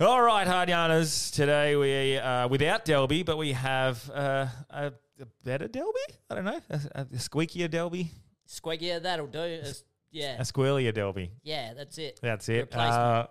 All right, Hardianas. Today we are without Delby, but we have uh, a, a better Delby. I don't know, a, a squeakier Delby, Squig, yeah, that'll do. It's- a yeah, squealier Delby. yeah, that's it. That's it. Replacement. Uh,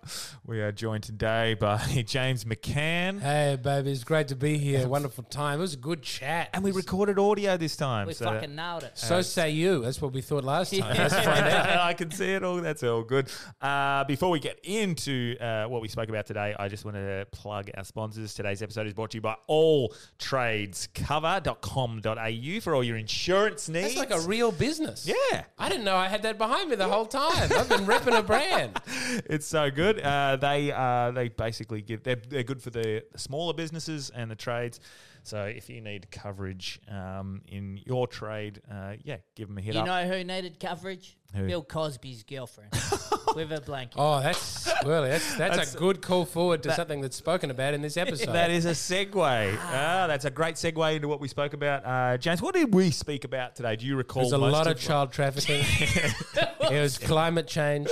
we are joined today by James McCann, Hey, baby, it's great to be here. Wonderful time. It was a good chat. and we recorded audio this time. we so that- fucking nailed it. so say you. That's what we thought last time. Yeah. Let's find out. I can see it all. That's all good. Uh, before we get into uh, what we spoke about today, I just want to plug our sponsors. Today's episode is brought to you by alltradescover.com.au for all your insurance needs. That's like a real business. Yeah. I didn't know I had that behind me the whole time. I've been repping a brand. it's so good. Uh, they uh, they basically give they're, they're good for the smaller businesses and the trades. So if you need coverage um, in your trade, uh, yeah, give them a hit You up. know who needed coverage? Who? Bill Cosby's girlfriend with a blanket. Oh, that's really that's that's, That's- a good call forward to something that's spoken about in this episode. That is a segue. Ah, that's a great segue into what we spoke about. Uh, James, what did we speak about today? Do you recall? There's a most lot of child trafficking. it was climate change.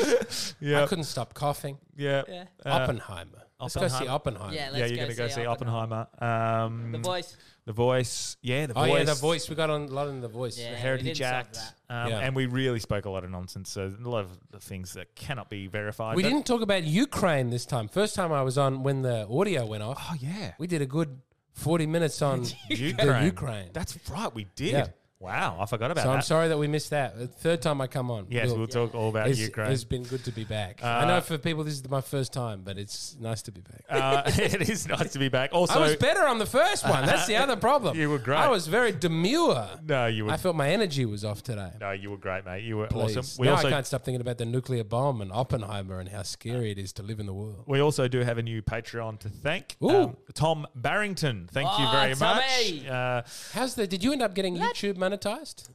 Yeah. I couldn't stop coughing. Yeah. Yeah. Uh, Oppenheimer. Let's go see Oppenheimer. Oppenheimer. Yeah, let's Oh, yeah, you're go going to go see see Oppenheimer. Um, The voice. The Voice. Yeah, The Oh Voice. yeah, the voice. We got on a lot in the voice. Yeah. The we didn't Heritage solve Act. Um, Yeah. And we really spoke a lot of nonsense. So a lot of the things that cannot be verified. We but- didn't talk about Ukraine this time. First time I was on when the audio went off. Oh, yeah. We did a good 40 minutes on Ukraine. the Ukraine. That's right, we did. Yeah. Wow, I forgot about so that. I'm sorry that we missed that. The third time I come on. Yes, we'll- we'll talk all about it's, Ukraine. It's been good to be back. I know for people this is my first time, but it's nice to be back. uh, it is nice to be back. Also, I was better on the first one. That's the other problem. You were great. I was very demure. no, you were I felt my energy was off today. no, you were great, mate. You were Please. awesome. We now also I can't stop thinking about the nuclear bomb and Oppenheimer and how scary it is to live in the world. We also do have a new Patreon to thank. Um, Ooh. Oh, Tom Barrington. Thank you Ah, very Tommy. much. Uh, How's the? Did you end up getting YouTube monetized?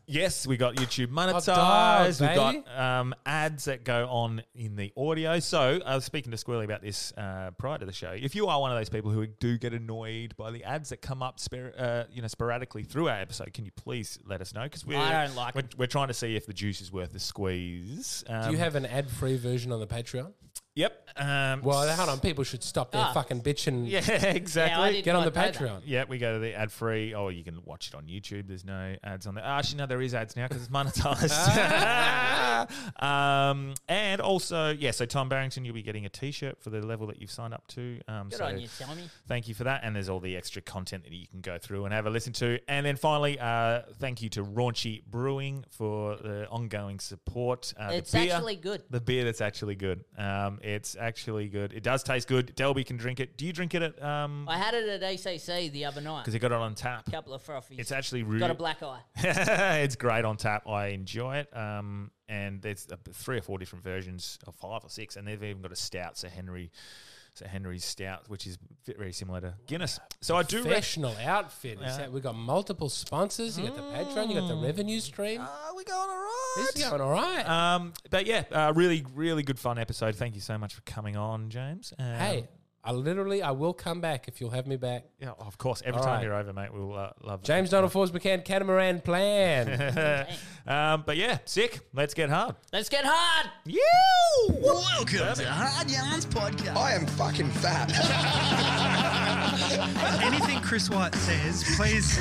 yes, we got YouTube monetized. dialed, We've Oh, baby. got um, ads that go on in the audio. So I was speaking to Squirrely about this uh, prior to the show. If you are one of those people who do get annoyed by the ads that come up spir- uh, you know, sporadically through our episode, can you please let us know? Because we're, I don't like we're, we're trying to see if the juice is worth the squeeze. Um, Do you have an ad-free version on the Patreon? Yep. Um, Well, hold on. People should stop their Ah. fucking bitching. Yeah, exactly. Yeah, I did Get on the not know that. Patreon. Yeah, we go to the ad free. Oh, you can watch it on YouTube. There's no ads on there. Ah, Actually, no, there is ads now because it's monetized. um, and also, yeah, so Tom Barrington, you'll be getting a t shirt for the level that you've signed up to. Um, Good so on you, Tommy. Thank you for that. And there's all the extra content that you can go through and have a listen to. And then finally, uh, thank you to Raunchy Brewing for the ongoing support. Uh, the It's beer- actually good. The beer that's actually good. Um, it's actually good. It does taste good. Delby can drink it. Do you drink it at. Um, I had it at ACC the other night. because he got it on tap. A couple of frothies. It's actually really, Got a black eye. it's great on tap. I enjoy it. Um, and there's uh, three or four different versions, or five or six, and they've even got a stout, Sir Henry, Sir Henry's stout, which is very similar to Guinness. So I do. Rec- Professional outfit. Is that, we've got multiple sponsors. You got the Patreon. You got the revenue stream. Ah, we're going all right. this is going all right. Mm. Um, but yeah, uh, really, really good fun episode. Thank you so much for coming on, James. Um, hey, I literally, I will come back if you'll have me back. yeah, of course. Every All time right. you're over, mate, we'll uh, love James Donald Forbes McCann catamaran plan. Um, but yeah, sick. Let's get hard. Let's get hard. You. Welcome to Hard Yarns Podcast. I am fucking fat. Anything Chris White says, please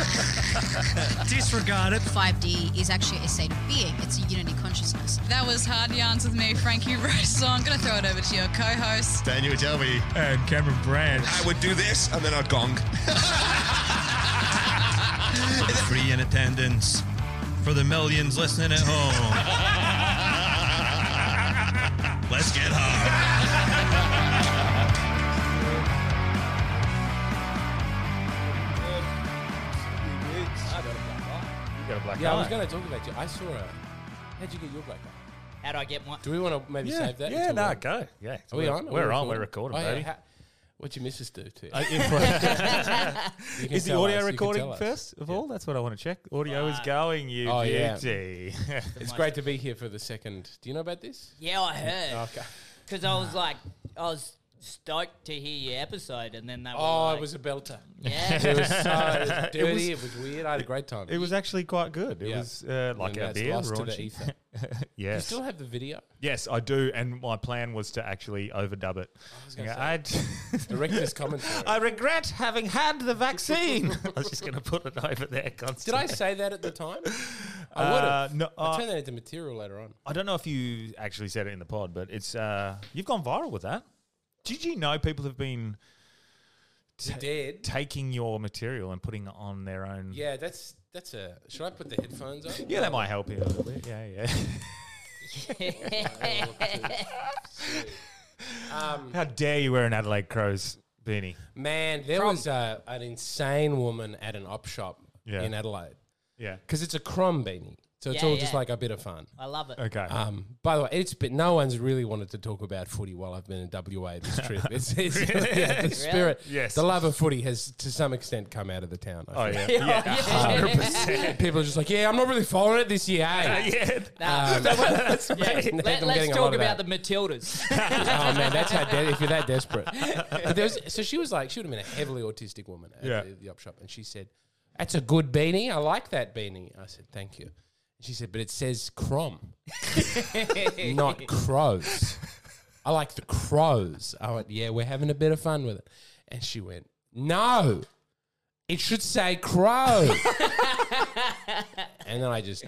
disregard it. 5D is actually a state of being. It's a unity consciousness. That was Hard Yarns with me, Frankie Rose. So I'm going to throw it over to your co-host. Daniel Delby. And Cameron Brand. I would do this and then I'd gong. Free in attendance for the millions listening at home. Let's get hard. You got a black yeah, I eye. was going to talk about you. I saw a. How'd you get your black eye? How do I get one? Do we want to maybe save that? Yeah, until no, we're- go. Yeah, Are we we're, on? Are we We're on. We're recording, recording? Oh, yeah, baby. Uh, ha- What'd your missus do to you? You can Is the tell audio us, you can recording tell us. first of all? That's what I want to check. Audio is going, you Oh, yeah. beauty. It's great to be here for the second. Do you know about this? Uh, Yeah, I heard. Okay. Because I was like, I was stoked to hear your episode, and then they were Oh, like, it was a belter. yeah, It was so it It was was- dirty. It was, weird. I had a great time. It was actually quite good. It Yeah. was uh, like a And that's beer. lost to the raunchy. ether. You yes. still have the video? yes, I do. And my plan was to actually overdub it. I, Director's commentary. I regret having had the vaccine. I was just going to put it over there Did I constantly. say that at the time? I would have. no, I'll uh, turn that into material later on. I don't know if you actually said it in the pod, but it's uh, you've gone viral with that. Did you know people have been He did. taking your material and putting it on their own? Yeah, that's that's a. Should I put the headphones on? Yeah, that might help you a little bit. Yeah, yeah. Um, How dare you wear an Adelaide Crows beanie? man, there was a, an insane woman at an op shop Yeah. in Adelaide Yeah. because it's a crumb beanie, so it's Yeah, all just yeah. like a bit of fun. I love it. Okay. Um, by the way, it's been no one's really wanted to talk about footy while I've been in WA this trip. It's, it's yeah, the spirit, Yes. the love of footy has to some extent come out of the town. I oh think. yeah. Yeah, yeah. yeah. 100%. People are just like, yeah, I'm not really following it this year. eh?" yeah. Nah, Um, yeah. I'm Let, let's getting a talk lot of about that. the Matildas. oh man, that's how de- if you're that desperate. But there was, so she was like, she would have been a heavily autistic woman at Yeah. the, the op shop, and she said, "That's a good beanie. I like that beanie." I said, "Thank you." She said, "But it says crom, not crows. I like the crows." I went, "Yeah, we're having a bit of fun with it," and she went, "No." It should say crow. and then I just,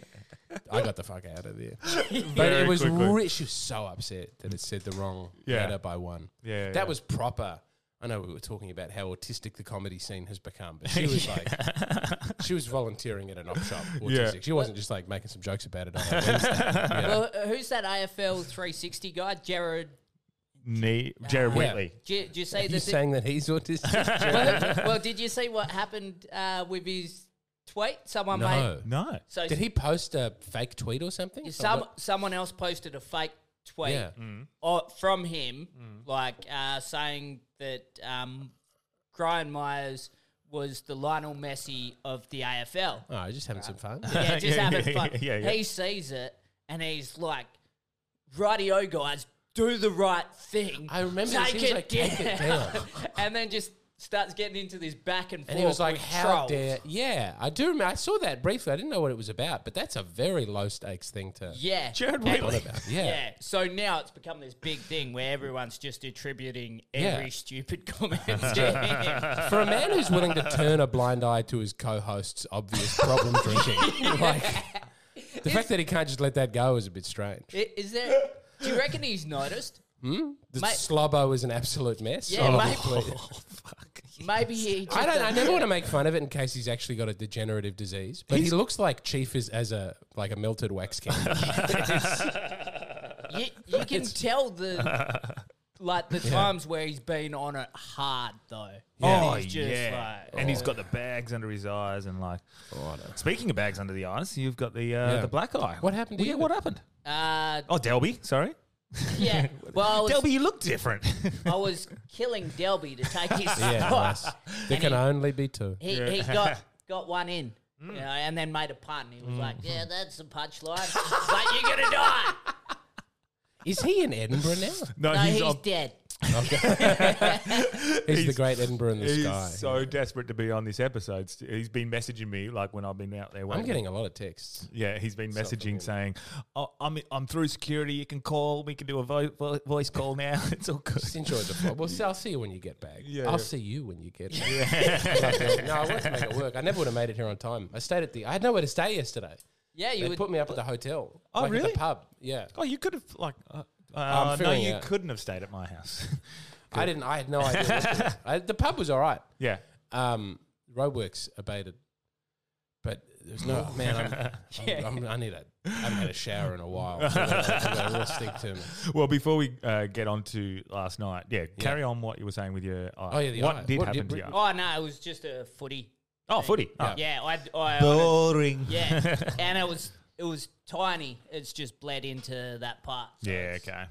I got the fuck out of there. But Very it was quickly. ri- she was so upset that it said the wrong Yeah. letter by one. Yeah, that yeah. was proper. I know we were talking about how autistic the comedy scene has become, but she was like, she was volunteering at an op shop. Autistic. Yeah. She wasn't just like making some jokes about it. On a Wednesday. well, who's that AFL 360 guy? Jared. Me, Jared Whitley. Did you, did you see you the thing? saying that he's autistic? well, well, did you see what happened uh, with his tweet? Someone made. no. No. So Did he post a fake tweet or something? Or Some what? someone else posted a fake tweet Yeah. Mm. or, from him, like uh, saying that um, Brian Myers was the Lionel Messi of the AFL. Oh, just having some fun. Yeah, just Yeah, having yeah, fun. yeah, yeah. He sees it and he's like, "Rightio, guys, do the right thing." I remember this. He was like, "Take it down." and then just starts getting into this back and forth. And he was like, with "How trolls. dare?" Yeah, I do. Remember, I saw that briefly. I didn't know what it was about, but that's a very low stakes thing to. Yeah, Jared And- Whitley. about. Yeah. Yeah. So now it's become this big thing where everyone's just attributing Yeah. every stupid comment. to him. For a man who's willing to turn a blind eye to his co-host's obvious problem drinking, like the fact that he can't just let that go is a bit strange. I- Is there? Do you reckon he's noticed? The Mate- slobbo is an absolute mess. Yeah, mate. obviously. Maybe he. Just I don't. I never want to make fun of it in case he's actually got a degenerative disease. But he looks like Chief is as a like a melted wax can. You, you can tell the like the times where he's been on it hard though. Oh He's just yeah, like- and he's got the bags under his eyes and like. Speaking of bags under the eyes, you've got the uh, Oh, Yeah. the black eye. What happened to yeah, you? What happened? Uh, Oh, Delby, sorry, yeah. Well, I was, Delby, you look different. I was killing Delby to take his yeah, spot. nice. There can he- only be two. He, he got got one in, Mm. you know, and then made a pun. He was like, "Yeah, that's the punchline." He's like, "You're gonna die." Is he in Edinburgh now? No, he's, on- dead. He's, He's- the great Edinburgh in the he's sky. so desperate to be on this episode. st- He's been messaging me like when I've been out there. I'm waiting. getting a lot of texts. Yeah, he's been messaging saying, oh, "I'm I'm through security. You can call. We can do a vo- vo- voice call now. It's all good." Just enjoy the flight. Well, see, I'll see you when you get back. Yeah, I'll yeah. see you when you get back. no, I wanted to make it work. I never would have made it here on time. I stayed at the. I had nowhere to stay yesterday. Yeah, you They would. put me up at the hotel. Oh, like really? At the pub. Yeah. Oh, you could have like. Uh, uh, no, feeling you it. couldn't have stayed at my house. I didn't. I had no idea. what to do. I, the pub was all right. yeah, Um, roadworks abated, but there's no man. I'm, I'm, I'm, I need a. I haven't had a shower in a while. So I've got a real stink to me. Well, before we uh, get on to last night, yeah, carry on what you were saying with your eye. Oh, yeah, the what eye. did What happen did to we- your eye? Oh no, it was just a footy. Oh, footy. Oh. Yeah, I. I Boring. yeah, and it was it was tiny. It's just bled into that part. so Yeah, it's- okay.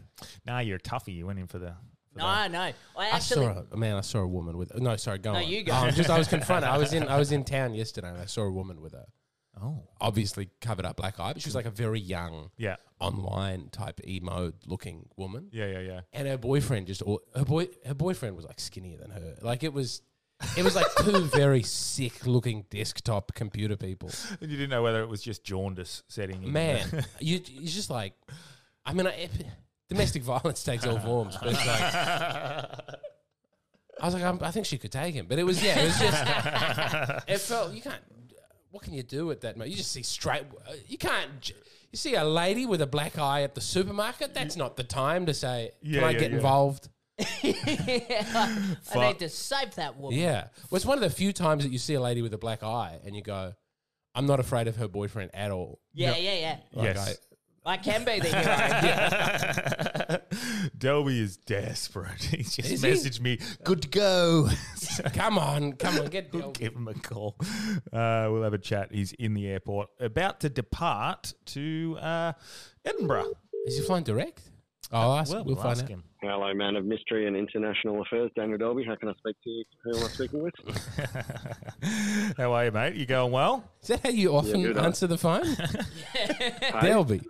Nah, you're a toughie. You went in for the. for No, no. I I actually. saw a man. I saw a woman with no. Sorry, go No, on. Um, you go. Oh, I'm just. I was confronted. I was in. I was in town yesterday, and I saw a woman with a the- Oh. obviously covered up black eye, but she was like a very young, Yeah. online type emo looking woman. Yeah, yeah, yeah. And her boyfriend just all, her boy her boyfriend was like skinnier than her. Like it was, it was like two very sick looking desktop computer people. And you didn't know whether it was just jaundice setting in. Man, you you just like, I mean, I, it- domestic violence takes all forms. But it's like, I was like, I'm, I think she could take him, but it was yeah, it was just, it felt you can't. What can you do at that moment? You just see straight. You can't. j- You see a lady with a black eye at the supermarket. That's not the time to say, "Can Yeah, I yeah, get yeah. involved?" I need to save that woman. Yeah. Well, it's one of the few times that you see a lady with a black eye and you go, "I'm not afraid of her boyfriend at all." Yeah, yeah, yeah. Like, Yes. I can be the hero. Delby is desperate. He just Is he? messaged me, good to go. I- come on, come on, get Bill. Give him a call. Uh, we'll have a chat. He's in the airport, about to depart to uh, Edinburgh. Is he flying direct? I'll ask. Uh, Well, we'll we'll find ask out. him. Hello, man of mystery and international affairs, Daniel Dolby. How can I speak to you? Who am I speaking with? How are you, mate? You going well? Is that how you often good eye. answer the phone? Delby,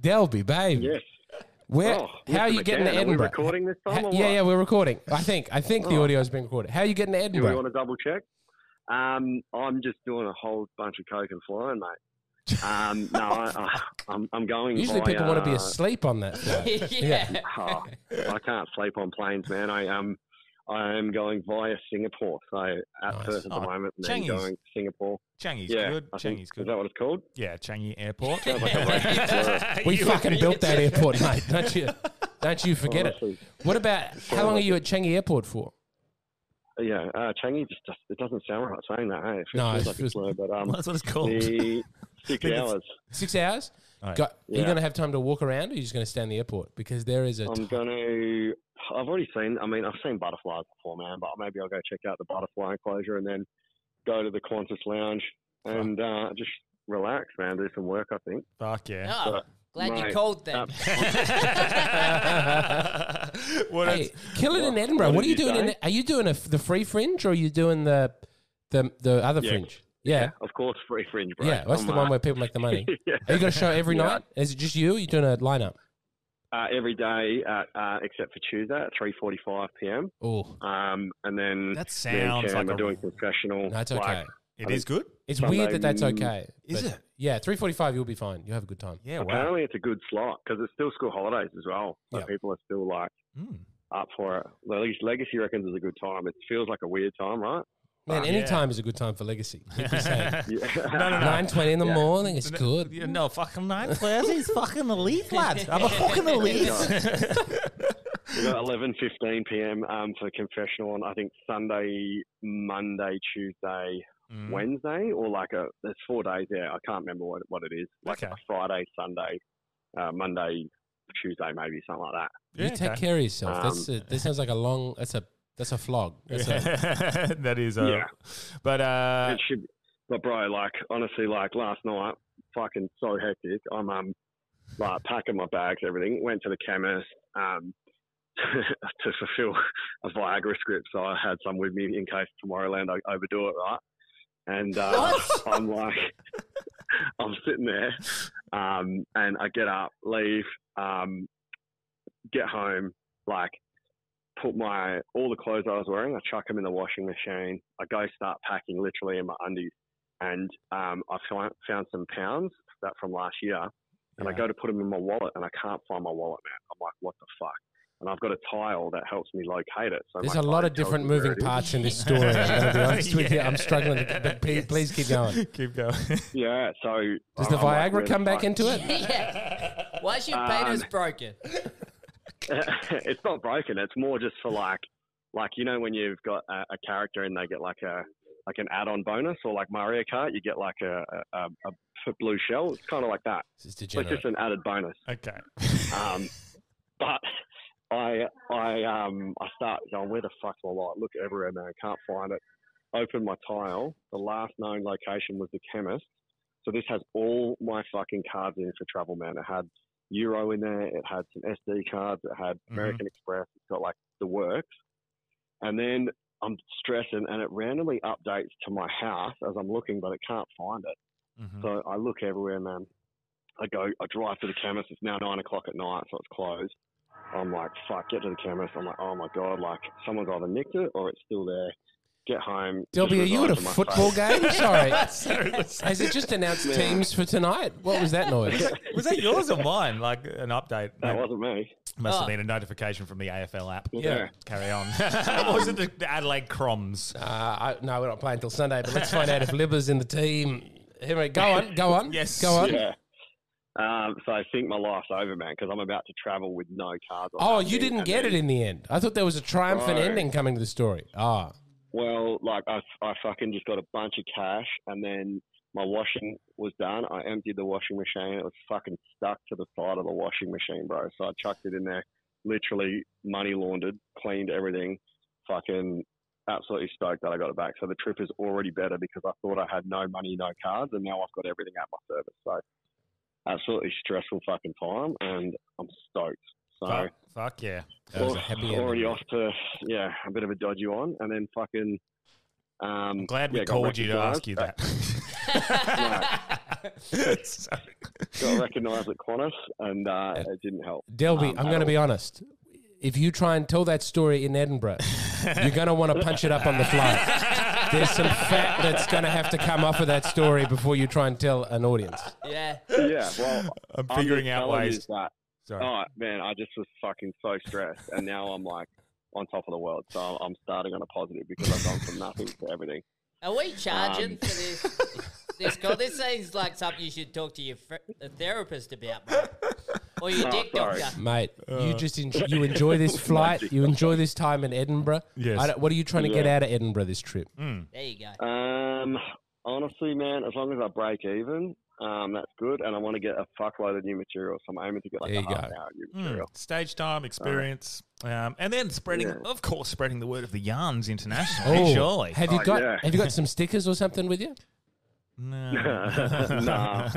Delby, babe. Yes. Where? Oh, how are Mr. you getting McGann, to are we Edinburgh? recording this time Ha- or yeah, what? yeah, we're recording. I think. I think the Oh. audio's been recorded. How are you getting to Do we want Edinburgh? to double check? Um, I'm just doing a whole bunch of coke and flying, mate. Um, no, I, I, I'm, I'm going. Usually, by, people want to be uh, asleep on that flight. yeah. oh, I can't sleep on planes, man. I um, I am going via Singapore, so at Nice. Perth at the Oh, moment, and then Changi's. going to Singapore. Changi's yeah, good. I think- Changi's Is good. that what it's called? Yeah, Changi Airport. Sounds like a racist word. we You- fucking built that airport, mate. Don't you? Don't you forget Honestly. it. What about how long are you at Changi Airport for? Yeah, uh, Changi just does, it doesn't sound right saying that. Hey? It No, feels it like feels- a slur, but um, Well, that's what it's called. the six think it's- hours. Six hours. All right. Go- Are you Yeah. going to have time to walk around, or are you just going to stay in the airport? Because there is a I'm t- gonna. I've already seen. I mean, I've seen butterflies before, man. But maybe I'll go check out the butterfly enclosure and then go to the Qantas Lounge and uh, just relax, man. Do some work. I think. Uh, Fuck yeah. Oh, glad you Mate, called them. what Hey, else? kill it in Edinburgh. What, what are you did you doing? In, E-, say? are you doing a f the free fringe or are you doing the the the other Yeah. fringe? Yeah, Of course, free fringe, bro. yeah. That's I'm, the one uh, where people make the money. yeah. Are you going to show every Yeah. night? Is it just you? You're doing a lineup. uh, every day, at, uh, except for Tuesday at three forty-five p.m. Oh, Um, and then That me and sounds Cam like are a- doing professional. no, it's like, okay. It is good. It's Sunday, weird that that's mm, okay. is but it? Yeah, three forty-five. You'll be fine. You'll have a good time. Yeah, wow. Apparently, it's a good slot because it's still school holidays as well. So Yeah. people are still like Mm. up for it. Leg- Legacy reckons is a good time. It feels like a weird time, right? Man, any yeah. time is a good time for legacy. Keep you saying. Yeah. no, Nine twenty in the morning is good. Yeah, no, fucking nine players. He's fucking elite, lad. I'm a fucking elite. We've got 11.15 p.m. Um, for confessional on, I think, Sunday, Monday, Tuesday, Hmm. Mm, Wednesday, or like a, there's four days there. I can't remember what, what it is. Like Okay. a Friday, Sunday, uh, Monday, Tuesday, maybe something like that. You Yeah, take okay. care of yourself. Um, that's a, that sounds like a long. That's a that's a flog. That's a, that is, uh, Yeah. but uh, it should, but bro, like, honestly, like last night, fucking so hectic. I'm, um, like packing my bags, everything, went to the chemist, um, to fulfill a Viagra script. So I had some with me in case Tomorrowland I overdo it, right? And uh, I'm like, I'm sitting there, um, and I get up, leave, um, get home, like, put my all the clothes I was wearing, I chuck them in the washing machine. I go start packing literally in my undies, and um, I found found some pounds that from last year, and I Yeah. go to put them in my wallet, and I can't find my wallet, man. I'm like, what the fuck? And I've got a tile that helps me locate it. So There's my a lot phone of tells different me where moving it is. parts in this story. I'm going to be honest with you. Yeah. I'm struggling, to, but please, Yes. please keep going. keep going. Yeah. So Does I- the I'm like, where Viagra the come back fuck- into it? yeah. Why's your Um, penis broken? it's not broken. It's more just for like, like you know when you've got a, a character and they get like a like an add-on bonus or like Mario Kart, you get like a a, a, a blue shell. It's kind of like that. This is So it's degenerate. just an added bonus. okay. Um, but I I um I start going where the fuck's my wallet? Look everywhere, man. Can't find it. Open my tile. The last known location was the chemist. So this has all my fucking cards in it for travel, man. It had Euro in there. It had some SD cards. It had Mm-hmm. American Express. It's got like the works. And then I'm stressing, and it randomly updates to my house as I'm looking, but it can't find it. Mm-hmm. So I look everywhere, man. I go, I drive to the chemist. It's now nine o'clock at night, so it's closed. I'm like, fuck, get to the chemist. I'm like, oh my god, like someone's either nicked it or it's still there. Get home. just Delby, are you at resign a to my football fate. game? Sorry. Sorry, was Has it just announced teams for tonight? What was that noise? Uh, was that yours or mine? Like an update? That wasn't me. Must Oh. have been a notification from the AFL app. Yeah. Carry on. Or was it the, the Adelaide Croms? Uh, I, no, we're not playing till Sunday, but let's find out if Libba's in the team. Henry, go on, go on. Yes. Go on. Yeah. Um, so I think my life's over, man, because I'm about to travel with no cards. on Oh, that you thing. didn't And get then- it in the end. I thought there was a triumphant No. ending coming to the story. Ah, Well, like I, I fucking just got a bunch of cash, and then my washing was done. I emptied the washing machine. It was fucking stuck to the side of the washing machine, bro. So I chucked it in there. Literally money laundered, cleaned everything. Fucking absolutely stoked that I got it back. So the trip is already better because I thought I had no money, no cards, and now I've got everything at my service. So absolutely stressful fucking time, and I'm stoked. So. Fuck, fuck yeah. that was Al- a happy already ending. off to yeah, a bit of a dodgy one, and then fucking. Um, I'm glad we yeah, got called you to ask you recognised- that. Sorry. Got recognised at Qantas, and uh, it didn't help. Delby, Um, I'm at going to all. be honest. If you try and tell that story in Edinburgh, you're going to want to punch it up on the fly. There's some fat that's going to have to come off of that story before you try and tell an audience. Yeah. Yeah, well, I'm I'm figuring just out telling ways. yous That, Sorry. oh man, I just was fucking so stressed, and now I'm like on top of the world. So I'm- I'm starting on a positive because I've gone from nothing to everything. Are we charging Um, for this? this call? This seems like something you should talk to your fr- a therapist about, mate. Or your Oh, dick sorry. doctor. Mate, Uh. you just en- you enjoy this flight. You enjoy this time in Edinburgh. Yes. Mm-hmm. I don't- what are you trying to get Yeah. out of Edinburgh this trip? There you go. Um, honestly, man, as long as I break even, um, that's good. And I want to get a fuckload of new material, so I'm aiming to get like There a you half go. an hour of new Hmm. Mm, material. Stage time, experience, um, and then spreading, Yeah. of course, spreading the word of the yarns internationally. surely, have you Oh, got yeah. Oh, have you got some stickers or something with you? no. Nah. You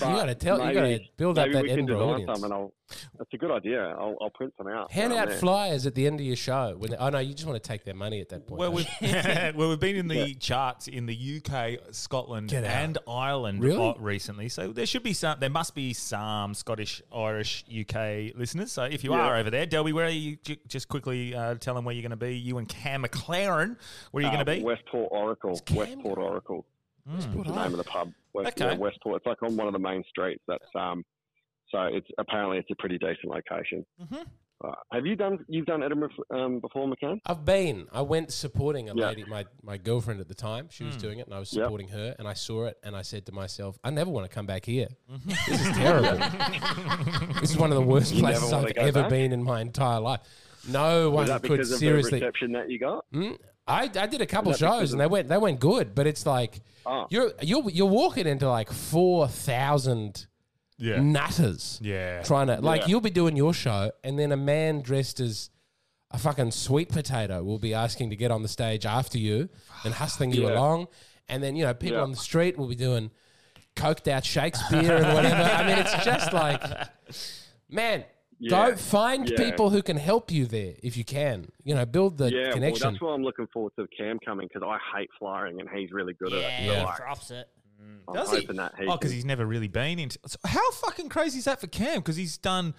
gotta tell- you gotta build up maybe that we can Edinburgh design audience. Some and I'll, that's a good idea. I'll, I'll print some out. Hand down out there. flyers at the end of your show. When oh no, you just want to take their money at that point. Well, don't we've, you? well, we've been in the charts in the UK, Scotland, Get out. and Ireland Really? o- recently. So there should be some. There must be some Scottish, Irish, UK listeners. So if you Yeah. are over there, Delby, where are you? Ju- Just quickly uh, tell them where you're going to be. You and Cam McLaren, where are you Uh, going to be? Westport Oracle. Westport Oracle. Hmm. It's the name of the pub. West, Okay. yeah, Westport. It's like on one of the main streets. That's um. So it's apparently it's a pretty decent location. Mm-hmm. Uh, have you done you've done Edinburgh um, before, McCann? I've been. I went supporting a Yeah. lady, my, my girlfriend at the time. She was doing it, and I was Yep. supporting her. And I saw it, and I said to myself, "I never want to come back here. This is terrible. this is one of the worst You never places wanna I've go ever back? been in my entire life. No Was one that could because of the seriously. reception that you got? Mm, I, I did a couple Was that because shows, and they went they went good. But it's like Oh. you're you're you're walking into like four thousand Yeah, nutters. yeah. trying to like Yeah. you'll be doing your show and then a man dressed as a fucking sweet potato will be asking to get on the stage after you and hustling you Yeah. along and then you know people Yeah. on the street will be doing coked out shakespeare and whatever i mean it's just like man Yeah. go find Yeah. people who can help you there if you can you know build the yeah, connection well, that's why I'm looking forward to Cam coming because I hate flying and he's really good at Yeah, it. yeah. Yeah. drops it. I'm Does he? hoping that he oh, because can- he's never really been into. so how fucking crazy is that for Cam? Because he's done.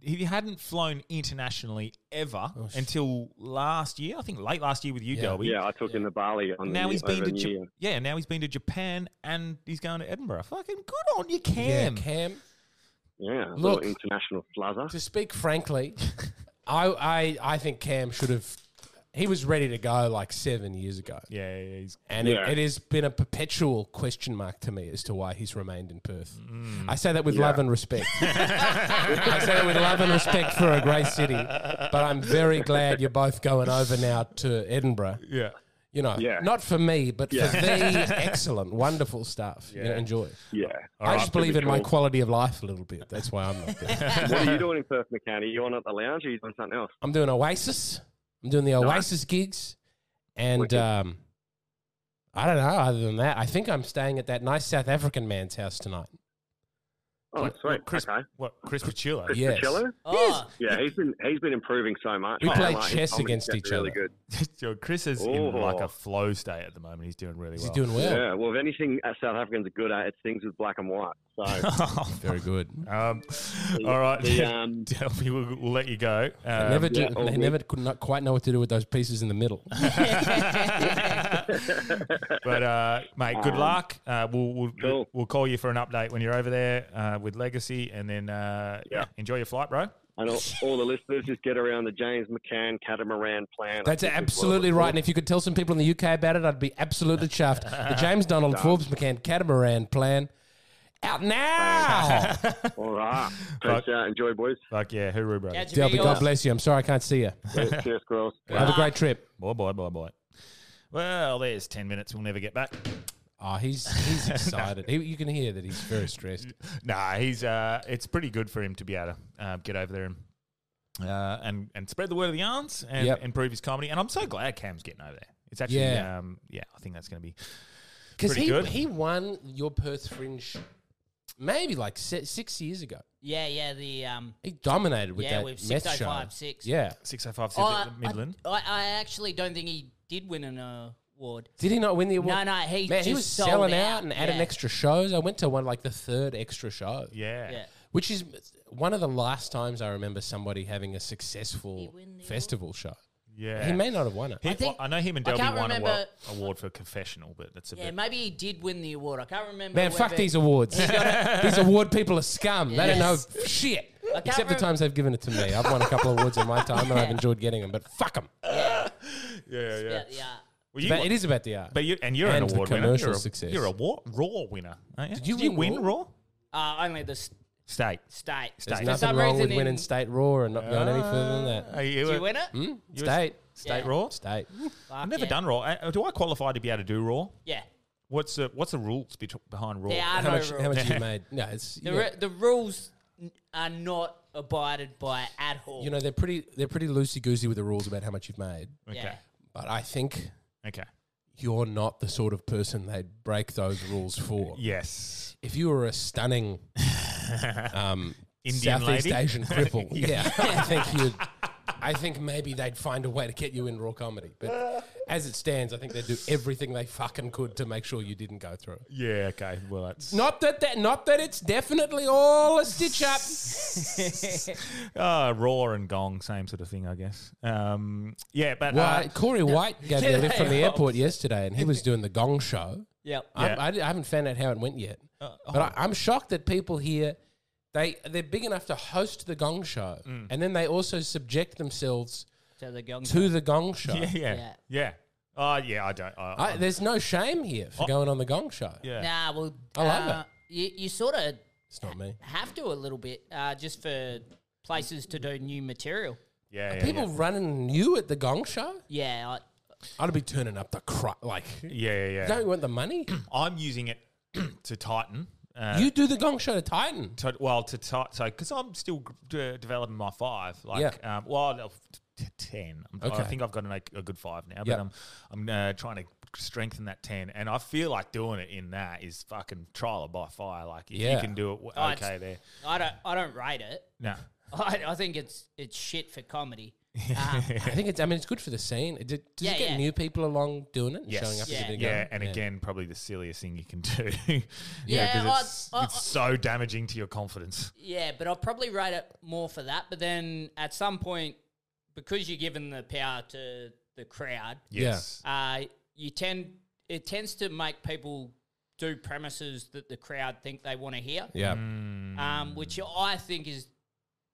He hadn't flown internationally ever until last year. I think late last year with you, Oh, Yeah. Delby. yeah, I took him to Bali on Now the, he's been over to New ja- Year. yeah. Now he's been to Japan and he's going to Edinburgh. Fucking good on you, Cam. yeah cam Yeah, Look. look, international fluzzer. to speak frankly, I, I I think Cam should have. He was ready to go like seven years ago, Yeah, yeah, yeah, he's and Yeah. it, it has been a perpetual question mark to me as to why he's remained in Perth. Mm. I say that with love and respect. I say that with love and respect for a great city, but I'm very glad you're both going over now to Edinburgh. yeah. You know, Yeah. not for me, but for the excellent, wonderful stuff. You know, enjoy. Yeah. I just believe in my cool. quality of life a little bit. That's why I'm not there. what are you doing in Perth, McCann? Are you on at the lounge or are you doing something else? I'm doing Oasis. I'm doing the Oasis gigs, and Wicked. um, I don't know. Other than that, I think I'm staying at that nice South African man's house tonight. Oh, What- sweet. What, Chris, okay. what Chris Pacillo? Chris Yes. Pacillo? Oh, Yeah, he's been he's been improving so much. We Oh, played like, his chess bowling's against getting each really other. Good. Yo, Chris is in Oh. like a flow state at the moment. He's doing really well. Is he doing well? Yeah, well, if anything uh, South Africans are good at, it's things with black and white. So, Very good. um, all right, the, um, Delphi, we'll, we'll let you go. Um, never, do, yeah, all they good. never could not quite know what to do with those pieces in the middle. but uh, mate, good Um, luck. Uh, we'll we'll, Cool. we'll call you for an update when you're over there uh, with Legacy, and then uh, yeah. Yeah. enjoy your flight, bro. and all, all the listeners just get around the James McCann catamaran plan. I That's think is absolutely well- right. And if you could tell some people in the UK about it, I'd be absolutely chuffed. The James Donald Forbes McCann catamaran plan out now. All right. Right. Peace out. Enjoy, boys. Like yeah, hooroo, bro. catch Delby, you, God bless you. I'm sorry I can't see you. Cheers, girls. Have a great trip. Boy, boy, boy, boy. Well, there's ten minutes. We'll never get back. Oh, he's he's excited. he, you can hear that he's very stressed. Nah, he's uh, it's pretty good for him to be able to uh, get over there and. Uh, and and spread the word of the yarns and Yep. improve his comedy. And I'm so glad Cam's getting over there. It's actually, Yeah. um, yeah, I think that's going to be Because Pretty he, good. he won your Perth Fringe maybe like se- six years ago. Yeah, yeah, the um, He dominated with yeah, oh that with meth show. 605, 6. Yeah. 605 Oh, Sydney- Midland. I, I, I actually don't think he did win an award. Did he not win the award? No, no, he Man, he just was sold selling out. out and adding Yeah. extra shows. I went to one like the third extra show. yeah. Yeah. Which is one of the last times I remember somebody having a successful festival show. Yeah. He may not have won it. He- well, I, think- know him and I Delby can't won a remember- award, award for confessional, but that's a Yeah, bit. maybe he did win the award. I can't remember. Man, fuck whether- these awards. these award people are scum. They don't know Yes. shit. can't Except the remem- times they've given it to me. I've won a couple of awards in my time and I've enjoyed getting them, but fuck them. Yeah, yeah. Yeah, yeah. Well, you, But it is about the art. but you and you're And an the award winner. commercial You're a, success. You're a war, raw winner. Aren't you? Did you you win win Raw? raw? Uh, only the s- State. state. There's For nothing wrong with in- winning state raw and not going any further than that. Ah, Are you, Did a- you win it? Hmm? you a State. State Yeah. raw. State. I've never yeah. done raw. Uh, Do I qualify to be able to do raw? Yeah. What's the what's the rules be- behind raw? There are How no much, rules. how much have you made? No, it's the, yeah. ru- the rules n- are not abided by at all. you know they're pretty they're pretty loosey goosey with the rules about how much you've made. Okay. Yeah. But I think Okay. you're not the sort of person they'd break those rules for. Yes. If you were a stunning um, Indian Southeast lady? Asian cripple, yeah, I think you'd. I think maybe they'd find a way to get you in raw comedy. But as it stands, I think they'd do everything they fucking could to make sure you didn't go through. it. Yeah. Okay. Well, that's Not that that not that it's definitely all a stitch up. uh, raw and gong, same sort of thing, I guess. Um, yeah, but Well, uh, Corey White gave me a lift from the airport yesterday, and he was doing the Gong Show. Yep. I'm- Yeah. Uh, oh. I, di- I haven't found out how it went yet, but I, I'm shocked that people here they they're big enough to host the Gong Show, Mm. and then they also subject themselves So the gong. to the Gong Show. yeah, yeah, Yeah. yeah. Uh, yeah, I don't. I, I, there's no shame here for going on the Gong Show. Oh. yeah. Nah, well, I love uh, You, you sort of It's not me. have to a little bit uh, just for places to do new material. yeah, yeah, People running new at the Gong Show, Yeah, I, I'd be turning up the cru- like. yeah, yeah, yeah. Don't you want the money? I'm using it to tighten. Uh, you do the Gong Show to Titan. to, well, to tight, so because I'm still g- d- developing my five, like um, well, no, t- t- ten. I'm- I Okay. think I've got an, a good five now, but Yep. I'm I'm uh, trying to strengthen that ten, and I feel like doing it in that is fucking trial by fire. Like if you Yeah. can do it, w- Oh, okay, it's- there. I don't. I don't rate it. No, I, I think it's it's shit for comedy. I think it's. I mean, it's good for the scene. It Did, does Yeah, it get yeah. new people along doing it and Yes. showing up? Yeah. as a big Yeah, Gong? and again, probably the silliest thing you can do. Yeah, because I- it's, I- it's so damaging to your confidence. Yeah, but I'll probably rate it more for that. But then at some point, because you're given the power to the crowd, Yes. uh, you tend it tends to make people do premises that the crowd think they want to hear, yeah. Mm. um, which I think is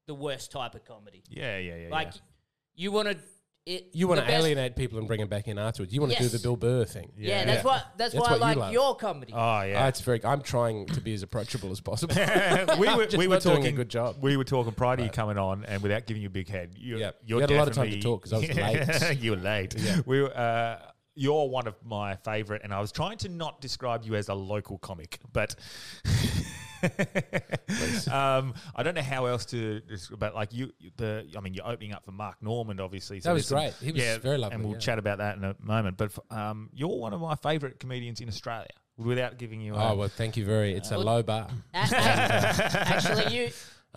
the worst type of comedy. Yeah, yeah, yeah. Like yeah. you want to it. You want the to best- alienate people and bring them back in afterwards. You want to Yes. do the Bill Burr thing. Yeah, that's Yeah. why. That's, That's why I what you like love. your comedy. Oh Uh, yeah, it's very. I'm trying to be as approachable as possible. we were, Just we were not doing a talking good job. We were talking prior to you coming on, and without giving you a big head, you, Yep. you're We had a lot of time to definitely- talk 'cause I was late. you were late. We were, uh, you're one of my favourite, and I was trying to not describe you as a local comic, but. um, I don't know how else to, des- but like you, you- the I mean, you're opening up for Mark Normand, obviously. So That was there's great. He was very lovely, and we'll yeah. chat about that in a moment. But um, you're one of my favourite comedians in Australia. without giving you. Oh a well, thank you very. It's a low bar. A- a- Actually, you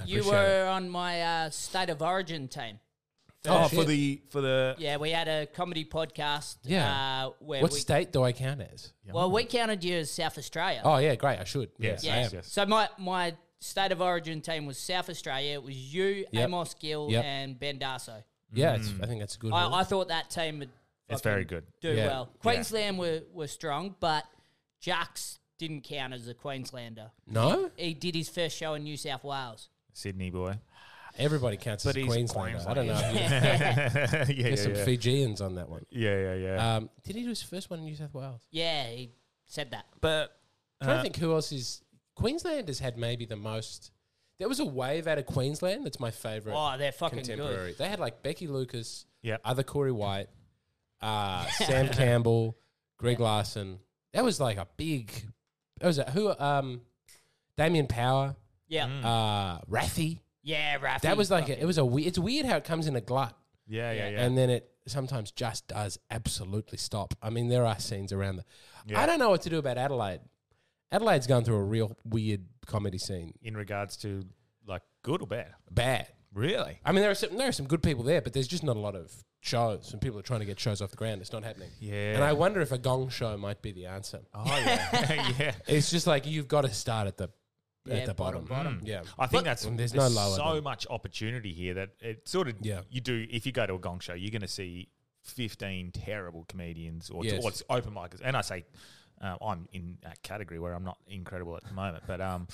you appreciate were on my uh, state of origin team. oh, for shit. the for the Yeah, we had a comedy podcast. Yeah. Uh, where What we, state do I count as? well, we counted you as South Australia. Oh yeah, great. I should. Yes, Yes, I yes, am. yes. So my my state of origin team was South Australia. It was you, Yep. Amos Gill, Yep. Mm-hmm. and Ben Darso. Yeah, Mm. it's, I think that's a good. one. I, I thought that team would It's fucking very good. do Yeah. well. Yeah. Queensland were, were strong, but Jacks didn't count as a Queenslander. no, He did his first show in New South Wales. Sydney boy. everybody counts as But he's Queensland. I don't know. if you- yeah, yeah, There's some yeah. Fijians on that one. yeah, yeah, yeah. Um, did he do his first one in New South Wales? Yeah, he said that. but I Uh, trying to think who else is. Queensland has had maybe the most. There was a wave out of Queensland that's my favorite. Oh, they're fucking contemporary. good. They had like Becky Lucas, Yep. other Corey White, uh, Sam Campbell, Greg Larson. That was like a big. That was a, who? Um, Damien Power, Yeah, uh, Raffy. yeah, Rafi. That was like a, it was a. we- It's weird how it comes in a glut, yeah, yeah, yeah. and then it sometimes just does absolutely stop. I mean, there are scenes around that. Yeah. I don't know what to do about Adelaide. Adelaide's gone through a real weird comedy scene. in regards to like good or bad, Bad. really? I mean, there are some there are some good people there, but there's just not a lot of shows, and people are trying to get shows off the ground. It's not happening. Yeah. and I wonder if a gong show might be the answer. Oh yeah, yeah. It's just like you've got to start at the Yeah, at the bottom. Mm. bottom, Yeah, I think that's And there's, there's no lower so than- much opportunity here that it sort of Yeah. you do if you go to a gong show you're going to see 15 terrible comedians or, Yes. or it's open micers and I say uh, I'm in that category where I'm not incredible at the moment but um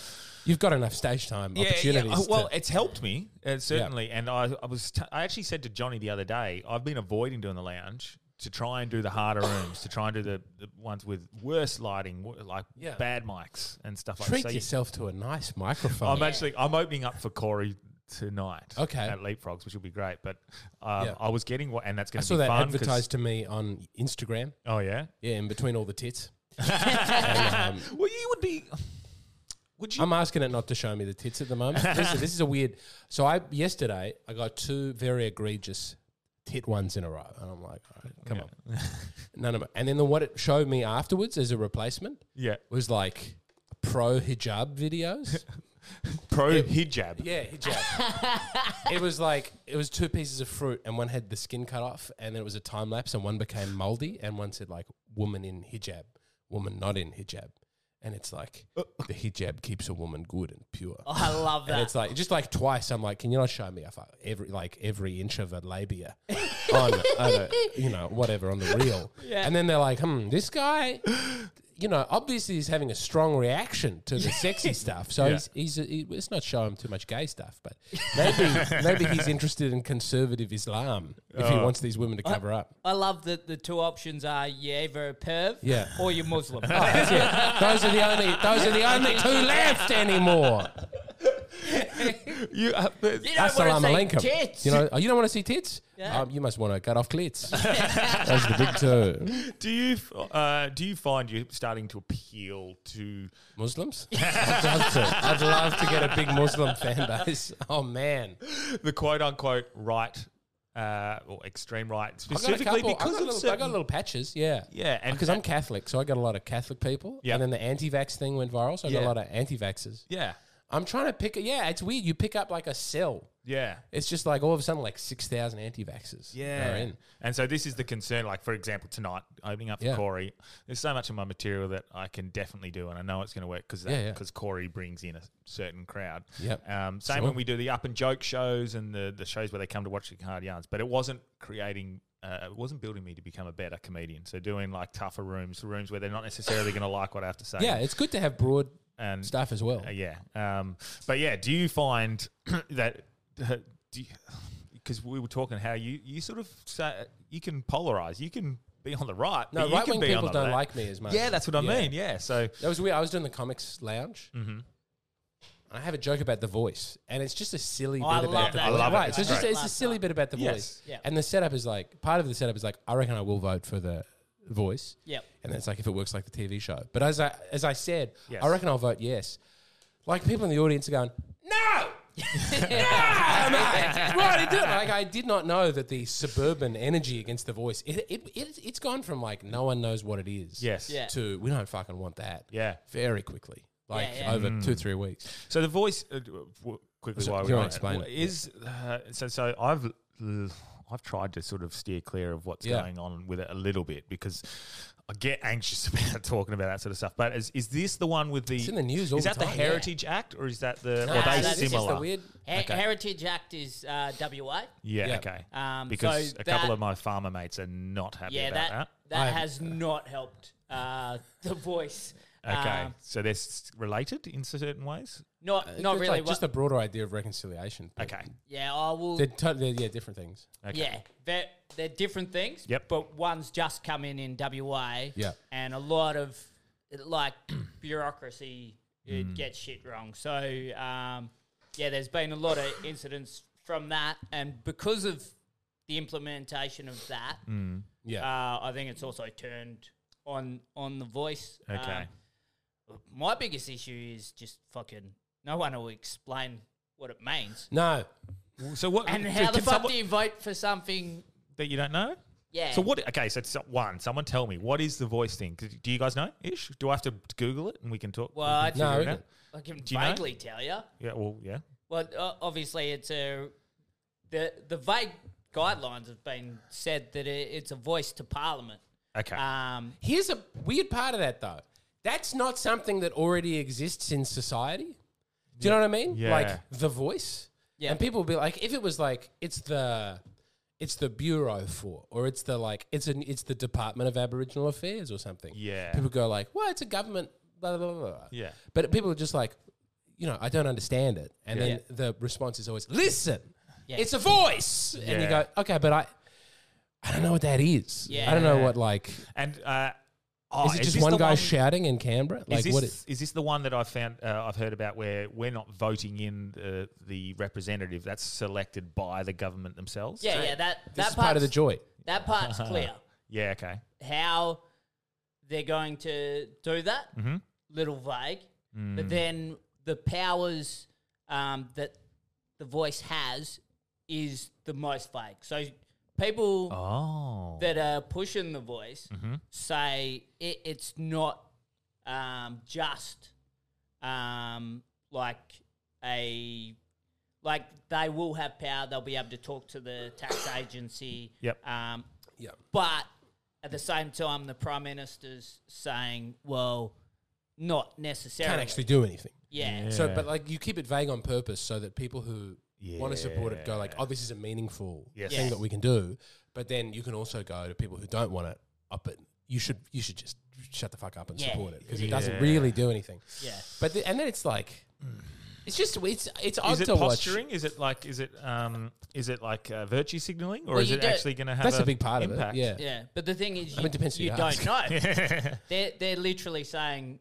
you've got enough stage time opportunities. Uh, Well, to- it's helped me uh, certainly, and I, I was t- I actually said to Johnny the other day I've been avoiding doing the lounge to try and do the harder rooms, to try and do the, the ones with worse lighting, wo- like Yeah. bad mics and stuff like that. treat So you- Oh, yourself to a nice microphone. I'm actually I'm opening up for Corey tonight. Okay. at Leapfrogs, which will be great. But um, Yeah. I was getting what, and that's I going to saw be that fun 'cause- advertised to me on Instagram. Oh yeah. Yeah, in between all the tits. um, Well, you would be. Would you? I'm asking it not to show me the tits at the moment. Listen, this is a weird. So I yesterday I got two very egregious tit ones in a row, and I'm like, all right, come on, none of it. And then the, what it showed me afterwards as a replacement yeah, was like pro hijab videos. pro hijab. yeah, hijab. it was like it was two pieces of fruit, and one had the skin cut off, and then it was a time lapse, and one became moldy, and one said like woman in hijab, woman not in hijab, and it's like the hijab keeps a woman good and pure. Oh, I love And that. it's like just like twice. I'm like, can you not show me if I, every like every inch of a labia on uh, you know whatever on the reel? And then they're like, hmm, this guy, you know, obviously he's having a strong reaction to the sexy stuff. So he's he's he, let's not show him too much gay stuff, but maybe maybe he's interested in conservative Islam if he wants these women to cover up. I love that the two options are you either a perv Yeah. or you're Muslim. That's it. Those are the only those are the only two left anymore. You, uh, but- You don't Assalamu want to alaikum. say tits. You know, oh, you don't want to see tits? Yeah. Um, you must want to cut off clits. That's the big two. do you f- uh, do you find you starting to appeal to? Muslims? I'd love to. I'd love to get a big Muslim fan base. Oh man, the quote unquote right uh, or extreme right I got a specifically couple. I because got, of little, I certain- got little patches. Yeah, yeah, and Because I'm Catholic, so I got a lot of Catholic people. Yeah. And then the anti-vax thing went viral, so I got Yeah. a lot of anti-vaxers. yeah I'm trying to pick. Yeah, it's weird. You pick up like a cell. yeah. It's just like all of a sudden, like six thousand anti-vaxers. are in. And so this is the concern. Like, for example, tonight, opening up for Yeah. Corey, there's so much of my material that I can definitely do, and I know it's going to work because Yeah, yeah. Corey brings in a certain crowd. Yep. Um, same Sure. when we do the up and joke shows and the, the shows where they come to watch the hard yarns, but it wasn't creating. Uh, it wasn't building me to become a better comedian. So doing like tougher rooms, rooms where they're not necessarily going to like what I have to say. Yeah, it's good to have broad and stuff as well. Uh, yeah. Um, but yeah, do you find that? uh, Because we were talking how you you sort of say, you can polarize. You can be on the right. No, but you right can wing be on people the don't left. like me as much. Yeah, that's what I mean. Yeah. So That was weird. I was doing the comics lounge. Mm-hmm. I have a joke about the voice, and it's just a silly Oh, bit I about love the that. I voice. love it. right, so It's it's just great. it's a silly bit about the Yes. voice. Yeah. And the setup is like part of the setup is like I reckon I will vote for the voice. Yep. And then it's like if it works like the TV show. But as I as I said, Yes. I reckon I'll vote yes. Like people in the audience are going, No! yeah, mate, right into it. Like I did not know that the suburban energy against the voice. It, it, it it's gone from like no one knows what it is. Yes. Yeah. To we don't fucking want that. Yeah. Mm. Very quickly, like Yeah, yeah. over two three weeks. So the voice, uh, w- w- quickly, So- why we go on, don't explain it. is uh, so. So I've l- I've tried to sort of steer clear of what's Yeah. going on with it a little bit because I get anxious about talking about that sort of stuff. But is is this the one with the? It's in the news all is the that time, the yeah. Heritage Act or is that the? or Nah, are they no, this is the similar? weird. Her- Okay. Heritage Act is uh, WA. yeah, Yeah. Okay. Um, because so a couple that- of my farmer mates are not happy Yeah, about that that. that, I- has not helped uh, the voice. Okay, Um, so they're s- related in certain ways. not not Uh, It's really. Like just what- a broader idea of reconciliation. Okay. yeah, I will. They're, to- they're yeah different things. okay. Yeah, they're, they're different things. Yep. But one's just come in in WA. Yeah. And a lot of like bureaucracy, it Mm. gets shit wrong. So um, yeah, there's been a lot of incidents from that, and because of the implementation of that, Mm. Yeah. uh, I think it's also turned on on the voice. Um, Okay. my biggest issue is just fucking no one will explain what it means. no. So what? And so how the can fuck someone- do you vote for something? that you don't know? Yeah. So what? Okay, so it's one. Someone tell me what is the voice thing? Could- Do you guys know? Ish? Do I have to Google it and we can talk? Well, I, we can No, figure we it out? don't. I can you know? vaguely tell you. yeah. Well, yeah. Well, o- obviously, it's a the the vague guidelines have been said that it, it's a voice to Parliament. Okay. Um, Here's a weird part of that though. That's not something that already exists in society. Do you know what I mean? Yeah. Like the voice. Yeah. And people will be like, if it was like it's the it's the bureau for, or it's the like it's an it's the Department of Aboriginal Affairs or something. Yeah. People go like, well, it's a government. Blah blah blah. blah. Yeah. But people are just like, you know, I don't understand it. And Yeah. then the response is always, listen, Yeah. it's a voice. And you Yeah. go, okay, but I. I don't know what that is. I don't know Yeah. what like and uh, oh, is it just this one the guy shouting in Canberra? Like is this what? Is, is this the one that I found uh, I've heard about where we're not voting in the, the representative that's selected by the government themselves? yeah, yeah, that this that is part of the part's- joy. That part's clear. yeah. Okay. How they're going to do that, Mm-hmm. little vague. Mm. But then the powers um, that the voice has is the most vague. So people. Oh. that are pushing the voice say it, it's not um, just um, like a like they will have power. They'll be able to talk to the tax agency. Yep. Um, Yeah. but at the same time, the prime minister's saying, "Well, not necessarily." Can't actually do anything. Yeah. So, but like you keep it vague on purpose so that people who want to support it go like, "Oh, this is a meaningful Yes. thing Yes. that we can do." But then you can also go to people who don't want it up. It you should you should just shut the fuck up and Yeah. support it because it Yeah. doesn't really do anything. Yeah. But the, and then it's like, it's just it's it's odd Is it to watch. posturing? Is it like is it um is it like uh, virtue signaling or Well, is you it do- actually going to have That's a a big part impact? of it. Yeah. Yeah, but the thing is, you, mean, depends who you you don't ask. know. they're they're literally saying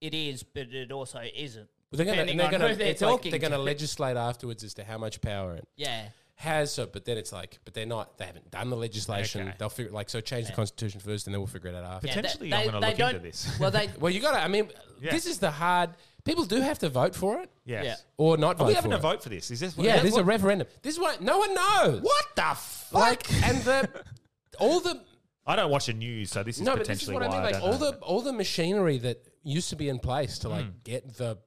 it is, but it also isn't. Well, they're gonna, depending and they're on gonna, who they're it's like talking they're gonna to. legislate afterwards as to how much power it Yeah, has so but then it's like but they're not they haven't done the legislation Okay. they'll figure like so change the constitution first and then we'll figure it out after Yeah, Potentially, I'm gonna look into don't- this. Well, they well you gotta i mean Yeah. this is the hard people do have to vote for it Yes. Yeah. or not Are vote we for having a it. vote for this? Is this yeah this is a what- referendum this is what no one knows what the fuck like and the all the I don't watch the news, so this is no but this is potentially what i mean why like don't all know. Hmm. the all the machinery that used to be in place to like get the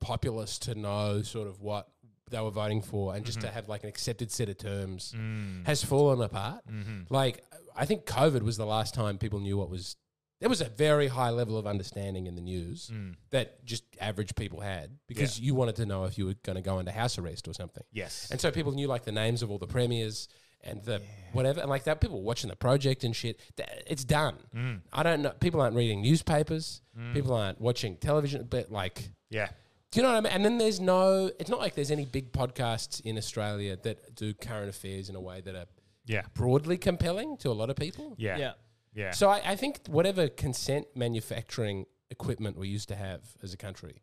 populace to know sort of what they were voting for and just Mm-hmm. to have like an accepted set of terms Mm. has fallen apart. Mm-hmm. Like I think COVID was the last time people knew what was there was a very high level of understanding in the news Mm. that just average people had because you wanted to know if you were going to go into house arrest or something. Yes. And so people knew like the names of all the premiers and the whatever and like that people were watching the project and shit. Th- It's done. I don't know people aren't reading newspapers, people aren't watching television but like yeah. do you know what I mean? And then there's no. It's not like there's any big podcasts in Australia that do current affairs in a way that are Yeah. broadly compelling to a lot of people. Yeah. Yeah. Yeah. So I, I think whatever consent manufacturing equipment we used to have as a country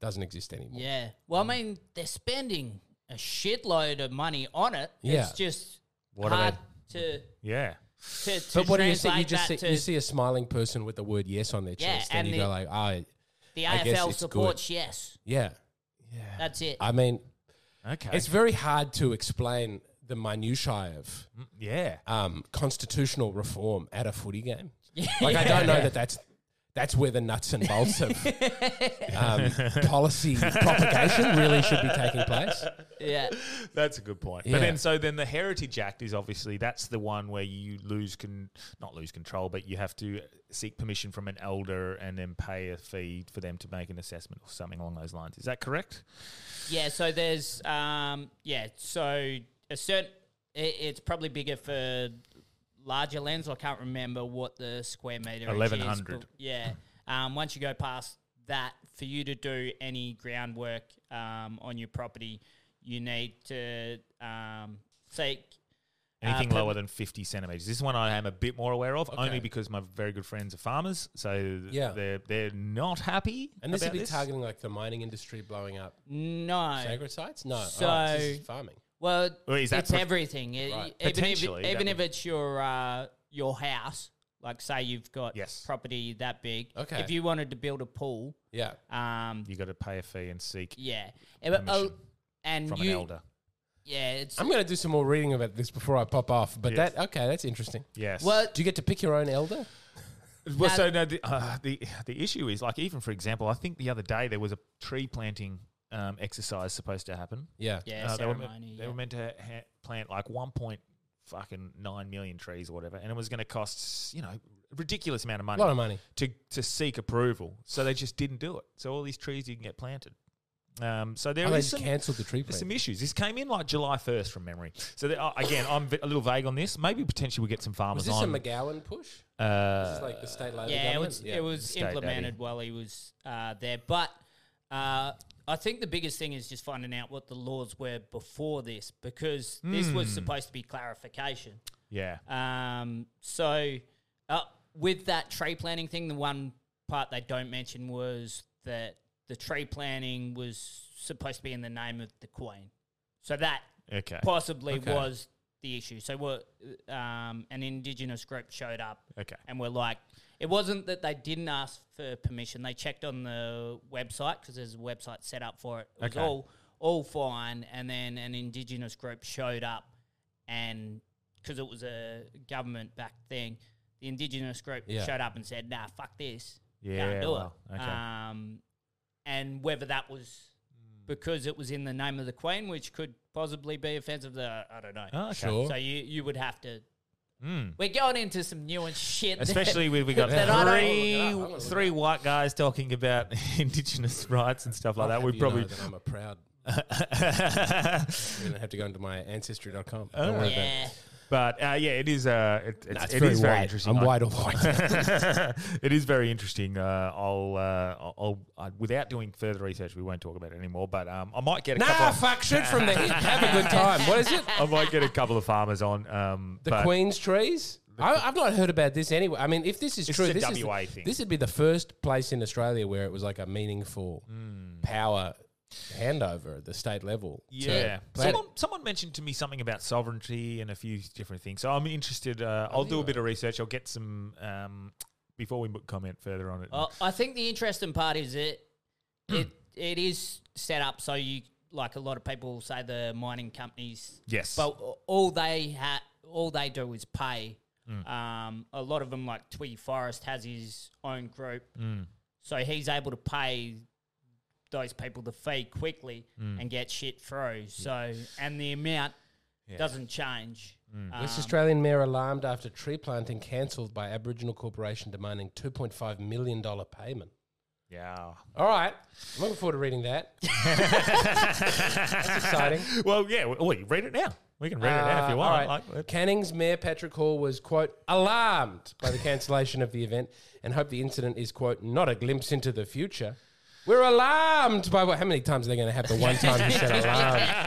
doesn't exist anymore. yeah. Well, I mean, they're spending a shitload of money on it. Yeah. It's just What are hard to yeah. to, to But what do you see? translate You just see, that to you see a smiling person with the word yes on their Yeah, chest, and, and you the- go like, "Ah, the I guess AFL it's supports yes. yeah." That's it. I mean, Okay. It's very hard to explain the minutiae of yeah. um, constitutional reform at a footy game. Like I don't know that that's that's where the nuts and bolts of um, policy propagation really should be taking place. Yeah. That's a good point. Yeah. But then, so then the Heritage Act is obviously that's the one where you lose con not lose control, but you have to seek permission from an elder and then pay a fee for them to make an assessment or something along those lines. Is that correct? Yeah, so there's um yeah, so a certain it, it's probably bigger for larger lens. I can't remember what the square meter is, 1100. but Yeah. Um, once you go past that, for you to do any groundwork um, on your property, you need to um, seek uh, Anything perm- lower than fifty centimeters. This is one I am a bit more aware of, only because my very good friends are farmers, so th- Yeah. they're they're not happy. And this would about be targeting like the mining industry blowing up No. sacred sites. No, So- oh, it's just farming. Well, Or is that it's pro- everything. It- Right. Even if, Potentially, that even if would- it's your uh, your house, like say you've got Yes. property that big. Okay. If you wanted to build a pool, Yeah, um, You got to pay a fee and seek yeah, Eh, but, oh, Permission and from you, an elder. yeah, it's I'm going to do some more reading about this before I pop off. But Yes. that okay, that's interesting. Yes. well, Do you get to pick your own elder? Well, Now- so no, the, uh, the the issue is like even for example, I think the other day there was a tree planting um, exercise supposed to happen. Yeah. yeah, Uh, they, were, me- ceremony. they yeah. were meant to ha- plant like one point fucking nine million trees or whatever, and it was going to cost you know ridiculous amount of A money, lot of money. to to seek approval. So they just didn't do it. So all these trees didn't get planted. Um, so there is Oh, they just some- cancelled the tree there's some planting. issues. This came in like July 1st from memory. So there are, again, I'm v- a little vague on this. Maybe potentially we get some farmers Was this a on. McGowan push? uh, This is like the state labor yeah, it government. was it was State, Daddy. implemented while he was uh, there. But uh, I think the biggest thing is just finding out what the laws were before this, because this Hmm. was supposed to be clarification. yeah. Um, so, uh, with that tree planting thing, the one part they don't mention was that the tree planting was supposed to be in the name of the Queen. So that Okay. possibly Okay. was the issue. So what? Um, an Indigenous group showed up, Okay. and were like, it wasn't that they didn't ask for permission. They checked on the website because there's a website set up for it. It was Okay. all all fine, and then an Indigenous group showed up, and because it was a government backed thing, the Indigenous group Yeah. showed up and said, "Nah, fuck this, Yeah, can't do well, it." okay. Um, and whether that was Hmm. because it was in the name of the Queen, which could possibly be offensive. The, I don't know. Oh, okay. Sure. So you, you would have to. Mm. We're going into some nuanced shit. Especially with we got Then I three don't- I'm gonna look it up. three white guys talking about indigenous rights and stuff like Oh, that. We You probably know that I'm a proud. You don't have to go into my ancestry.com. Oh, Don't worry about it. yeah. But uh, yeah, it is. Uh, it, it's, Nah, it is very white. interesting. I'm I- white or white. it is very interesting. Uh, I'll, uh, I'll, I'll I, without doing further research, we won't talk about it anymore. But um, I might get a couple. nah, Of, fuck shit from the hip. Have a good time. What is it? I might get a couple of farmers on. Um, The but Queen's trees? I, I've not heard about this anyway. I mean, if this is This true, is a this WA is thing. this would be the first place in Australia where it was like a meaningful Hmm. power handover at the state level. to Yeah. plant- Someone, someone mentioned to me something about sovereignty and a few different things. So I'm interested. Uh, Oh, I'll do a bit of research. I'll get some um, before we comment further on it. Oh, Well, I think the interesting part is it, it it is set up so you like a lot of people say the mining companies. Yes. But all they ha- all they do is pay. Um, a lot of them like Twee Forest has his own group, so he's able to pay those people the fee quickly and get shit through. So and the amount doesn't change. Uh, West Um, Australian mayor alarmed after tree planting cancelled by Aboriginal corporation demanding $2.5 million payment. yeah. All right. I'm looking forward to reading that. That's exciting. Well, yeah. We, well, you read it now. We can read it now if Uh, you all want. right. Like, Canning's Mayor Patrick Hall was, quote, alarmed by the cancellation of the event and hope the incident is, quote, not a glimpse into the future. We're alarmed by what? How many times are they going to have the one time you said alarmed?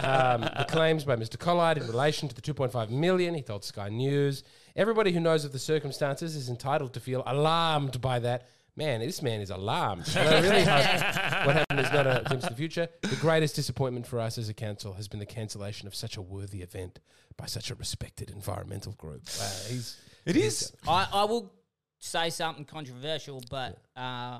Um, the claims by Mr. Collard in relation to the 2.5 million, he told Sky News. Everybody who knows of the circumstances is entitled to feel alarmed by that. Man, this man is alarmed. And I really hope what happened is not a glimpse of the future. The greatest disappointment for us as a council has been the cancellation of such a worthy event by such a respected environmental group. Wow, he's it is. I, I will say something controversial, but uh,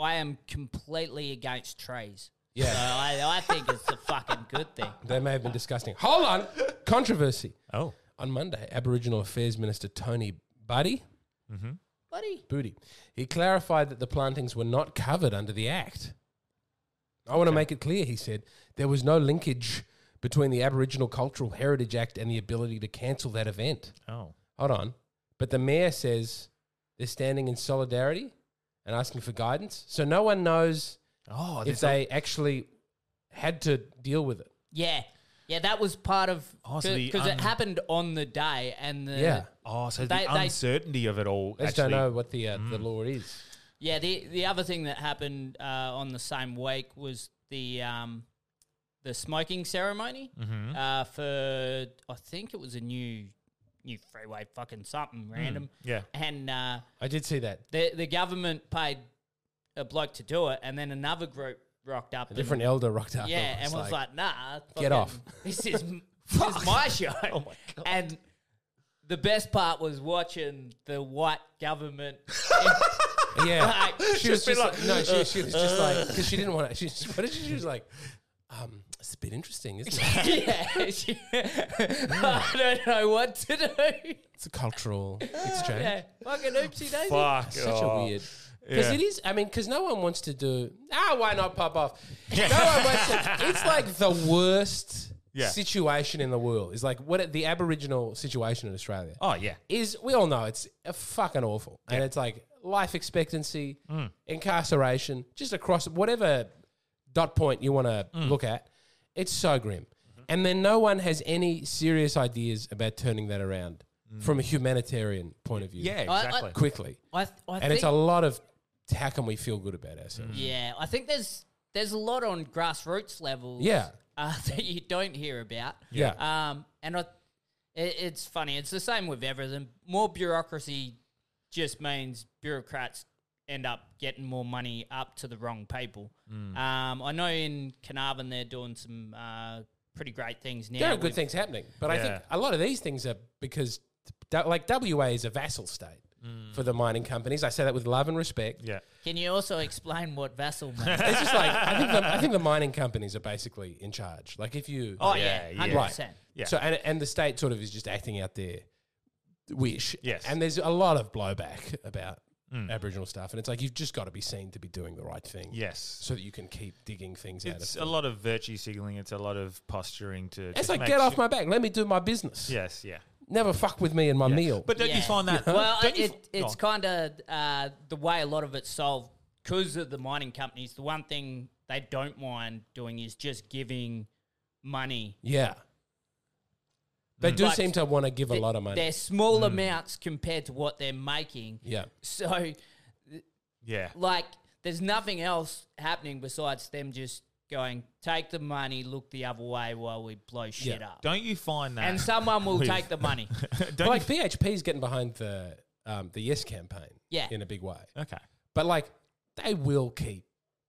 I am completely against trees. So Yeah, I, I think it's a fucking good thing. they may have been disgusting. Hold on, controversy Oh, on Monday. Aboriginal Affairs Minister Tony Buddy Buddy. Booty, he clarified that the plantings were not covered under the Act. I want to make it clear, he said, there was no linkage between the Aboriginal Cultural Heritage Act and the ability to cancel that event. oh, Hold on. But the mayor says they're standing in solidarity and asking for guidance. So no one knows oh. if they actually had to deal with it. Yeah. Yeah, that was part of Oh, because so the un- it happened on the day and the yeah. oh, so They- the they- uncertainty of it all. They just actually, don't know what the, uh, the law is. Yeah, the the other thing that happened uh, on the same week was the um, the smoking ceremony Mm-hmm. uh, for I think it was a new new freeway fucking something random. Mm, yeah. and uh, I did see that. the the government paid a bloke to do it, and then another group rocked up. A and- different elder rocked up. yeah, was and was like, "Nah, fucking- Get off." This is this is my show." Oh my God. And the best part was watching the white government. Yeah, Like, she was just be uh. just like, like, no, she, she was just like because she didn't want to. She, was just- what did she? She was like, um, it's a bit interesting, isn't it? yeah, she- I don't know what to do. It's a cultural exchange. Yeah, fucking oopsie daisy. Fuck. Such a oh. weird. Because Yeah. it is, I mean, because no one wants to do, ah, why not pop off? No one wants to, it's like the worst Yeah. situation in the world. It's like what the Aboriginal situation in Australia Oh yeah. is, we all know it's uh, fucking awful. And it's like life expectancy, Mm. incarceration, just across whatever dot point you want to Mm. look at, it's so grim. Mm-hmm. And then no one has any serious ideas about turning that around from a humanitarian point of view. Mm. Yeah. I- I- Exactly. Quickly I, th- I and think, it's a lot of how can we feel good about Mm. ourselves? yeah, I think there's there's a lot on grassroots level. Yeah. uh, that you don't hear about. Yeah. Um, and I, it, it's funny. It's the same with everything. More bureaucracy just means bureaucrats end up getting more money up to the wrong people. Um, I know in Carnarvon they're doing some uh, pretty great things now. there are good with- things happening, but I think Yeah. a lot of these things are because da- like WA is a vassal state for the mining companies. I say that with love and respect. Mm. Yeah. Can you also explain what vassal means? It's just like I think the, I think the mining companies are basically in charge. Like if you Oh Yeah, yeah, yeah. hundred right, percent. Yeah. So and and the state sort of is just acting out their wish. Yes. Mm. and there's a lot of blowback about Aboriginal stuff, and it's like you've just got to be seen to be doing the right thing. Yes. So that you can keep digging things out of It's a lot of virtue signaling. It's a lot of posturing to. It's just like make get off sure- my back. Let me do my business. Yes. Yeah. Never fuck with me and my meal. But don't you Yeah. find that? Well, don't you oh, it, fi- it's Go on. kind of uh, the way a lot of it's solved because of the mining companies. The one thing they don't mind doing is just giving money. yeah, they Mm. do But seem to want to give a lot of money. They're small amounts compared to what they're making. Yeah, So, yeah. like, there's nothing else happening besides them just going, take the money, look the other way while we blow shit Yeah. up. Don't you find that? and someone will with- take the money. don't like BHP's getting behind the um, the Yes campaign. Yeah. in a big way. you, okay. But like, they will keep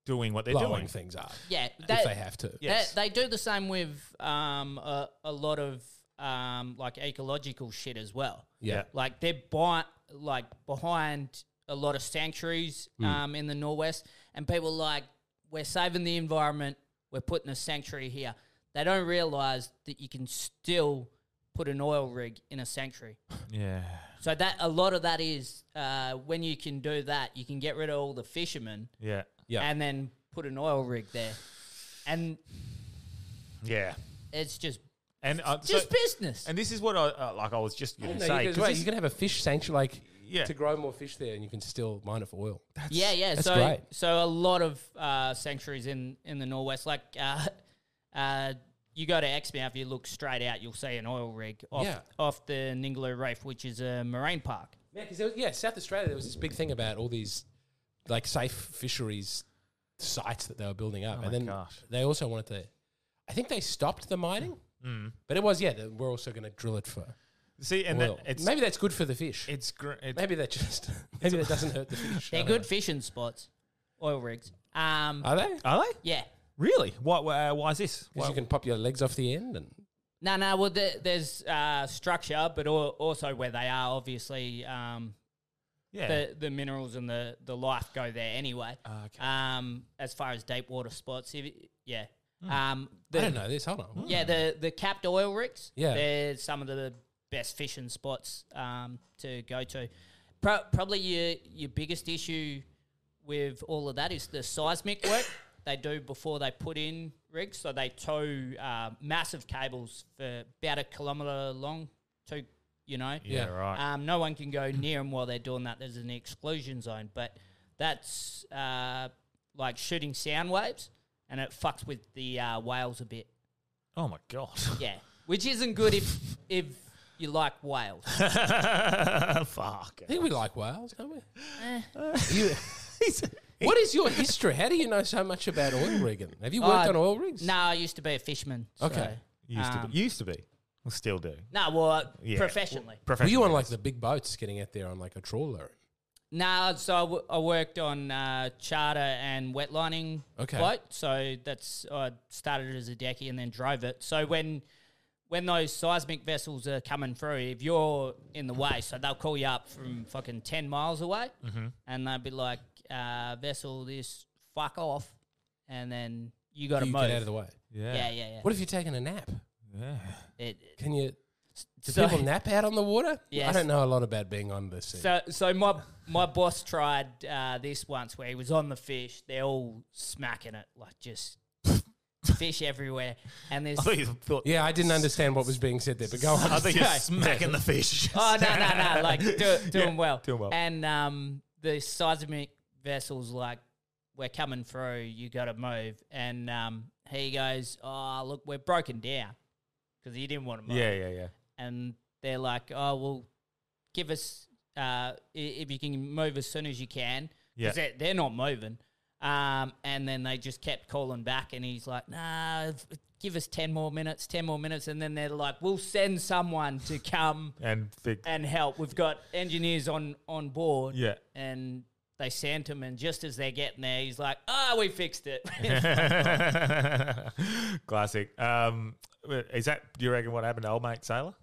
Doing what they're blowing doing. things up Yeah. if that- they have to. Yes. They, they do the same with um, a, a lot of um, like ecological shit as well. Yeah. Like they're by, like behind a lot of sanctuaries Mm. um, in the northwest, and people are like we're saving the environment. We're putting a sanctuary here. They don't realize that you can still put an oil rig in a sanctuary. Yeah. So that a lot of that is uh, when you can do that, you can get rid of all the fishermen Yeah. Yeah. and then put an oil rig there, and Yeah. it's just And uh, so- just business. And this is what I uh, like. I was just going You to know, say. you 'cause can, wait, this- you can have a fish sanctuary, like Yeah. to grow more fish there, and you can still mine it for oil. yeah, yeah. that's so, great. so a lot of uh, sanctuaries in in the northwest, like uh, uh, you go to Exmouth, you look straight out, you'll see an oil rig off Yeah. off the Ningaloo Reef, which is a marine park. Yeah, because yeah, South Australia there was this big thing about all these like safe fisheries sites that they were building up, Oh my and then gosh. they also wanted to. I think they stopped the mining, but it was yeah. that We're also going to drill it for see, Mm. and oil. that, it's maybe that's good for the fish. it's gr- it's maybe that just maybe that doesn't hurt the fish. I They're don't good fishing spots, oil rigs. Um, Uh, know. are they? Are they yeah. really? Why? why- Uh, why is this? Because Why- you can pop your legs off the end, and No, no. Well, there, there's uh, structure, but al- also where they are, obviously, um, yeah. the, the minerals and the, the life go there anyway. Ah, okay. Um, as far as deep water spots, if Yeah. Hmm. Um, I the- don't know this. Hold on. Yeah, the the capped oil rigs. Yeah. they're some of the best fishing spots um, to go to. Pro- probably your your biggest issue with all of that is the seismic work they do before they put in rigs. So they tow uh, massive cables for about a kilometre long. To you know, Yeah. right. um, no one can go near them while they're doing that. There's an exclusion zone, but that's uh, like shooting sound waves, and it fucks with the uh, whales a bit. oh my god. Yeah, which isn't good if if you like whales. Fuck. I think we like whales, don't we? Eh. You- what is your history? How do you know so much about oil rigging? Have you worked Uh, on oil rigs? No, I used to be a fisherman. Okay. Used to Um, be. Used to be. Well, still do. No, well, uh, Yeah. professionally. Were Professional. you on like the big boats getting out there on like a trawler? No, so I, w- I worked on uh, charter and wetlining Okay. boat. So that's I started as a deckie and then drove it. So when when those seismic vessels are coming through, if you're in the way, so they'll call you up from fucking ten miles away, Mm-hmm. and they'll be like, uh, "Vessel, this fuck off," and then you got to You move. get out of the way. yeah. yeah, yeah, yeah. What if you're taking a nap? It, Can you? Do so, people nap out on the water? I Yes. don't know a lot about being on the sea. so, so my my boss tried uh, this once where he was on the fish. They're all smacking it, like just fish everywhere. And there's I thought you thought. yeah, I didn't understand what was being said there, but go on. I think you're Yeah. smacking the fish. oh no no no, like do, doing Yeah, well, doing well. And um, the seismic vessels like we're coming through. You got to move. And um, he goes, oh look, we're broken down because he didn't want to move. Yeah, yeah, yeah. and they're like, "Oh, well, give us uh, i- if you can move as soon as you can." Yeah. Because they're, they're not moving. Um, and then they just kept calling back, and he's like, "Nah, f- give us ten more minutes, ten more minutes." And then they're like, "We'll send someone to come And big. and help. We've got engineers on on board." Yeah. and. They sent him, and just as they're getting there, he's like, "Ah, we fixed it." Classic. Um, is that do you reckon what happened to old mate Sailor?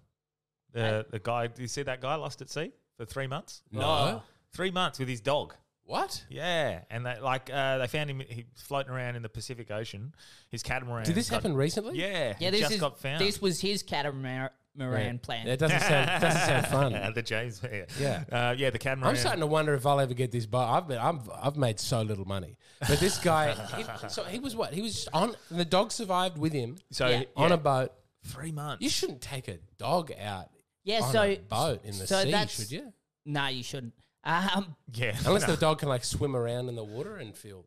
The the guy. Do you see that guy lost at sea for three months? no. Three months with his dog. What? Yeah, and they like uh, they found him he floating around in the Pacific Ocean. His catamaran. Did this got- happen recently? Yeah, yeah, he this just is got found. this was his catamaran Yeah. plan. That doesn't sound doesn't sound fun. the James. Yeah, Yeah. uh, yeah. The catamaran. I'm starting to wonder if I'll ever get this bar. I've been, I'm, I've made so little money, but this guy, he, so he was what? He was on the dog survived with him so Yeah. on yeah, a boat. three months. You shouldn't take a dog out Yeah, on Uh, so a boat in the so sea, that's- should you? No, you shouldn't. Um, yeah, Unless the dog can like swim around in the water and feel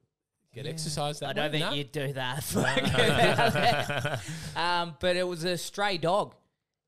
get exercise. That I don't way. think No. you'd do that. um, but it was a stray dog,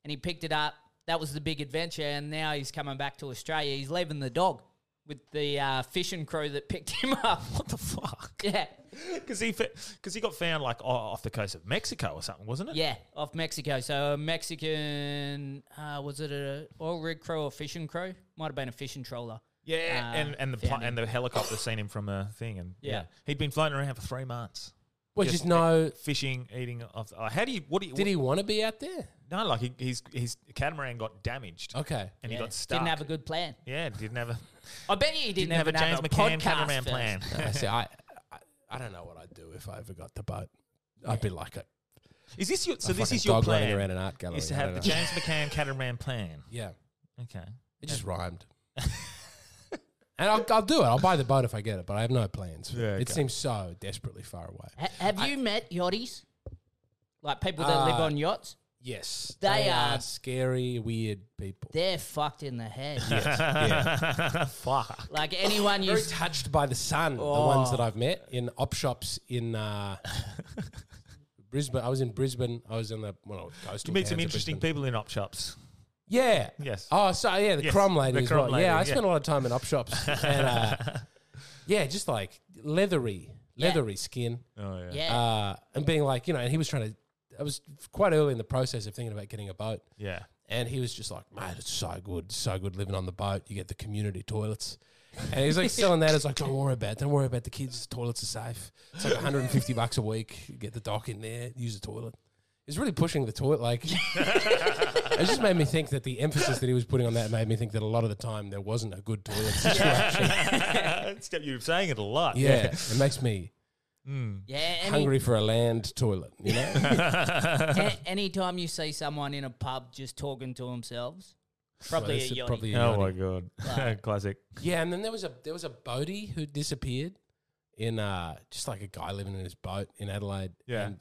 and he picked it up. That was the big adventure, and now he's coming back to Australia. He's leaving the dog with the uh, fishing crew that picked him up. what the fuck? yeah, Because he because he got found like o- off the coast of Mexico or something, wasn't it? yeah, off Mexico. So a Mexican, uh, was it a oil rig crew or fishing crew? Might have been a fishing trawler. Yeah, Uh, and and the pl- found him. and the helicopter seen him from a thing, and yeah. Yeah. he'd been floating around for three months, Well, Just just know. fishing, eating. Off, uh, how do you? What do you? Did he want to be out there? No, like he, his his catamaran got damaged, Okay. and Yeah, he got stuck. Didn't have a good plan. Yeah, didn't have a I bet you he didn't, didn't have a even James have a McCann podcast cameraman first. plan. I see. I, I I don't know what I'd do if I ever got the boat. I'd be like a, Is this your? a So this fucking is your dog running around plan? an art gallery. Is to I have the don't know. James McCann catamaran plan? yeah. Okay. It just rhymed. and I'll, I'll do it. I'll buy the boat if I get it, but I have no plans. Yeah, It okay. seems so desperately far away. Ha- have you met yachties? Like people that live Uh, on yachts? Yes. They are- scary, weird people. They're fucked in the head. Fuck. Like anyone you Very s- touched by the sun, Oh. the ones that I've met in op shops in uh, Brisbane. I was in Brisbane. I was in the well, coastal. You meet some towns of interesting Brisbane. people in op shops. Yeah. Yes. Oh, so yeah, the Yes, Crom lady the as Crom well. lady, yeah, I yeah. spent a lot of time in op shops. and, uh, yeah, just like leathery, Yeah. leathery skin. Oh yeah. yeah. uh, and being like, you know, and he was trying to. I was quite early in the process of thinking about getting a boat, Yeah. and he was just like, "Mate, it's so good, so good living on the boat. You get the community toilets." And he was like selling that. It's like, don't worry about, it. don't worry about the kids. The toilets are safe. It's like 150 bucks a week. You get the dock in there, use the toilet. He's really pushing the toilet. Like, it just made me think that the emphasis that he was putting on that made me think that a lot of the time there wasn't a good toilet. situation. You're saying it a lot. yeah, it makes me Yeah, any, Hungry for a land toilet, you know? a- anytime you see someone in a pub just talking to themselves, probably That's a yoni. probably a Oh yoni. my god, classic. Yeah, and then there was a there was a boatie who disappeared in uh just like a guy living in his boat in Adelaide. Yeah. And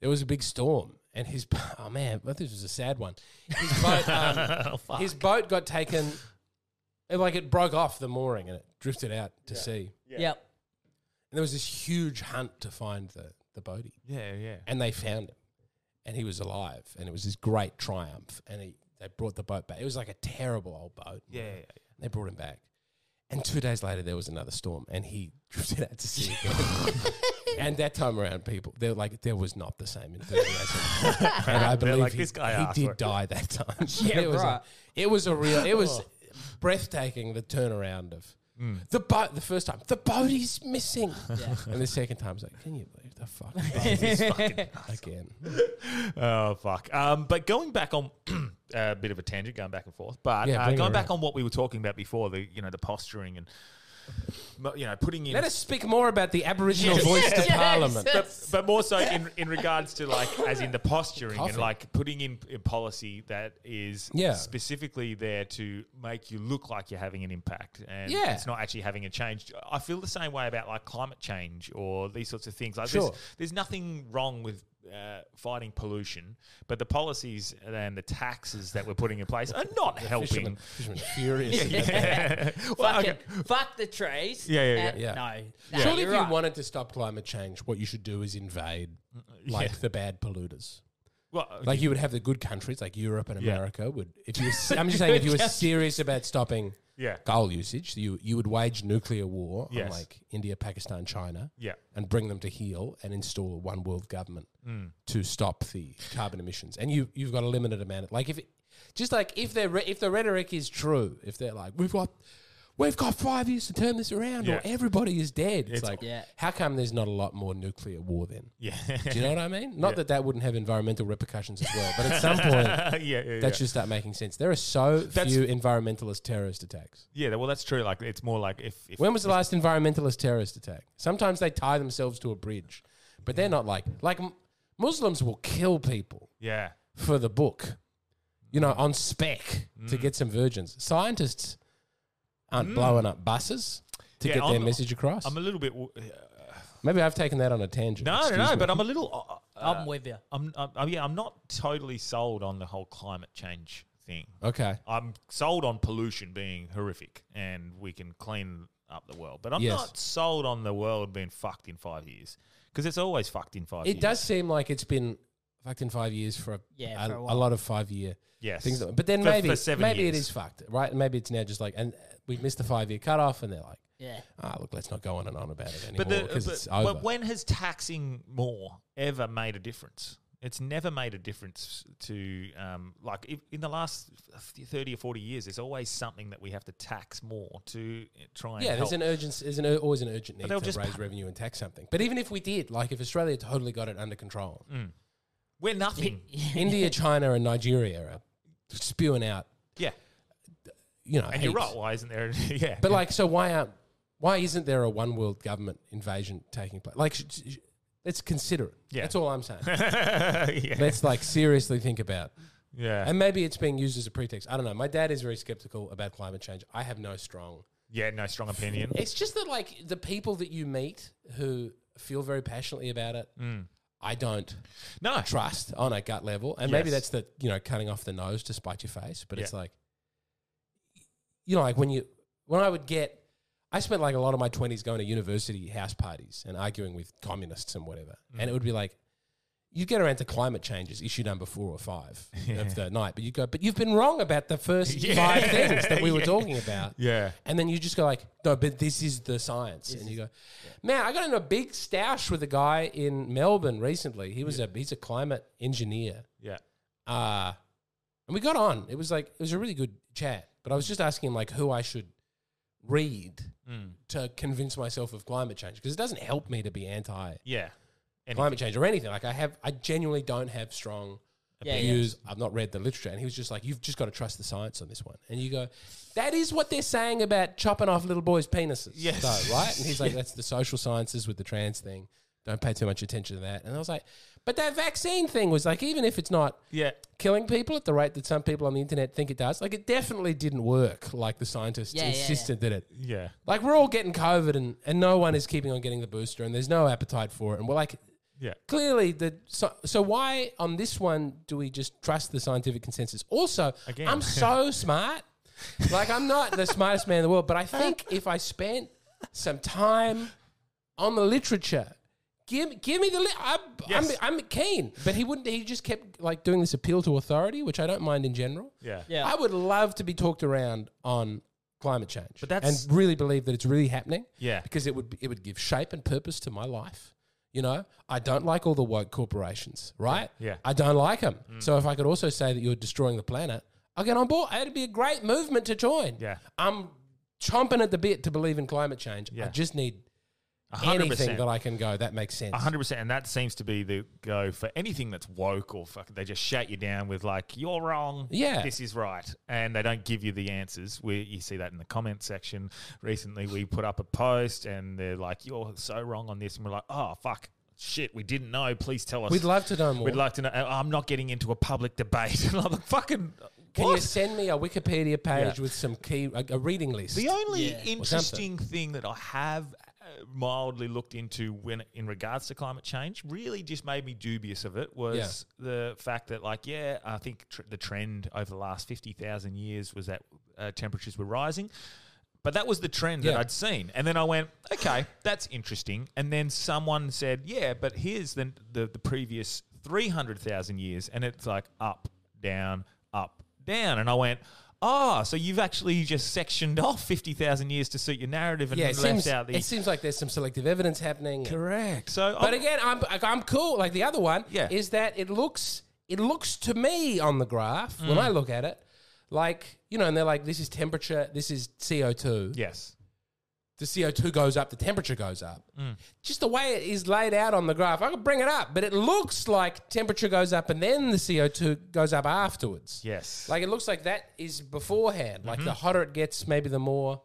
there was a big storm and his oh man, but this was a sad one. His boat um, Oh, fuck. his boat got taken it, like it broke off the mooring and it drifted out to sea. Yep. And there was this huge hunt to find the the boatie. yeah, yeah. And they found him. And he was alive and it was this great triumph and he they brought the boat back. It was like a terrible old boat. Yeah, yeah, They brought him back. And two days later, there was another storm, and he drifted out to sea again. and that time around, people, they're like, there was not the same enthusiasm. and I believe like, he, "This guy he asked for did it." die that time. Yeah, it was right. A, it was a real, it was Oh. breathtaking, the turnaround of Mm. the boat, the first time, the boat is missing. And the second time, it's like, can you believe the fuck? again. Oh fuck. Um, but going back on uh, a bit of a tangent, going back and forth, but Yeah, uh, bring it going back around. on what we were talking about before, the you know the posturing and you know putting in Let us speak more about the Aboriginal Yes. voice to Yes. Parliament. but, but more so in, in regards to like as in the posturing and Coffee. like putting in a policy that is Yeah. specifically there to make you look like you're having an impact and Yeah. it's not actually having a change. I feel the same way about like climate change or these sorts of things. Like Sure. there's, there's nothing wrong with uh, fighting pollution, but the policies and the taxes that we're putting in place are not Fisherman, helping. fisherman furious. Yeah. Well, Fuck, okay. it. Fuck the trees. Yeah, yeah, yeah. Uh, Yeah. No. no Surely, if you're you right. wanted to stop climate change, what you should do is invade like Mm, Yeah. the bad polluters. Well, Like you would have the good countries, like Europe and Yeah. America, would. If you, were- I'm just saying, if you were serious about stopping Yeah. coal usage, you you would wage nuclear war Yes. on like India, Pakistan, China, Yeah. and bring them to heel and install a one world government to stop the carbon emissions. And you you've got a limited amount. Of, like if, it, just like if their re- if the rhetoric is true, if they're like we've got. We've got five years to turn this around, Yeah. or everybody is dead. It's, like, Yeah. how come there's not a lot more nuclear war then? yeah. Do you know what I mean? Not that that wouldn't have environmental repercussions as well, but at some point, yeah, yeah, yeah. that should start making sense. There are so That's- few environmentalist terrorist attacks. yeah, well, that's true. Like, it's more like if, if When was the last environmentalist terrorist attack? Sometimes they tie themselves to a bridge, but they're not like like m- Muslims will kill people yeah, for the book, you know, on spec to Mm. get some virgins. Scientists aren't blowing up buses to Yeah, get their I'm- message across. I'm a little bit. w- Maybe I've taken that on a tangent. No, no, Excuse no. me. Um, But I'm a little. Uh, I'm with you. I'm, I'm, I'm. Yeah, I'm not totally sold on the whole climate change thing. okay. I'm sold on pollution being horrific, and we can clean up the world. But I'm Yes. not sold on the world being fucked in five years because it's always fucked in five. It years. does seem like it's been fucked in five years for a, Yeah, a, for a a while. lot of five year Yes. things. But then For- maybe for seven maybe it years. is fucked, right? And maybe it's now just like and uh, we've missed the five year cutoff, and they're like, Yeah. ah, look, let's not go on and on about it But anymore the, because but- it's over. but when has taxing more ever made a difference? It's never made a difference to um, like if, in the last thirty or forty years. There's always something that we have to tax more to eh, try and yeah, help. there's an urgency. There's an, ur- always an urgent need they'll to just raise pa- revenue and tax something. But even if we did, like if Australia totally got it under control, Mm. We're nothing. India, China, and Nigeria are spewing out, yeah, you know, and you're heaps. right. Why isn't there? yeah, But like, so why aren't why isn't there a one world government invasion taking place? Like, sh- sh- let's consider it. Yeah. That's all I'm saying. yeah, let's like seriously think about. yeah, And maybe it's being used as a pretext. I don't know. My dad is very skeptical about climate change. I have no strong. yeah. No strong opinion. It's just that like the people that you meet who feel very passionately about it, Mm. I don't No, trust on a gut level. And maybe Yes. that's the you know cutting off the nose to spite your face. But it's Yeah. like, you know, like when you when I would get. I spent like a lot of my 20s going to university house parties and arguing with communists and whatever. And it would be like, you get around to climate change is issue number four or five of the night, but you go, but you've been wrong about the first Yeah. five things that we were Yeah. talking about. Yeah. And then you just go like, no, but this is the science. and you go, man, I got in a big stoush with a guy in Melbourne recently. He was a he's a climate engineer. yeah, Uh and we got on. It was like it was a really good chat. But I was just asking him like who I should read to convince myself of climate change. Because it doesn't help me to be anti yeah. And climate change or anything. Like I have, I genuinely don't have strong Yeah, yeah. abuse. I've not read the literature. And he was just like, you've just got to trust the science on this one. And you go, that is what they're saying about chopping off little boys' penises. Yes. Though, right? And he's like, that's the social sciences with the trans thing. Don't pay too much attention to that. And I was like, but that vaccine thing was like, even if it's not Yeah. killing people at the rate that some people on the internet think it does, like it definitely didn't work like the scientists Yeah, yeah, insisted that it Yeah. like we're all getting COVID and, and no one is keeping on getting the booster and there's no appetite for it. And we're like, Yeah. clearly the so, so why on this one do we just trust the scientific consensus? Also, Again. I'm so smart. Like I'm not the smartest man in the world, but I think if I spent some time on the literature, give give me the lit. I'm, Yes. I'm I'm keen, but he wouldn't. He just kept like doing this appeal to authority, which I don't mind in general. Yeah. Yeah. I would love to be talked around on climate change, But that's- and really believe that it's really happening. Yeah. because it would it would give shape and purpose to my life. You know, I don't like all the woke corporations, right? Yeah. I don't like them. So if I could also say that you're destroying the planet, I'll get on board. It'd be a great movement to join. Yeah. I'm chomping at the bit to believe in climate change. I Yeah. just need A hundred anything percent. that I can go that makes sense. A hundred percent, and that seems to be the go for anything that's woke or fucking. They just shout you down with like, "You're wrong." Yeah. this is right, and they don't give you the answers. We you see that in the comment section recently. We put up a post, and they're like, "You're so wrong on this," and we're like, "Oh fuck." Shit, we didn't know. Please tell us. We'd love to know more. We'd like to know. I'm not getting into a public debate. And I'm like, fucking. Can what? you send me a Wikipedia page Yeah. with some key a, a reading list? The only something. interesting thing that I have uh, mildly looked into when in regards to climate change really just made me dubious of it was the fact that like yeah I think tr- the trend over the last 50,000 years was that uh, temperatures were rising but that was the trend that Yeah. I'd seen and then I went okay that's interesting and then someone said yeah but here's the the, the previous 300,000 years and it's like up down up down and I went Ah, so you've actually just sectioned off fifty thousand years to suit your narrative and yeah, it left seems, out the it seems like there's some selective evidence happening. Correct. So, But I'm- again, I'm like, I'm cool. Like the other one Yeah. is that it looks it looks to me on the graph when Mm. I look at it like you know, and they're like, this is temperature, this is CO two. yes, The CO two goes up, the temperature goes up. Mm. Just the way it is laid out on the graph, I could bring it up, but it looks like temperature goes up and then the CO two goes up afterwards. yes, Mm-hmm. Like it looks like that is beforehand. Like the hotter it gets, maybe the more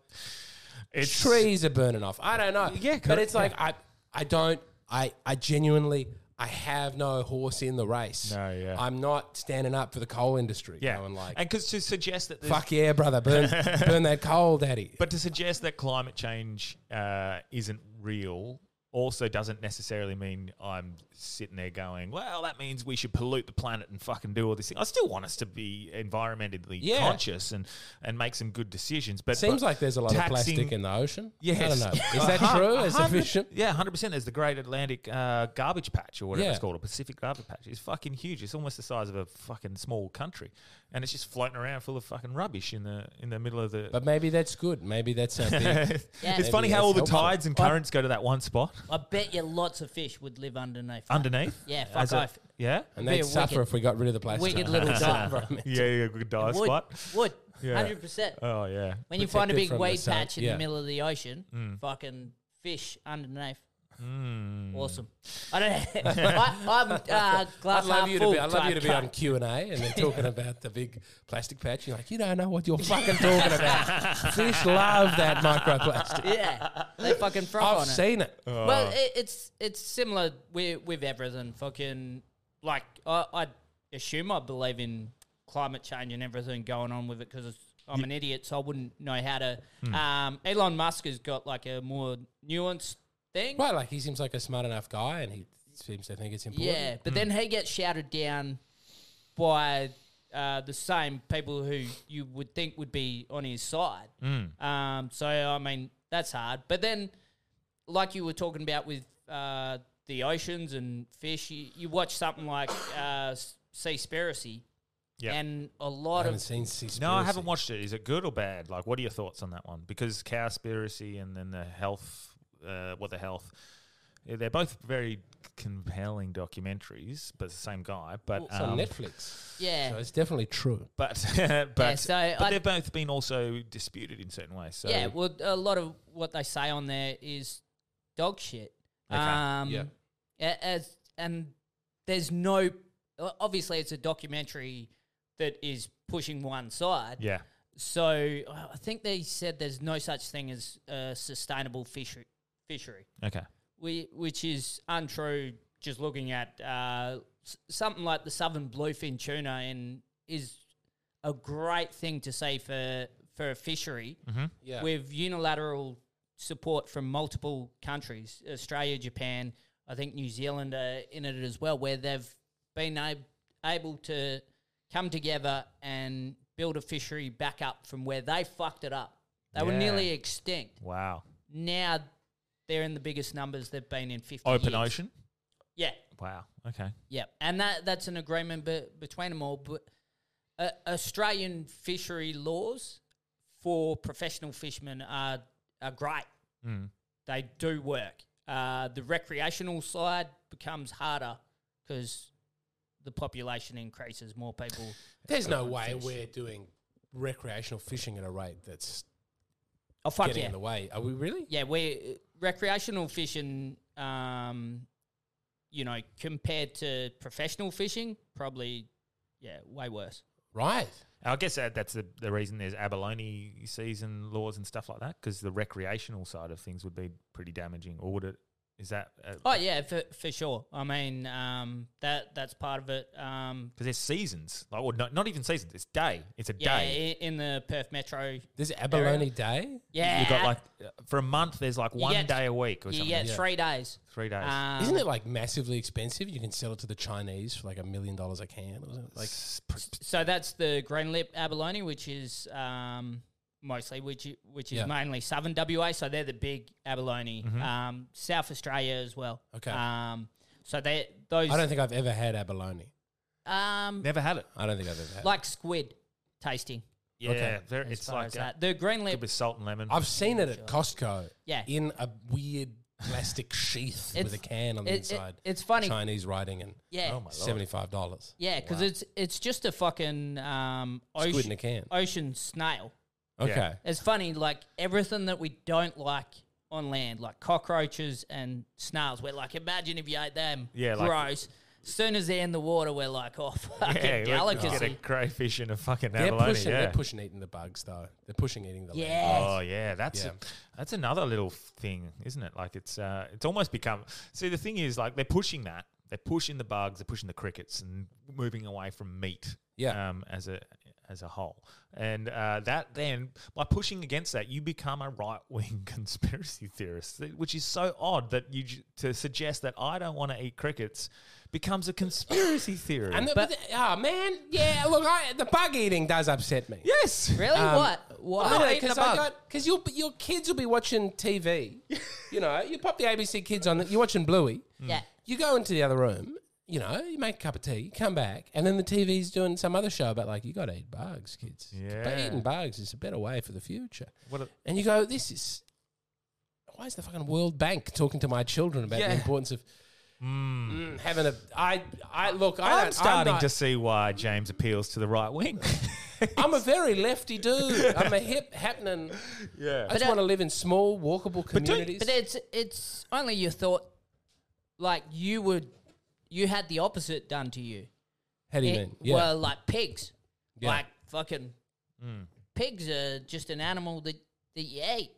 it's trees are burning off. I don't know. Yeah, but correct, it's like I, I don't. I, I genuinely, I have no horse in the race. No, yeah. I'm not standing up for the coal industry. Yeah, going like and because to suggest that there's- fuck yeah, brother, burn, burn that coal, daddy. but to suggest that climate change uh, isn't real also doesn't necessarily mean I'm sitting there going, well, that means we should pollute the planet and fucking do all this thing. I still want us to be environmentally Yeah. conscious and and make some good decisions. But Seems but like there's a lot of taxing- plastic in the ocean. Yes. I don't know. Is A that hun- true? a Is hundred- efficient? Yeah, 100%. There's the Great Atlantic uh, Garbage Patch or whatever Yeah. it's called, a Pacific Garbage Patch. It's fucking huge. It's almost the size of a fucking small country. And it's just floating around full of fucking rubbish in the in the middle of the. But maybe that's good. Maybe that's a big, it's Yeah. funny maybe how all the that's helpful. tides and currents go to that one spot I bet you lots of fish would live underneath. that. underneath. Yeah, fuck As a- off. Yeah? and Be a they'd suffer wicked- if we got rid of the plastic. wicked little guy. Environment. Yeah, yeah, good dive Would. spot. Would. Yeah. Hundred percent. Oh, yeah. When you find a protected big from the weed sun. patch in Yeah. Mm. the middle of the ocean, fucking fish underneath. Awesome. I don't. I, I'm uh, glass I'd love half you to full be. I'd love type you to be cunt. on Q and A, and they're talking about the big plastic patch. You're like, you don't know what you're fucking talking about. Fish love that microplastic. Yeah, they fucking throw I've on it. seen Oh. it. Well, it, it's it's similar with with everything. Fucking like I, I assume I believe in climate change and everything going on with it because I'm an idiot, so I wouldn't know how to. Mm. Um, Elon Musk has got like a more nuanced thing. Right, like he seems like a smart enough guy, and he seems to think it's important. Yeah, but Hmm. then he gets shouted down by uh, the same people who you would think would be on his side. Hmm. Um, so I mean that's hard. But then, like you were talking about with uh, the oceans and fish, you, you watch something like uh, Seaspiracy, Yeah. and a I lot haven't of seen Seaspiracy. No, I haven't watched it. Is it good or bad? Like, what are your thoughts on that one? Because Cowspiracy and then the health, uh, what the health, yeah, they're both very compelling documentaries, but it's the same guy. But It's on um, Netflix, yeah. so it's definitely true. but but, so but I- they've both been also disputed in certain ways. So Yeah, well, a lot of what they say on there is dog shit. Okay, Um, yeah. a- As, and there's no o- obviously it's a documentary that is pushing one side. Yeah. So uh, I think they said there's no such thing as a sustainable fishery, fishery, Okay. we, which is untrue. Just looking at uh, s- something like the southern bluefin tuna and is a great thing to say for for a fishery Yeah. with unilateral support from multiple countries, Australia, Japan, I think New Zealand are in it as well, where they've been ab- able to come together and build a fishery back up from where they fucked it up. They were Yeah. nearly extinct. Wow. Now they're in the biggest numbers they've been in 50 Open years. ocean. Yeah, Wow. Okay. yeah. And that that's an agreement be- between them all. But uh, Australian fishery laws for professional fishermen are, are great Mm. they do work. Uh, the recreational side becomes harder because the population increases, more people. There's no way we're doing recreational fishing at a rate that's Oh fuck getting yeah, in the way. Are we really? yeah. We recreational fishing, um, you know, compared to professional fishing, probably yeah, way worse. Right. I guess that, that's the, the reason there's abalone season laws and stuff like that because the recreational side of things would be pretty damaging. Or would it? Is that uh, because Oh yeah, for, for sure. I mean, um, that that's part of it. Um, there's seasons? Like, or not, not even seasons. It's day. It's a yeah, day. i- in the Perth Metro. There's abalone day. Yeah, You got like uh, for a month. There's like one get- day a week or you something. get Yeah. three days. Three days. Um, Isn't it like massively expensive? You can sell it to the Chinese for like a million dollars a can. Or something. Like S- pr- So that's the green lip abalone, which is um, mostly which i- which is Yeah. Mm-hmm. mainly southern WA. So they're the big abalone. Um, South Australia as well. Okay. Um, so they those I don't think I've ever had abalone. um never had it. I don't think I've ever had. it. like squid tasting. Yeah, very, as it's far like as a- that. the green lip. with salt and lemon. I've seen it at Costco. Yeah. In a weird plastic sheath with It's- a can on the it- it- inside. it's funny. Chinese writing and Yeah. Oh my seventy five dollars. Yeah, because it's it's just a fucking um, Squid ocean in a can. ocean snail. Okay. It's funny, like everything that we don't like on land, like cockroaches and snails, we're like, imagine if you ate them. Yeah, like- gross. As soon as they're in the water, we're like, oh, fucking yeah, let's delicacy. get a crayfish and a fucking They're abalone. pushing. yeah. They're pushing eating the bugs though. They're pushing eating the. lamb. Yeah. Oh yeah, that's Yeah. that's another little thing, isn't it? Like it's uh, it's almost become. See, the thing is, like they're pushing that. They're pushing the bugs. They're pushing the crickets and moving away from meat. Yeah. Um, as a as a whole, and uh, that then by pushing against that, you become a right wing conspiracy theorist, th- which is so odd that you j- to suggest that I don't want to eat crickets becomes a conspiracy theory. And the, but oh man, yeah. Look, I, the bug eating does upset me. yes, Really? Um, what? What? No, because I got because your your kids will be watching TV. you know, you pop the ABC Kids on. You're watching Bluey. yeah. Mm. You go into the other room. You know, you make a cup of tea, you come back, and then the TV's doing some other show about like you got to eat bugs, kids. But Yeah. eating bugs is a better way for the future. What a- and you go, this is why is the fucking World Bank talking to my children about Yeah. the importance of Mm, having a? I I look. I don't- I'm starting not- to see why James appeals to the right wing. I'm a very lefty dude. I'm a hip happening. yeah. I just want to live in small, walkable communities. But it's it's only your thought. Like you would, you had the opposite done to you. How do you It- mean? Yeah. Well, like pigs. Yeah. Like fucking Mm. pigs are just an animal that, that you eat.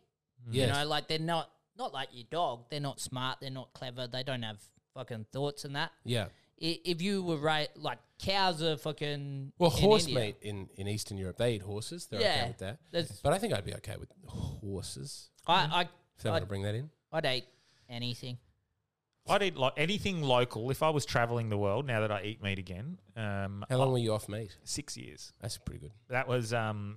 You Yes. know, like they're not not like your dog. They're not smart. They're not clever. They don't have fucking thoughts and that. yeah. I- If you were right, like cows are fucking Well, in horse India. meat in, in Eastern Europe, they eat horses. They're Yeah, okay with that. that's- But I think I'd be okay with horses. I If I they want to I'd, bring that in. I'd eat anything. I'd eat lo- anything local if I was traveling the world. Now that I eat meat again, um, How long were you off meat? six years. That's pretty good. That was. Um,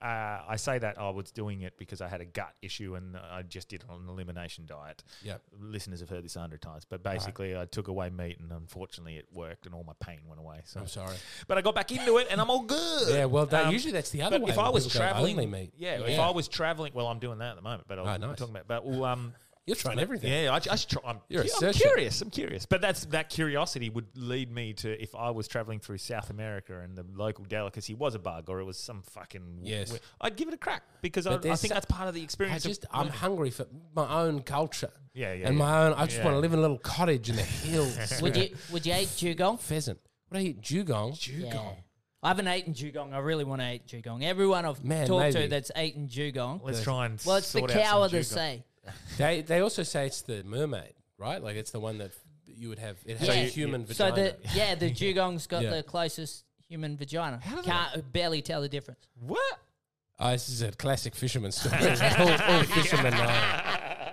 uh, uh, I say that I was doing it because I had a gut issue and I just did an elimination diet. Yep. listeners have heard this a hundred times, but basically I took away meat and unfortunately it worked and all my pain went away. So I'm sorry. but I got back into it and I'm all good. Yeah, well done. Um, Usually that's the other but way. If I when was people go, traveling, only meat. Yeah, Yeah. if I was traveling, well, I'm doing that at the moment. But I was Ah, nice. talking about, but well, um, You're trying everything. Yeah, I, ju- I just try, I'm, You're a I'm searcher. curious. I'm curious, but that's that curiosity would lead me to if I was traveling through South America and the local delicacy was a bug or it was some fucking Yes. I'd give it a crack because I, I But think there's so- that's part of the I experience. of- just I'm hungry for my own culture. Yeah, yeah, And yeah. my own. I just Yeah. want to live in a little cottage in the hills. Would with a you would you eat dugong? Pheasant. What do I eat? Dugong. Dugong. I haven't eaten dugong. I really want to eat dugong. Everyone I've Man, talked maybe. to that's eaten dugong. Let's try and Well, it's the sort cow out of some the dugong. sea. They they also say it's the mermaid, right? Like it's the one that you would have. It has So a you- human So vagina. the yeah, the dugong's got Yeah. the closest human vagina. How do they- Can't barely tell the difference. What? Oh, this is a classic fisherman story. all, all fishermen know.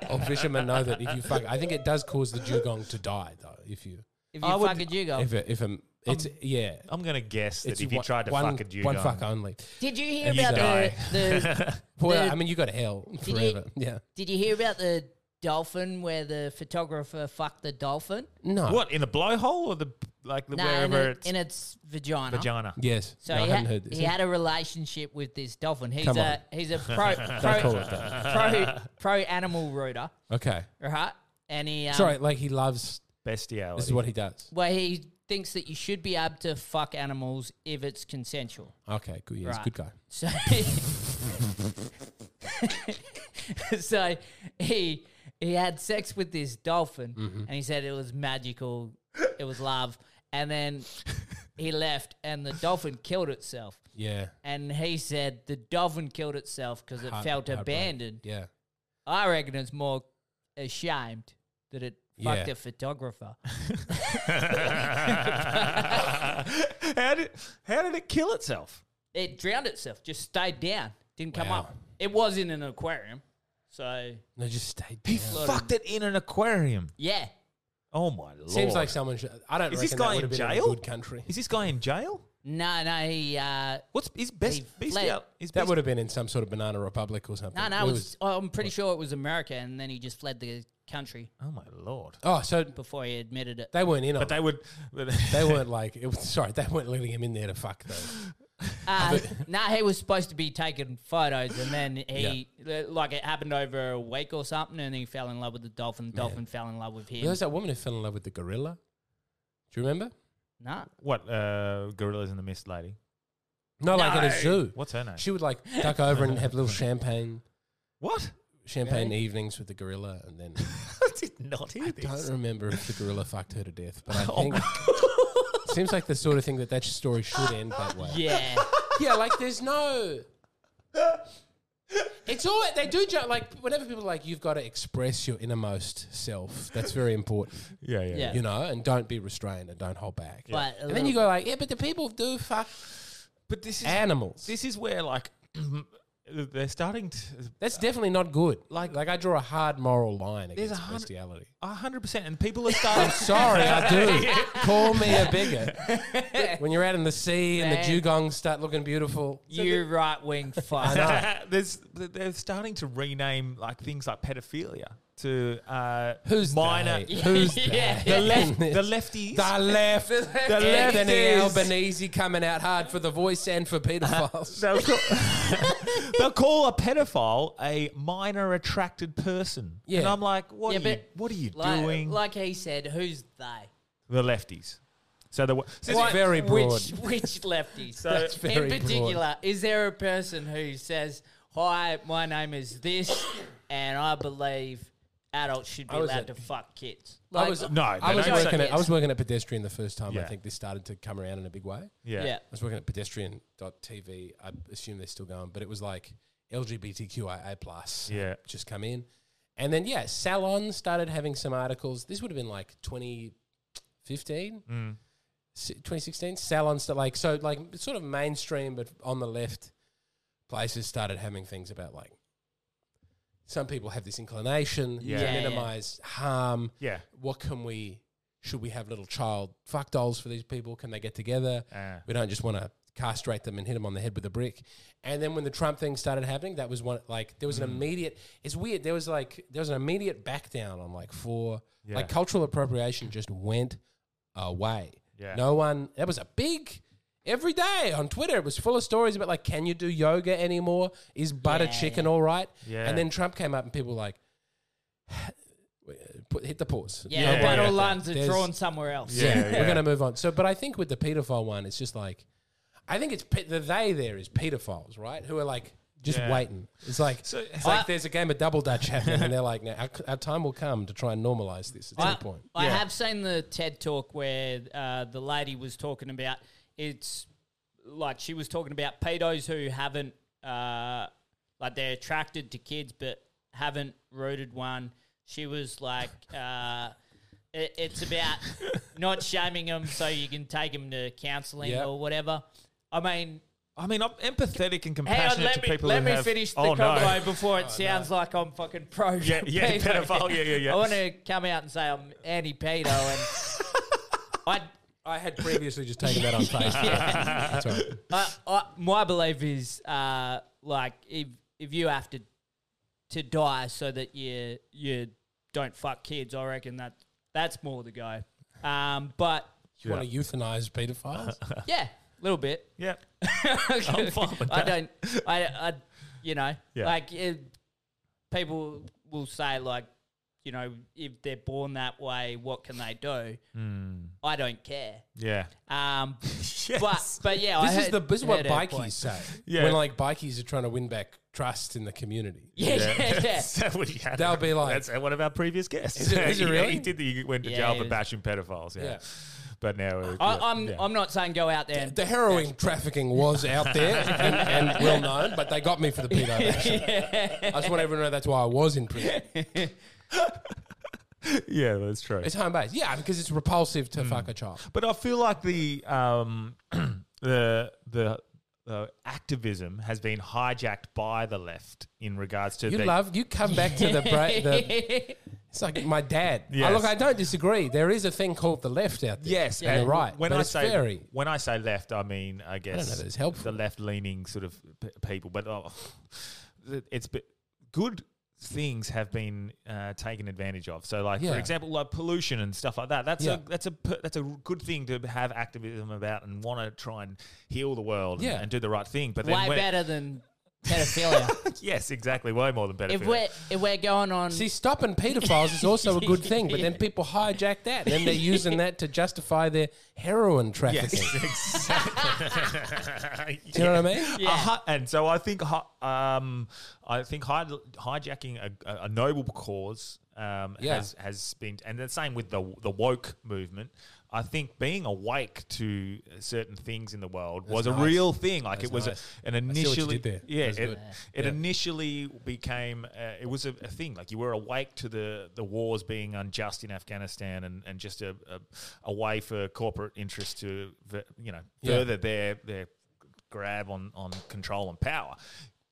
All fishermen know that if you fuck, I think it does cause the dugong to die though. If you, If I you would- fuck a dugong, if a, if um, a, it's yeah, I'm gonna guess that it's if you one- tried to one, fuck a dugong, one fuck only. did you hear and you about the, die. the Well, The- I mean, you got hell you- forever. yeah. Did you hear about the dolphin where the photographer fucked the dolphin? No. what in the blowhole or the like the No, in, wherever it, it's in its vagina. vagina? Yes. So no, I he, haven't had, heard this. he had a relationship with this dolphin. He's Come a on. he's a pro Don't call pro, it that. pro pro animal rooter, Okay. right? And he um, Sorry. Like he loves. Bestiality. This is what he does. Well, he thinks that you should be able to fuck animals if it's consensual. Okay. Good. Yes. Right. Good guy. So, so he he had sex with this dolphin, Mm-hmm. and he said it was magical, it was love, and then he left, and the dolphin killed itself. Yeah. And he said the dolphin killed itself because it Heart- felt heartbreak. abandoned. Yeah. I reckon it's more ashamed that it fucked Yeah. a photographer. how did how did it kill itself? It drowned itself, just stayed down, didn't come Wow. up. It was in an aquarium, so No, just stay. He down. Bloody- fucked it in an aquarium. yeah. Oh my lord! Seems like someone. Should, I don't. Is reckon this guy that would in have been jail? a good country. Is this guy in jail? No, no, he. Uh, What's his best He beast fled. out? His That best- would have been in some sort of banana republic or something. no, no, It it was, oh, I'm pretty sure it was America, and then he just fled the country Oh my lord! Oh, so before he admitted it. they weren't in on. But it. they would. but- They weren't like it was. Sorry, they weren't letting him in there to fuck though. Uh, no, he was supposed to be taking photos, and then he, like, it happened over a week or something, and he fell in love with the dolphin. The dolphin fell in love with him. There was that woman who fell in love with the gorilla. Do you remember? no, what? Uh, gorillas in the mist, lady. No, like at a zoo. What's her name? She would like duck over and have little champagne What? champagne evenings with the gorilla, and then I did not hear I don't this. Oh remember if the gorilla fucked her to death, but I think seems like the sort of thing that that story should end that way. yeah, Yeah, like there's no. It's all they do. ju- Like whenever people are like, you've got to express your innermost self. That's very important, Yeah, yeah. yeah. you know, and don't be restrained and don't hold back. But a and then you go like, yeah, but the people do fuck But this is animals. this is where like they're starting to. That's definitely not good. Like, like I draw a hard moral line There's a against hundred- bestiality. hundred percent, and people are starting. Sorry, I do. Call me a bigot. when you're out in the sea and Man. the dugongs start looking beautiful. you right wing fuck. There's, they're starting to rename like things like pedophilia to uh, Who's minor. they? Who's Yeah. they? The left, the lefties. The left. The left Anthony is- Albanese coming out hard for the voice and for pedophiles. They'll call, they'll call a pedophile a minor attracted person. Yeah. And I'm like, what Yeah, are you, but what are you like, doing? like he said, who's they? the lefties. So the so It's very broad. Which which lefty? So That's very in particular, is there a person who says, "Hi, my name is this, and I believe adults should be I was allowed at- to fuck kids"? I was, No, I they was don't say working. At, I kids. was working at pedestrian the first time. Yeah. I think this started to come around in a big way. yeah. yeah. I was working at pedestrian.tv. I assume they're still going, but it was like LGBTQIA plus. Yeah. Just come in. And then yeah, Salon started having some articles. This would have been like 2015. Mm. s- 2016 salon stuff like so like sort of mainstream but on the left places started having things about like some people have this inclination Yeah. to Yeah, yeah. minimize harm Yeah. what can we should we have little child fuck dolls for these people can they get together Ah. we don't just want to castrate them and hit them on the head with a brick and then when the trump thing started happening that was one like there was Mm. an immediate it's weird there was like there was an immediate back down on like four Yeah. like cultural appropriation just went away Yeah. no one that was a big every day on twitter it was full of stories about like can you do yoga anymore is butter Yeah. chicken all right Yeah. and then trump came up and people were like put, hit the pause. Yeah, Yeah, but yeah, all yeah. lines are There's- drawn somewhere else. Yeah. we're going to move on. So, but I think with the pedophile one, it's just like, I think it's pe- the they there is pedophiles, right? Who are like just Yeah. waiting. It's like So- it's like there's a game of double dutch happening, and they're like, now our, our time will come to try and normalize this at I, some point. I have seen the TED talk where uh, the lady was talking about it's like she was talking about pedos who haven't uh, like they're attracted to kids but haven't rooted one. She was like, uh, it, it's about not shaming them so you can take them to counselling Yep. or whatever. I mean, I mean, I'm empathetic and Hang compassionate on, uh, let to me, people let who me have- finish the oh, no. combo before it sounds like I'm fucking pro. Yeah, yeah, pedophile, yeah, yeah, yeah. I want to come out and say I'm anti pedo, and I, I had previously just taken that on Facebook. That's all right. I, I, my belief is uh, like if if you have to to die so that you you don't fuck kids, I reckon that that's more the go. Um, but You want to euthanize pedophiles? yeah, a little bit. Yeah. I'm fine with I that. don't. I. I. You know, Yeah. like it, people will say, like, you know, if they're born that way, what can they do? Hmm. I don't care. Yeah. Um, Yes. but but yeah, I This is heard- the this is what heard her bikies point. say Yeah. when like bikies are trying to win back trust in the community. Yeah, yeah, yeah. So we had- They'll be like- that's one of our previous guests. Is it- is it Yeah, really? He did. The, he went to Yeah, jail he for was- bashing pedophiles. Yeah. Yeah. But now uh, I, yeah, I'm yeah. I'm not saying go out there and The heroin trafficking was out there and, and well known, but they got me for the pedo. action. I just want everyone to know that's why I was in prison. yeah, that's true. It's home base, yeah, because it's repulsive to fuck a child. But I feel like the um, the the uh, activism has been hijacked by the left in regards to You the, love you come back to the, bra- the it's like my dad. I, Yes. look, I don't disagree. There is a thing called the left out there. Yes, and the right. When but I it's say very when I say left, I mean I guess know that it's helpful. the left leaning sort of p- people. But oh, it's be- good things have been uh, taken advantage of. So, like Yeah. for example, like pollution and stuff like that. That's Yeah. a that's a per- that's a good thing to have activism about and want to try and heal the world Yeah. and, and do the right thing. But then way when- better than pedophilia. Yes, exactly. Way more than better. if we're if we're going on, See, stopping pedophiles is also a good thing, but then people hijack that, and then they're using that to justify their heroin trafficking. Do you know what I mean? A Uh, hi- and so I think hi- um, I think hij- hijacking a, a- a noble cause um, Yeah. has has been, and the same with the the woke movement. I think being awake to certain things in the world was a nice. real thing. Like That's it was a- an nice. see what you initially, did there. yeah, That's it, good. it Yeah. initially became uh, it was a, a thing. Like you were awake to the the wars being unjust in Afghanistan, and and just a a, a way for corporate interests to you know Yeah. further their their grab on on control and power.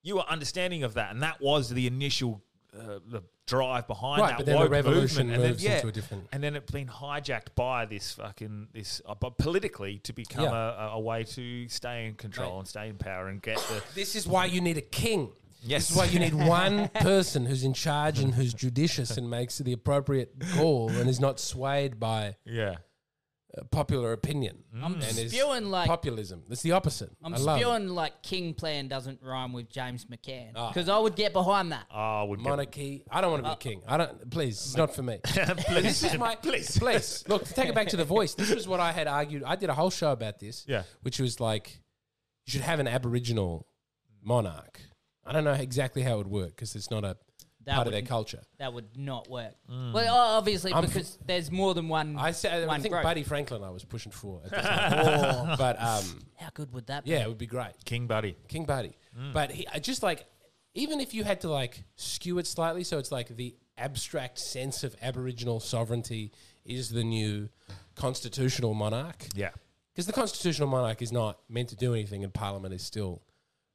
You were understanding of that, and that was the initial uh, the drive behind Right, that. but then the woke revolution movement. moves and then, yeah, into a different- and then it's been hijacked by this fucking this, uh, but politically to become Yeah. a, a, a way to stay in control and stay in power and get the This is why you need a king. Yes. This is why you need one person who's in charge and who's judicious and makes the appropriate call and is not swayed by yeah. uh, popular opinion. Mm. I'm and is spewing like- populism. It's the opposite. I'm I love it. spewing like King Plan doesn't rhyme with James McCann Ah. because I would get behind that. Oh, would get monarchy. I don't want to Uh, be a king. I don't. Please, it's not for me. please, This is my please. Please look. Take it back to the voice. This was what I had argued. I did a whole show about this. Yeah. which was like, you should have an Aboriginal monarch. I don't know exactly how it would work because it's not a That part of their wouldn't- culture. That would not work. Well, o- obviously, Mm. I'm- because there's more than one. I said. I one Oh. think group. Buddy Franklin. I was pushing for. At the time. but um, How good would that yeah, it would be great. King Buddy. King Buddy. Mm. But he, I just like, even if you had to like skew it slightly, so it's like the abstract sense of Aboriginal sovereignty is the new constitutional monarch. Yeah. Because the constitutional monarch is not meant to do anything and Parliament is still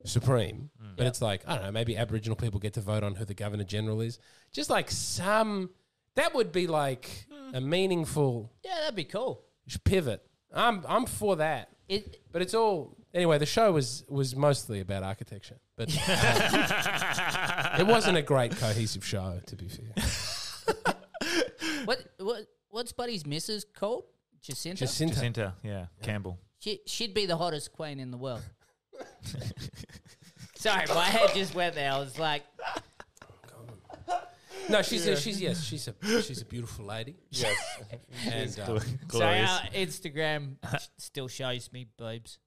supreme. Mm. But it's like, I don't know, maybe Aboriginal people get to vote on who the Governor General is. Just like some, that would be like a meaningful be? Hmm. Yeah, that'd be cool. pivot. I'm, I'm for that. It, But it's all anyway. The show was was mostly about architecture, but um, it wasn't a great cohesive show. To be fair, what, what, what's Buddy's missus called? Jacinta. Jacinta. Jacinta, yeah. Campbell. she, she'd be the hottest queen in the world. Sorry, my head just went there. I was like, No, she's a, she's yes, she's a she's a beautiful lady. Yes, and uh, So Glorious. our Instagram still shows me boobs.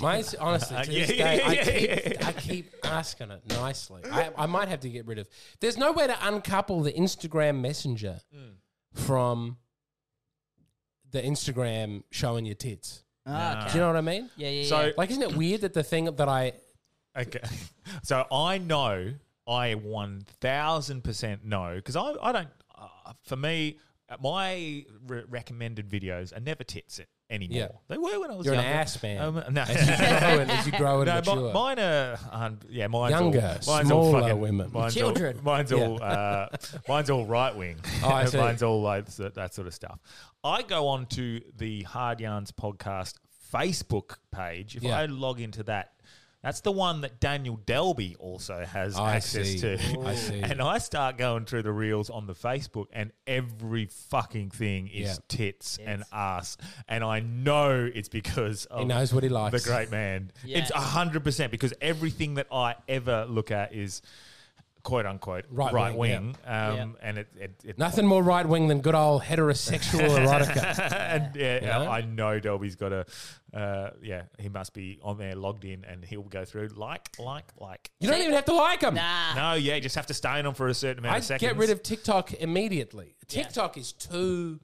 mine's honestly to Uh, Yeah, this day, I, yeah, keep, yeah. I keep asking it nicely. I, I might have to get rid of. There's no way to uncouple the Instagram Messenger Mm. from the Instagram showing your tits. Ah, Do you know what I mean? Yeah, yeah, So- yeah. Like, isn't it weird that the thing that I Okay. So I know I 1000% know because I, I don't, uh, for me, uh, my re- recommended videos are never tits anymore. Yeah. They were when I was you're an younger. ass man Um, no. as you grow and, as you grow and No, mi- mature? mine are um, yeah, mine's Younger, all, mine's all smaller fucking, women. mine's Children. All, mine's Yeah. all, uh, mine's all right wing. Oh, I see. mine's all like so- that sort of stuff. I go on to the Hard Yarns podcast Facebook page. If Yeah. I log into that, that's the one that Daniel Delby also has I access see. to. I see. And I start going through the reels on the Facebook, and every fucking thing is Yeah. tits, and ass. And I know it's because of he knows what he the likes. great man. Yeah. It's hundred percent because everything that I ever look at is quote unquote right, Right wing, wing, um, and it, it, it Nothing more right wing than good old heterosexual erotica. and yeah, Yeah. I know Delby's got a uh, yeah, he must be on there logged in, and he'll go through like like like. You don't even have to like them. Nah. No, yeah, you just have to stay on for a certain amount I of seconds. get rid of TikTok immediately. TikTok is too.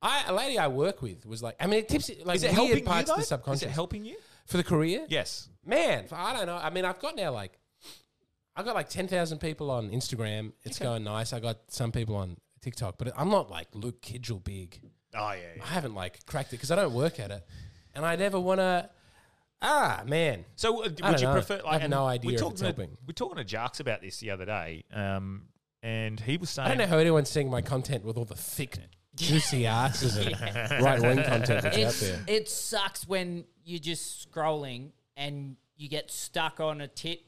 I, a lady I work with was like, I mean, it tips like Mm. Is it weird helping you? parts Though? of the subconscious Is it helping you? for the career. Yes. man, I don't know. I mean, I've got now like, I've got like ten thousand people on Instagram. It's going nice. I got some people on TikTok, but I'm not like Luke Kidgel big. Oh yeah. yeah. I haven't like cracked it because I don't work at it, and I never want to. Ah, man. So uh, d- I would don't you know. prefer? I have and no idea We if talked it's to, helping. we talking to Jarks about this the other day, um, and he was saying I don't know how anyone's seeing my content with all the thick, juicy asses and right wing content that's out It's, there. it sucks when you're just scrolling and you get stuck on a tit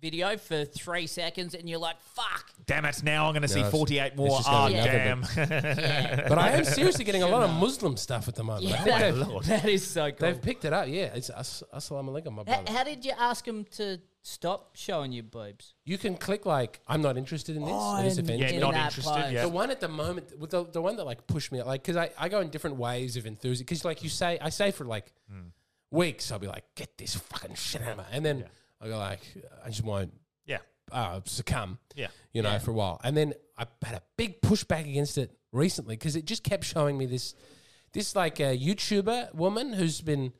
video for three seconds and you're like, fuck. damn it, now I'm going to see Yeah, it's- 48 more. it's just Ah, gonna be damn. another But I am seriously getting a lot of Muslim stuff at the moment. I think they've, that is so cool. they've picked it up. Yeah, it's as- Assalamu alaikum, my How, brother. how did you ask him to stop showing you boobs? You can click like I'm not interested in this. it is offensive. Oh, yeah, in not that interested. post. Yeah. The one at the moment, with the, the one that like pushed me, out, like because I, I go in different waves of enthusiasm. Because like you say, I say for like weeks, I'll be like, get this fucking shit out of me, and then I go like, I just won't yeah. Oh, uh, succumb. Yeah. you know, for a while, and then I had a big pushback against it recently because it just kept showing me this, this like a YouTuber woman who's been,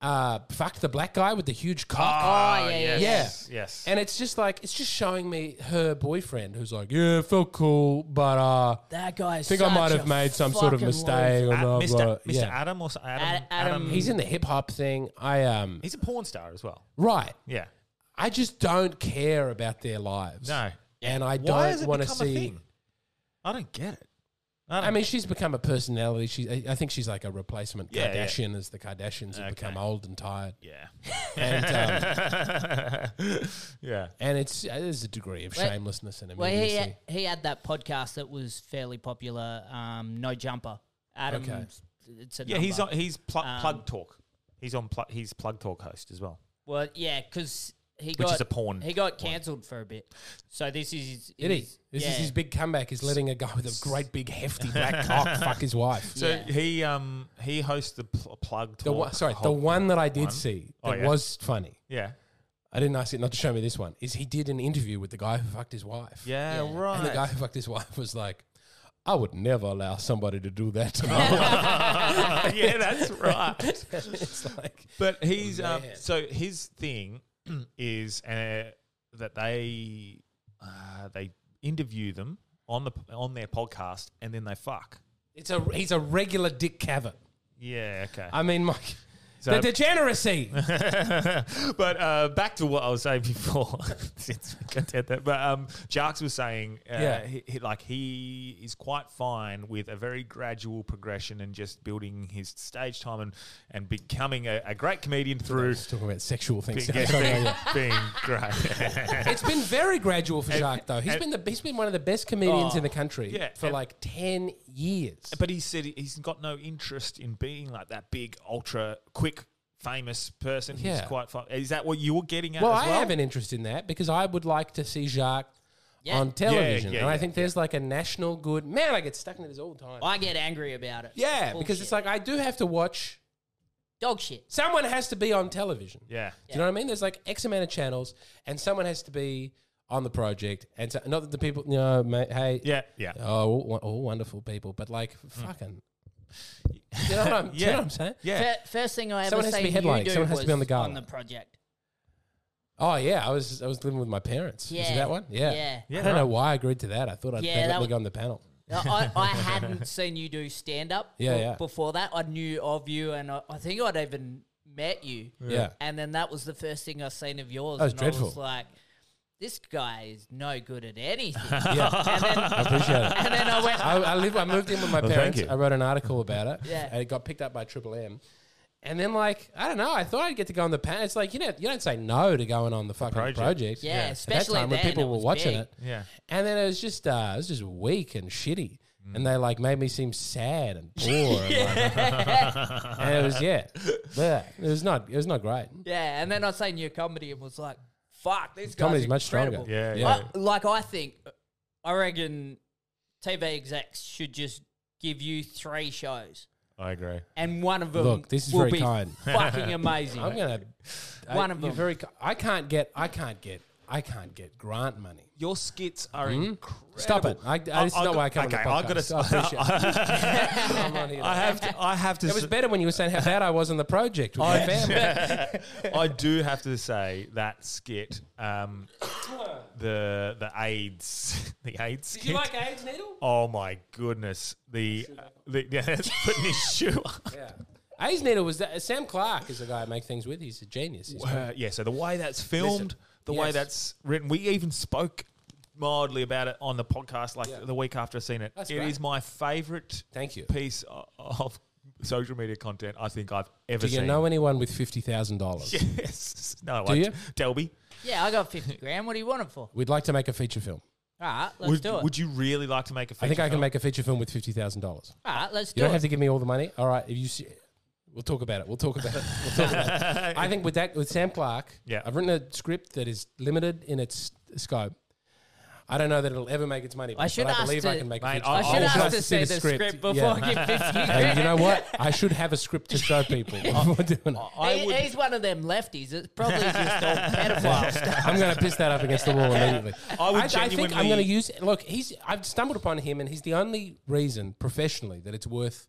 uh, fuck the black guy with the huge cock. Oh, yeah, yeah, Ah, Yes. yes. Yes. And it's just like it's just showing me her boyfriend who's like, yeah, it felt cool, but uh, That guy I think I might have made some sort of mistake. Or Ad- blah, Mr. blah. Mr. Yeah. Adam or s- Adam, Ad- Adam- He's in the hip hop thing. I um He's a porn star as well. right. Yeah. I just don't care about their lives. No. And I Why has don't it want to become a see. thing? I don't get it. I mean, she's become a personality. She, I- I think she's like a replacement Yeah, yeah. Kardashian, as the Kardashians have become old and tired. Yeah. And, um, yeah. and it's uh, there's a degree of shamelessness in it. Well, he obviously. had, he had that podcast that was fairly popular, um, No Jumper. Adam, Okay. it's a Yeah. He's on. number. He's pl- Um, plug talk. He's on. Pl- he's plug talk host as well. Well, yeah, because he got is a porn He got cancelled for a bit, so this is his, Did he? his- This yeah. is his big comeback. Is letting a guy with a great big hefty black cock fuck his wife. So Yeah. he um he hosts the pl- plug talk. The one, sorry, the whole- one that I did one. see Oh, that yeah. was funny. Yeah. I didn't ask it not to show me this one. Is he did an interview with the guy who fucked his wife? Yeah. Yeah. Right. and the guy who fucked his wife was like, "I would never allow somebody to do that to my wife." yeah, that's right. It's like, But he's um, Oh, Man. so his thing is uh, that they uh, they interview them on the on their podcast and then they fuck. it's a he's a regular Dick Cavett. Yeah, okay. I mean, Mike, the degeneracy. but uh, back to what I was saying before, since we got at that. But um, Jarks was saying, uh, Yeah. he, he- like he is quite fine with a very gradual progression and just building his stage time and and becoming a, a great comedian through. Just talking about sexual things. Being, Sorry, being, yeah. being great. It's been very gradual for Jacques, though. He's and- been the he's been one of the best comedians in the country Oh, yeah, for and- like ten years. But he said he- he's got no interest in being like that big, ultra quick, famous person. He's Yeah. quite fun. Is that what you were getting at? Well, as I have an interest in that because I would like to see Jacques. Yeah. on television. yeah, and I yeah, think there's like a national good. Man, I get stuck into this all the time. I get angry about it. yeah, because it's Bullshit. like I do have to watch. dog shit. Someone has to be on television. Yeah. Do you know what I mean? There's like X amount of channels, and someone has to be on the project. And so, not that the people, you know, mate, hey, Yeah. Yeah. Hmm. oh, all, all wonderful people, but like fucking, you know what I'm, do you Yeah. know what I'm saying? Yeah. Fir- first thing I ever Someone has to seen be headlining. you do Someone has to was be on the gala. on the project. Oh yeah, I was I was living with my parents. Yeah, Yeah. that one. Yeah. Yeah, Yeah, I don't right. know why I agreed to that. I thought I'd Yeah, yeah, that let me wa- go on the panel. No, I, I hadn't seen you do stand up Yeah, yeah. before that. I knew of you, and I, I think I'd even met you. Yeah. And then that was the first thing I seen of yours. That was and I was dreadful. like, this guy is no good at anything. Yeah, and, then, I appreciate it. and then I went, I, I, live, I moved in with my Well, thank parents. you. I wrote an article about it. Yeah. And it got picked up by Triple M. And then, like, I don't know. I thought I'd get to go on the panel. It's like, you know, you don't say no to going on the fucking project. project. Yeah, At that especially time when then, people it were was watching big. it. Yeah. And then it was just, uh, it was just weak and shitty. Mm. And they, like, made me seem sad and poor. and, like, and it was, yeah. bleh. It was not, it was not great. yeah, and then I seen your comedy and was like, fuck, this guy's Comedy's much incredible. stronger. Yeah, Yeah. I, like I think, I reckon TV execs should just give you three shows, I agree. and one of them Look, this is will very be kind. fucking amazing. I'm gonna I- One of you're them. Very, ki- I can't get. I can't get. I can't get grant money. Your skits are incredible. Stop it! I, I, this is I've not got- why I come okay, on the I've podcast. got to- I appreciate it. I'm not here to- I have to. I have to. It was s- better when you were saying how bad I was on the project with my family. I do have to say that skit, um, the the AIDS, the AIDS skit. AIDS needle? Oh my goodness! The, the yeah, that's putting his shoe. on. AIDS needle was that, Sam Clark is the guy I make things with. He's a genius. He's Uh, yeah, so the way that's filmed, the way yes. that's written, we even spoke mildly about it on the podcast like the week after I seen it. It is That's great. my favorite Thank you. piece o- of social media content I think I've ever Do you seen. know anyone with fifty thousand dollars? yes. No, Do I, you? Delby, yeah, I got fifty grand. What do you want it for? We'd like to make a feature film. All right, let's would, do it. would you really like to make a feature I think I can film? make a feature film with fifty thousand dollars. All right, let's You do don't it. have to give me all the money. All right, if you see, we'll talk about it. We'll talk about it. We'll talk about it. I think with that with Sam Clark, Yeah. I've written a script that is limited in its scope. I don't know that it'll ever make its money. back, should but I ask believe I to- can make. Mate, a feature. I- I Oh, should I ask should to see the script, before yeah. I give fifty And grand. you know what? I should have a script to show people. before doing it. He- he's one of them lefties. It's probably just all pedophile stuff. I'm going to piss that up against the wall immediately. I would think I'm genuinely- going to use. Look, he's. I've stumbled upon him, and he's the only reason professionally that it's worth.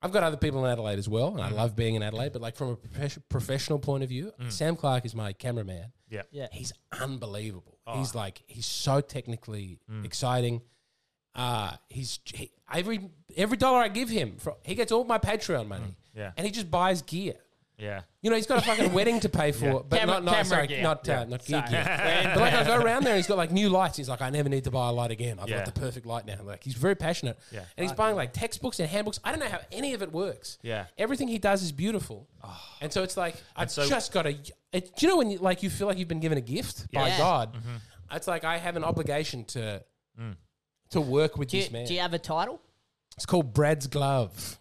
I've got other people in Adelaide as well, and Mm. I love being in Adelaide. But like from a profes- professional point of view, Sam Clark is my cameraman. Yeah. Yeah. He's unbelievable. Oh. He's like he's so technically Mm. exciting. Uh, he's he, every every dollar I give him, for, he gets all my Patreon money. Mm. Yeah. and he just buys gear. Yeah. You know, he's got a fucking wedding to pay for, but Camera- not not camera sorry, gear. not uh, Yeah. not gear. Sorry. gear. but like I go around there, and he's got like new lights. He's like, I never need to buy a light again. I've Yeah. got the perfect light now. Like he's very passionate, Yeah. and he's buying like textbooks and handbooks. I don't know how any of it works. Yeah. Oh. everything he does is beautiful, and so it's like I've so- just got a. It, do you know when you, like you feel like you've been given a gift by Yeah. God? Mm-hmm. It's like I have an obligation to Mm. to work with Do you, this man. do you have a title? It's called Brad's Glove.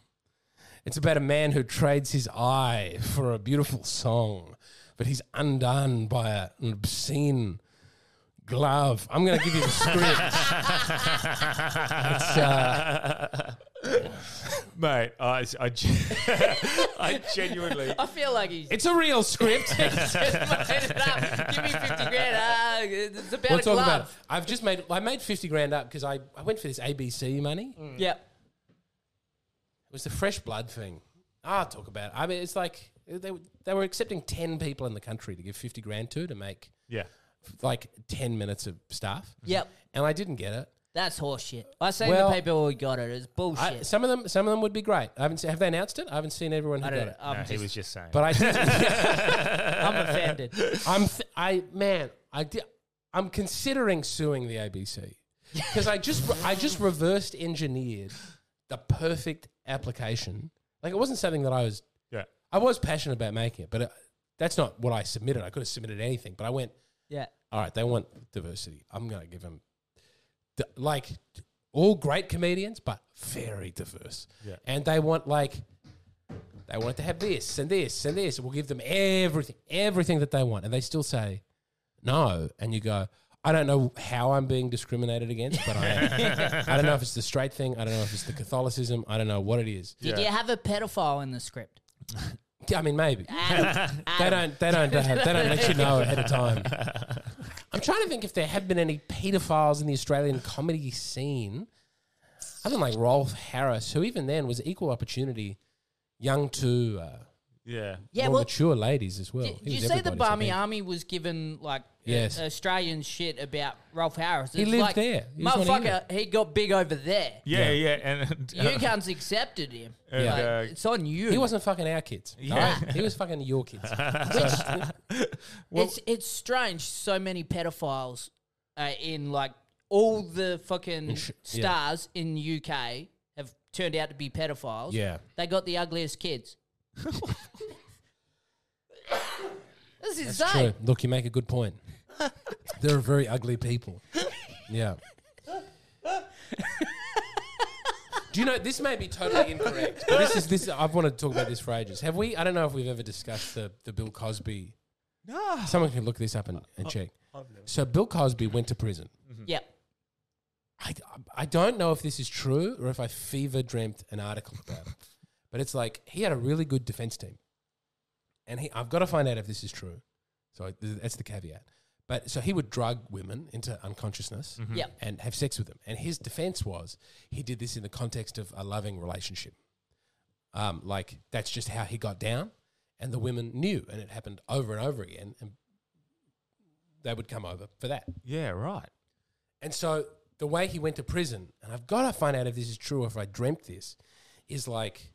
It's about a man who trades his eye for a beautiful song, but he's undone by a- an obscene glove. I'm going to give you the script. it's, uh, Mate, I, I, gen- I genuinely. I feel like he's. it's a real script. just made it up. Ah, Give me fifty grand. Uh, it's about we'll a talk glove. about it. I've just made, I made 50 grand up because I, I went for this ABC money. Yep. It was the fresh blood thing. I'll talk about it. I mean, it's like they, they were accepting 10 people in the country to give 50 grand to to make Yeah. like 10 minutes of stuff. Mm-hmm. Yep. And I didn't get it. That's horseshit. I seen Well, the people who got it. It's I, bullshit. some of them, some of them would be great. I haven't se- have they announced it? I haven't seen everyone who I, got don't. it. I'm, No, he just, was just saying. But I, did, I'm offended. I'm, th- I man, I did, I'm considering suing the ABC because I just, I just reversed engineered the perfect application. Like it wasn't something that I was, yeah. I was passionate about making it, but it, that's not what I submitted. I could have submitted anything, but I went, Yeah. all right, they want diversity. I'm going to give them the, like all great comedians, but very diverse. Yeah. And they want like they want to have this and this and this. We'll give them everything, everything that they want, and they still say no. And you go, I don't know how I'm being discriminated against, but I am. I don't know if it's the straight thing. I don't know if it's the Catholicism. I don't know what it is. Did you have a pedophile in the script? I mean, maybe. Adam, They Adam, don't. They don't. uh, They don't let you know ahead of time. I'm trying to think if there have been any paedophiles in the Australian comedy scene, other than like Rolf Harris, who even then was equal opportunity, young to uh, Yeah. yeah, more well, mature ladies as well. did, He you was see the everybody's, I Barmy think. Army was given like Yes. uh, Australian shit about Ralph Harris? He It's lived like, there. He was not here. motherfucker, he got big over there. Yeah, yeah. And, You cunts accepted him. And, Like, uh, it's on you. He wasn't fucking our kids. Yeah. No, he was fucking your kids. it's it's strange. So many pedophiles uh, in like all the fucking sh- yeah. stars in UK have turned out to be pedophiles. Yeah. they got the ugliest kids. this is It's insane. True. Look, you make a good point. They're very ugly people. Yeah. Do you know this may be totally incorrect? But this is this. I've wanted to talk about this for ages. Have we? I don't know if we've ever discussed the the Bill Cosby. No. Someone can look this up and, and check. So Bill Cosby went to prison. Yeah, I, I don't know if this is true or if I fever dreamt an article about it, but it's like he had a really good defense team, and he, I've got to find out if this is true. So I, th- that's the caveat. But so he would drug women into unconsciousness Yep. and have sex with them. And his defense was he did this in the context of a loving relationship. Um, like that's just how he got down, and the women knew, and it happened over and over again, and they would come over for that. yeah, right. And so the way he went to prison, and I've got to find out if this is true or if I dreamt this, is like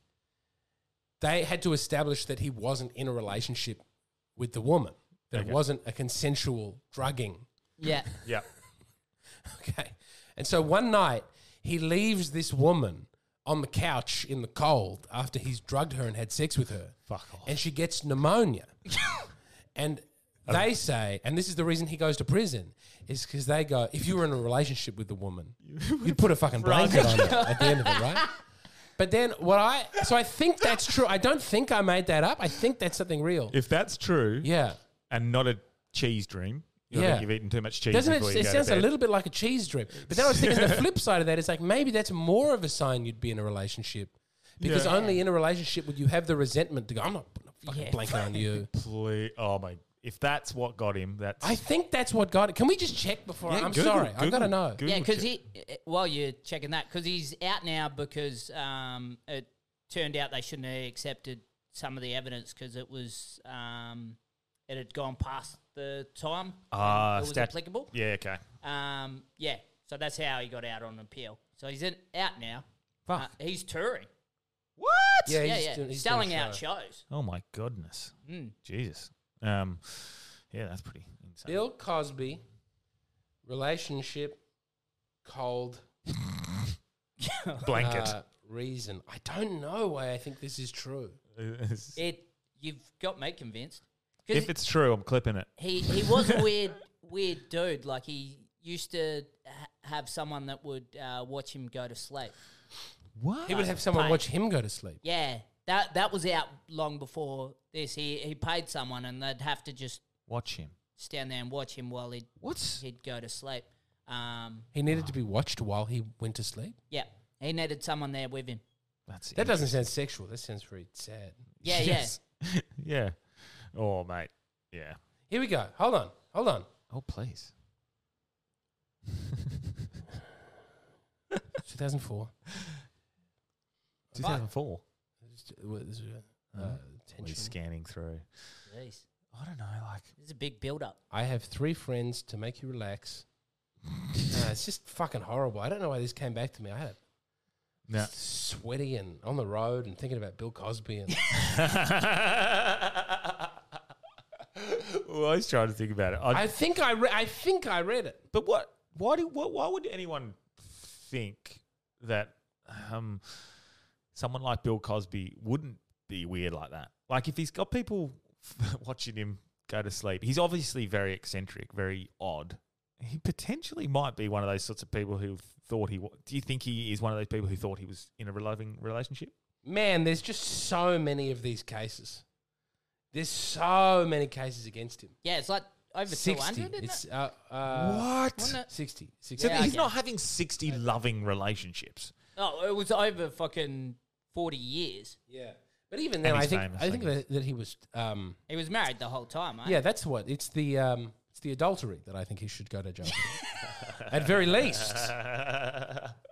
they had to establish that he wasn't in a relationship with the woman, that it wasn't a consensual drugging. yeah. Yeah. Okay. And so one night he leaves this woman on the couch in the cold after he's drugged her and had sex with her. Fuck off. And she gets pneumonia. and they say, and this is the reason he goes to prison, is because they go, if you were in a relationship with the woman, you'd put a fucking blanket on her at the end of it, right? But then what I, so I think that's true. I don't think I made that up. I think that's something real. If that's true, yeah. and not a cheese dream, you Yeah. think you've eaten too much cheese. Doesn't before it? you It go to sounds a bed. little bit like a cheese drip. But then I was thinking the flip side of that is like maybe that's more of a sign you'd be in a relationship because Yeah. only in a relationship would you have the resentment to go. I'm not putting a fucking Yeah. blanket on you. Ple- Oh my! If that's what got him, that's I think that's what got it. Can we just check before? Yeah, I'm Google- sorry. I gotta Google- know. Google Yeah, because shit. he, eh, while you're checking that, because he's out now because um, it turned out they shouldn't have accepted some of the evidence because it was, um, it had gone past the time when Ah, it was stat- applicable. Yeah. Okay. Um, yeah, so that's how he got out on appeal. So he's in, out now. Uh, he's touring. What? Yeah, yeah, Ah. he's yeah. doing- he's doing a selling out show. shows. Oh my goodness. Mm. Jesus. Um. Yeah, that's pretty insane. Bill Cosby, relationship, cold Blanket. uh, reason. I don't know why I think this is true. It, you've got me convinced. 'Cause if it's true, I'm clipping it. he he was a weird weird dude. Like he used to ha- have someone that would uh, watch him go to sleep. What? He would have someone Paid. watch him go to sleep. Yeah, that that was out long before this. He he paid someone, and they'd have to just Watch him. stand there and watch him while he'd What's? he'd go to sleep. Um, He needed to be watched while he went to sleep. yeah, he needed someone there with him. That's That doesn't sound sexual. That sounds very sad. Yeah, yeah. yeah. Oh mate. Yeah. Here we go. Hold on. Hold on. Oh please. 2004. 2004. Uh, He's attention. scanning through. yeah. Jeez, I don't know. Like this is a big build up. I have three friends to make you relax. Uh, it's just fucking horrible. I don't know why this came back to me. I had it no. sweaty and on the road and thinking about Bill Cosby. And well, I was trying to think about it. I, I think I, re- I think I read it. but what? Why do? What, why would anyone think that um, someone like Bill Cosby wouldn't be weird like that? Like if he's got people watching him go to sleep, he's obviously very eccentric, very odd. He potentially might be one of those sorts of people who thought he. wa- Do you think he is one of those people who thought he was in a loving relationship? Man, there's just so many of these cases. There's so many cases against him. Yeah, it's like over two 60. hundred. It's, uh, uh, What? 60. 60. So Yeah, he's okay. not having 60 loving relationships. Oh, it was over fucking forty years. Yeah. But even then, he's I think, famous, I I think guess. that, that he was. Um, He was married the whole time, eh? yeah, that's what. It's the, um, it's the adultery that I think he should go to jail for. At very least,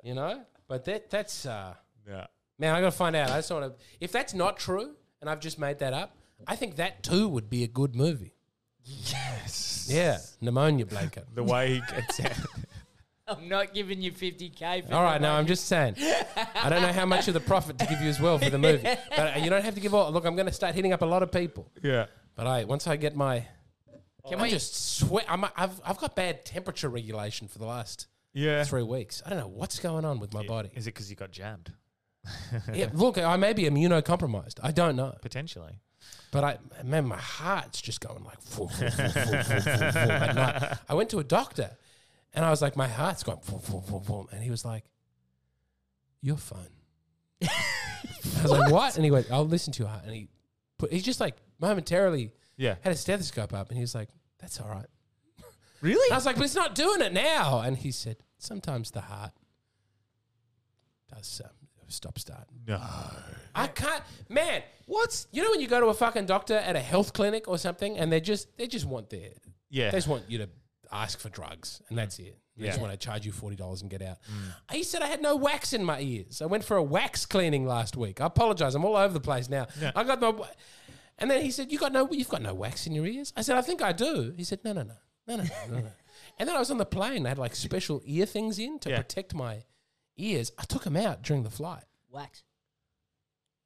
you know? But that that's. Uh, Yeah. Man, I gotta find out. I just want to. If that's not true, and I've just made that up, I think that too would be a good movie. Yes. Yeah, pneumonia blanket. The way he gets out. I'm not giving you fifty k. All right, now I'm just saying. I don't know how much of the profit to give you as well for the movie, but uh, you don't have to give all. Look, I'm going to start hitting up a lot of people. Yeah. But But I once I get my, Can I we just? just sweat. I'm, I've I've got bad temperature regulation for the last yeah. three weeks. I don't know what's going on with my body. Is it because you got jammed? Yeah, look, I may be immunocompromised. I don't know. Potentially. But I, man, my heart's just going like. "Foo, foo, foo, foo, foo, foo, foo," at night. I went to a doctor, and I was like, my heart's going, foo, foo, foo, foo," and he was like, "You're fine." I was like, "What?" And he went, "I'll listen to your heart." And he put, he just like momentarily Yeah. had a stethoscope up, and he was like, "That's all right." Really? I was like, "But it's not doing it now." And he said, "Sometimes the heart does um, stop start." No. I can't, man. What's. You know when you go to a fucking doctor at a health clinic or something, and they just they just want their Yeah. Mm. they just want you to ask for drugs, and that's it. They Yeah. just Mm. want to charge you forty dollars and get out. He said I had no wax in my ears. I went for a wax cleaning last week. I apologize. I'm all over the place now. I got my. wa- And then he said, "You got no, you've got no wax in your ears." I said, "I think I do." He said, "No, no, no, no, no, no." no. and then I was on the plane. I had like special ear things in to Yeah. protect my ears. I took them out during the flight. Wax.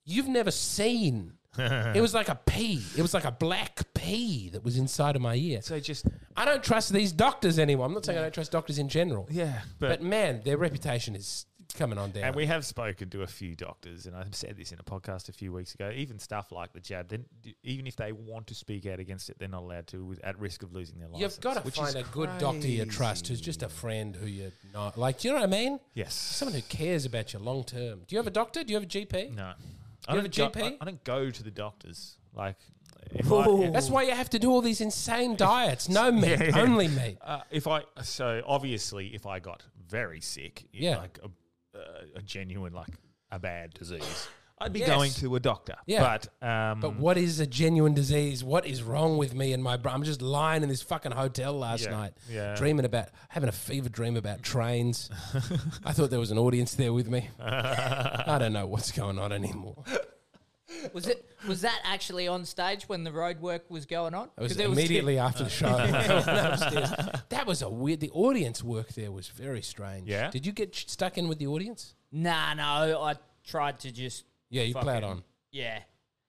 You've never seen. it was like a pea. It was like a black pea that was inside of my ear. So just. I don't trust these doctors anymore. I'm not saying I don't trust doctors in general. Yeah. But man, their reputation is coming on down. And we have spoken to a few doctors, and I said this in a podcast a few weeks ago. Even stuff like the jab, then even if they want to speak out against it, they're not allowed to, with, at risk of losing their license. You've got to which find is a good doctor you trust who's just a friend who you not like. Do you know what I mean? Yes. Someone who cares about you long term. Do you have a doctor? Do you have a GP? No, You I have don't. Go, a I, GP? I don't go to the doctors. Like, if Whoa. I, That's why you have to do all these insane diets. No meat, Yeah. only meat. Uh, if I so obviously, if I got very sick, i- Yeah. like a, uh, a, a genuine like a bad disease, I'd be Uh, Yes. going to a doctor. Yeah. but um, But what is a genuine disease? What is wrong with me and my brain? I'm just lying in this fucking hotel last Yeah, night, yeah. dreaming about having a fever dream about trains. I thought there was an audience there with me. I don't know what's going on anymore. Was it? Was that actually on stage when the road work was going on? It was immediately after the show. Upstairs. That was a weird. The audience work there was very strange. Yeah? Did you get sh- stuck in with the audience? Nah, no. I tried to just. Yeah, you Fucking- played on. Yeah.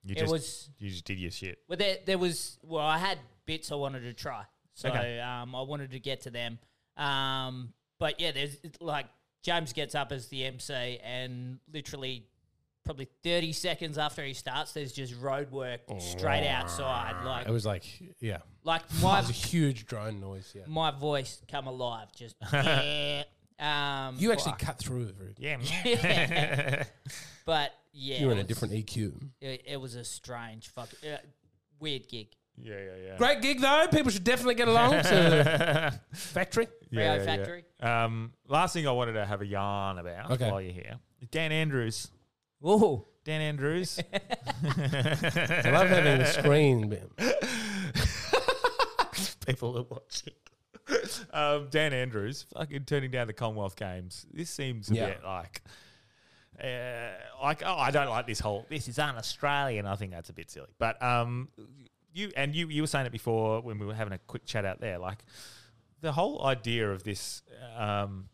you it just, was- you just did your shit. Well, there, there was. Well, I had bits I wanted to try, so Okay. um, I wanted to get to them. Um, but yeah, there's it's like James gets up as the MC, and literally, probably thirty seconds after he starts, there's just road work straight outside. Like, It was like, yeah, like it my was a huge drone noise. Yeah, my voice come alive. Just yeah. Um, you actually cut through. Very, Yeah, but yeah, you were it in a was- different E EQ. It, it was a strange fuck, uh, weird gig. yeah, yeah, yeah. Great gig though. People should definitely get along to Factory. Rio yeah, yeah. Factory. Um, last thing I wanted to have a yarn about Okay. while you're here, Dan Andrews. Oh, Dan Andrews. I love having the screen. but- People are watching. um, Dan Andrews fucking turning down the Commonwealth Games. This seems a Yeah. bit like. Uh, like oh, I don't like this whole. This is un-Australian. I think that's a bit silly. But um, you and you you were saying it before when we were having a quick chat out there. Like the whole idea of this, um,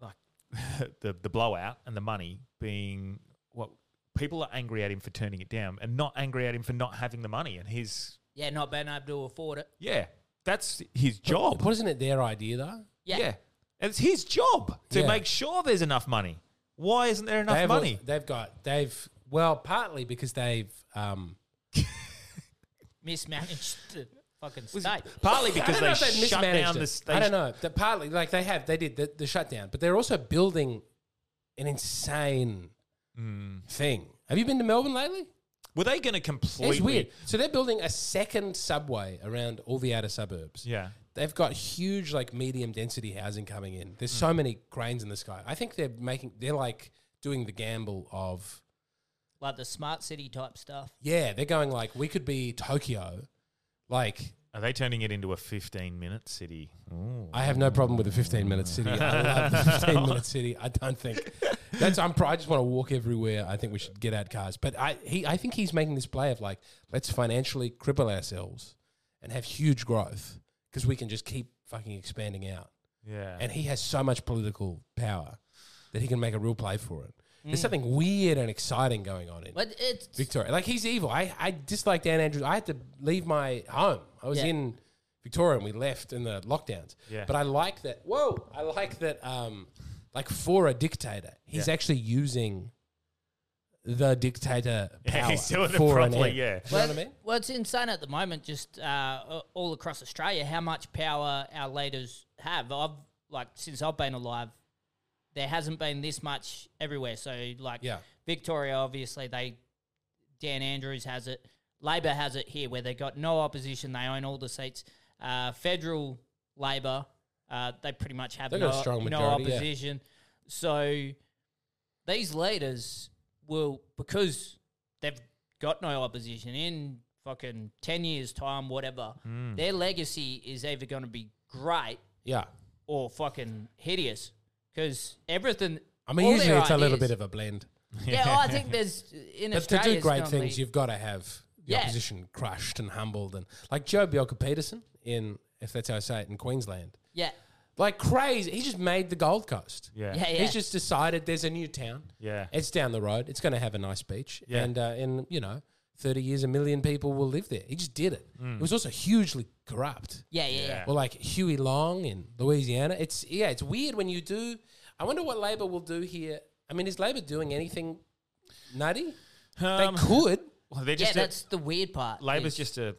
like the the blowout and the money being what people are angry at him for turning it down, and not angry at him for not having the money and his yeah, not being able to afford it. yeah, that's his job. Wasn't it their idea though? Yeah. yeah. And it's his job to Yeah. make sure there's enough money. Why isn't there enough they've al- money? they've got. They've well, partly because they've. Um, mismanaged the fucking state. Partly I because don't know if they they've shut down mismanaged the. it. They I don't know. That partly, like they have, they did the, the shutdown, but they're also Hmm. building an insane thing. Have you been to Melbourne lately? Were they going to completely? It's weird. So they're building a second subway around all the outer suburbs. Yeah. They've got huge like medium density housing coming in. Hmm. There's so many cranes in the sky. I think they're making they're like doing the gamble of like the smart city type stuff. yeah, they're going like we could be Tokyo. Like Are they turning it into a 15 minute city? Ooh. I have no problem with a 15 minute city. I love the 15 minute city. I don't think that's. I'm. pro- I just want to walk everywhere. I think we should get out cars. But I. He. I think he's making this play of like let's financially cripple ourselves and have huge growth because we can just keep fucking expanding out. Yeah. And he has so much political power that he can make a real play for it. There's something weird and exciting going on in But it's Victoria. Like he's evil. I, I dislike Dan Andrews. I had to leave my home. I was Yeah. in Victoria and we left in the lockdowns. Yeah. But I like that. Whoa! I like that. Um, like for a dictator, he's Yeah. actually using the dictator power Yeah, he's doing it for an properly, end. yeah. You know what I mean? well, it's insane at the moment, just uh, a- all across Australia, how much power our leaders have. I've like since I've been alive, there hasn't been this much everywhere. So like Yeah. Victoria, obviously they Dan Andrews has it, Labor has it here, where they got no opposition, they own all the seats. Uh, federal Labor, uh, they pretty much have They've no, got a strong no majority, yeah. opposition. So these leaders will because they've got no opposition in fucking 10 years time whatever their legacy is either going to be great Yeah. or fucking hideous because everything I mean, all usually their it's a little ideas- bit of a blend. yeah well, i think there's in But to australia do it's great gonna things, be- you've got to have the Yeah. opposition crushed and humbled, and like Joe Bielka Peterson in, if that's how I say it, in Queensland, yeah like crazy. He just made the Gold Coast. yeah. yeah yeah He's just decided there's a new town. Yeah. It's down the road. It's going to have a nice beach. Yeah. And uh, in, you know, 30 years, a million people will live there. He just did it. It was also hugely corrupt. yeah yeah, yeah. Mm. Yeah. Well, like Huey Long in Louisiana. It's, yeah, it's weird when you do. I wonder what Labor will do here. I mean, is Labor doing anything nutty? Um, they could. well, they're Yeah, just a- that's the weird part. Labor's is- just a.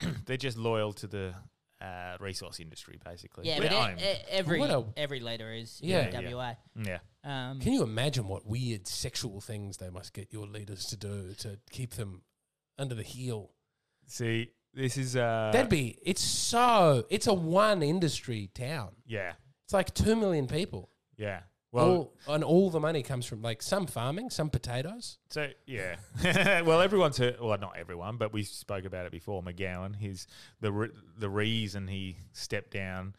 They're just loyal to the uh, resource industry, basically. yeah, Their but own. e- e- every What a- every leader is Yeah. yeah, Yeah. WA. yeah. Um, Can you imagine what weird sexual things they must get your leaders to do to keep them under the heel? See, this is. Uh, That'd be. It's so. It's a one industry town. yeah. It's like two million people. Yeah. Well, Well, and all the money comes from like some farming, some potatoes. So yeah, well, everyone's heard. Well, not everyone, but we spoke about it before. McGowan, his the re- the reason he stepped down.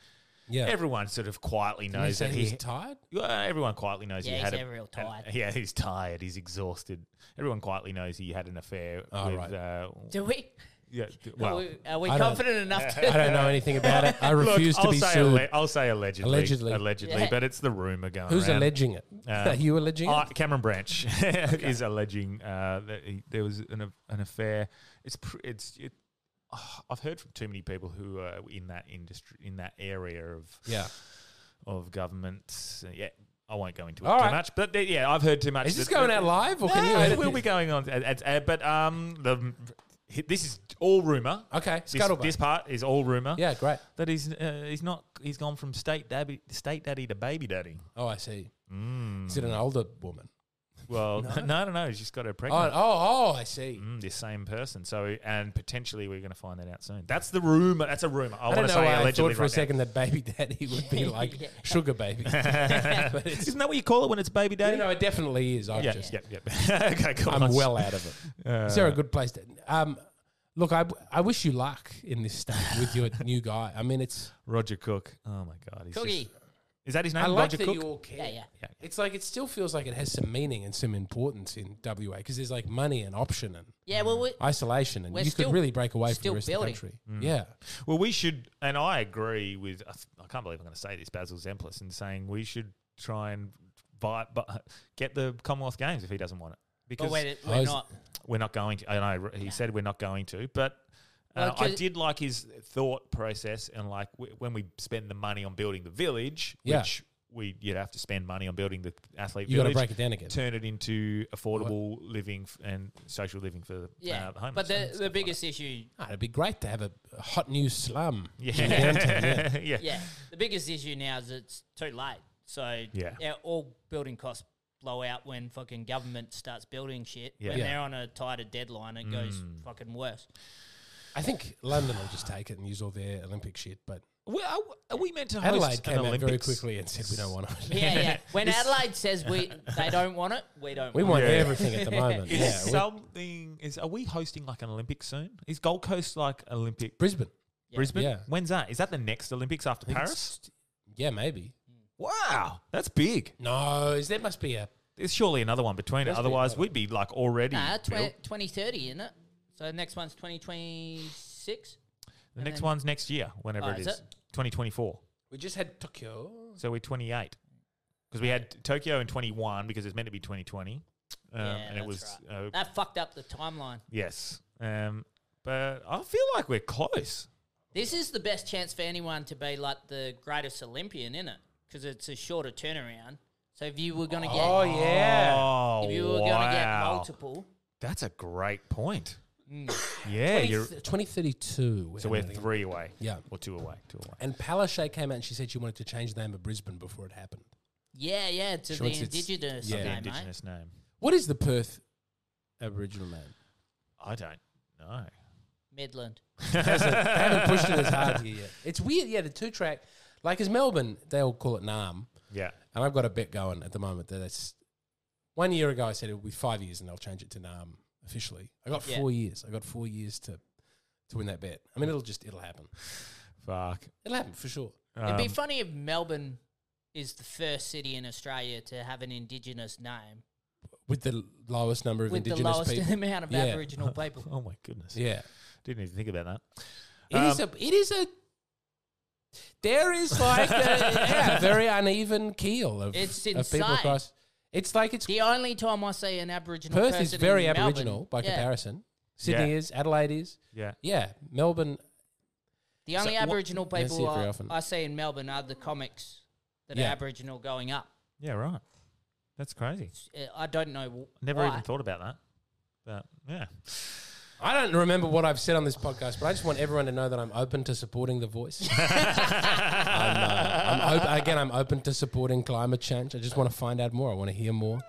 Yeah, Everyone sort of quietly Didn't he knows say that he was he. tired. Well, everyone quietly knows Yeah, he had he's a a real an- tired. yeah, he's tired. He's exhausted. Everyone quietly knows he had an affair Oh, with. right. Uh, do we? yeah, d- well, are we, are we I don't- confident enough to I don't know anything about it. I look, refuse I'll to be say sued. alle- I'll say allegedly, Allegedly. allegedly, Yeah. but it's the rumor going. Who's around. alleging it? Uh, Are you alleging Uh, it? Cameron Branch is alleging uh, that he, there was an, a- an affair. It's pr- it's it, ah, I've heard from too many people who are in that industry in that area of Yeah. of government. Uh, yeah, I won't go into it All too right. much. But th- yeah, I've heard too much. Is this that- going that- out live or No, can you edit we'll this? be going on. at- at- at- but um, the this is all rumor. Okay, This, scuttlebutt. this part is all rumor. yeah, great. That he's uh, he's not he's gone from state daddy state daddy to baby daddy. Oh, I see. Hmm. Is it an older woman? Well, no, no, no, he's just got her Oh, pregnant. oh, oh, I see. Mm, this same person. So, and potentially we're going to find that out soon. That's the rumor. That's a rumor. I, I, want don't to know say why I allegedly thought for right a second that baby daddy would be like sugar baby. but now. it's, Isn't that what you call it when it's baby you daddy? know, it definitely is. I've yeah, just yeah, yeah. okay, cool. Uh, I'm That's- well out of it. Is there a good place to? Um, look, I, I wish you luck in this state with your new guy. I mean, it's Roger Cook. Oh my God, he's cookie? just- is that his name? I like Roger that Cook. you all care. Yeah, yeah. Yeah. It's like it still feels like it has some meaning and some importance in WA because there's like money and option and Yeah, well, we, isolation, and We're you still- could really break away from the still rest building. of the country. Yeah, Well, we should, and I agree with. I th- I can't believe I'm going to say this, Basil Zemplis, in saying we should try and buy, but uh, get the Commonwealth Games if he doesn't want it but because we're, I we're was- not. we're not going to. I know he said we're not going to, but uh, Well, 'cause- I did like his thought process and like w- when we spend the money on building the village, Yeah. which we you'd have to spend money on building the athlete you got to village, break it down again. turn it into affordable living f- and social living for Yeah, uh, the homeless. but the, and the stuff like biggest issue, Ah, it'd be great to have a a hot new slum. that. in downtown, yeah. yeah, yeah, yeah, the biggest issue now is it's too late. So Yeah. all building costs blow out when fucking government starts building shit. Yeah. When Yeah. they're on a tighter deadline, it goes Mm. fucking worse. I think London will just take it and use all their Olympic shit, but We, are, are we meant to host Adelaide an came out Olympics? very quickly and said we don't want it. Yeah, yeah. When Adelaide says we they don't want it, we don't. We want want Yeah. everything at the moment. Is yeah, we- something is? Are we hosting like an Olympics soon? Is Gold Coast like Olympic Brisbane. Brisbane? Yeah. When's that? Is that the next Olympics after Paris? It's- Yeah, maybe. Wow, that's big. No, is there must be a There's surely another one between it. Must be Otherwise, another. we'd be like already. it. Nah, built. tw- 2030, isn't it? So the next one's 2026. The next then- one's next year, whenever Oh, it is, is it? 2024. We just had Tokyo. So we're 28 because we had Tokyo in 21 because it's meant to be 2020, um, yeah, and that's it was right. uh, that fucked up the timeline. yes. Um, but I feel like we're close. This is the best chance for anyone to be like the greatest Olympian, isn't it? Because it's a shorter turnaround. So if you were going to get, Oh yeah. Oh, if you were going to get wow. multiple, Mm. That's a great point. yeah, you're, Twenty thirty two. so we're three away. Yeah. or two away. Two away. And Palaszczuk came out and she said she wanted to change the name of Brisbane before it happened. yeah, yeah, to Sure, the it's- it's- indigenous yeah. name, The mate. indigenous name. What is the Perth Aboriginal name? I don't know. Midland. Hasn't- they haven't pushed it as hard here yet. It's weird. Yeah, the two track, like as Melbourne, they all call it Nam, Yeah. and I've got a bet going at the moment that it's one year ago. I said it will be five years, and they'll change it to Nam officially. I got Yeah. four years. I got four years to to win that bet. I mean, it'll just it'll happen. Fuck. It'll happen for sure. It'd be Um, funny if Melbourne is the first city in Australia to have an indigenous name With the lowest number of with the indigenous lowest people. amount of Yeah. Aboriginal people. Oh my goodness. Yeah. Um, Didn't even think about that. Um, It is a. It is a. There is like a yeah, very uneven keel of, It's of people insane. across. It's like it's The only time I see an Aboriginal Perth person is very in Melbourne- Aboriginal by Yeah. comparison. Sydney Yeah. is, Adelaide is, Yeah. yeah, Melbourne. The only So what- Aboriginal Don't see people it very I, often. I see in Melbourne are the comics that Yeah. are Aboriginal going up. Yeah. Right. That's crazy. Uh, I don't know. wh- Never why. even thought about that. But yeah. I don't remember what I've said on this podcast, but I just want everyone to know that I'm open to supporting the voice. I'm, uh, I'm op- again, I'm open to supporting climate change. I just want to find out more. I want to hear more.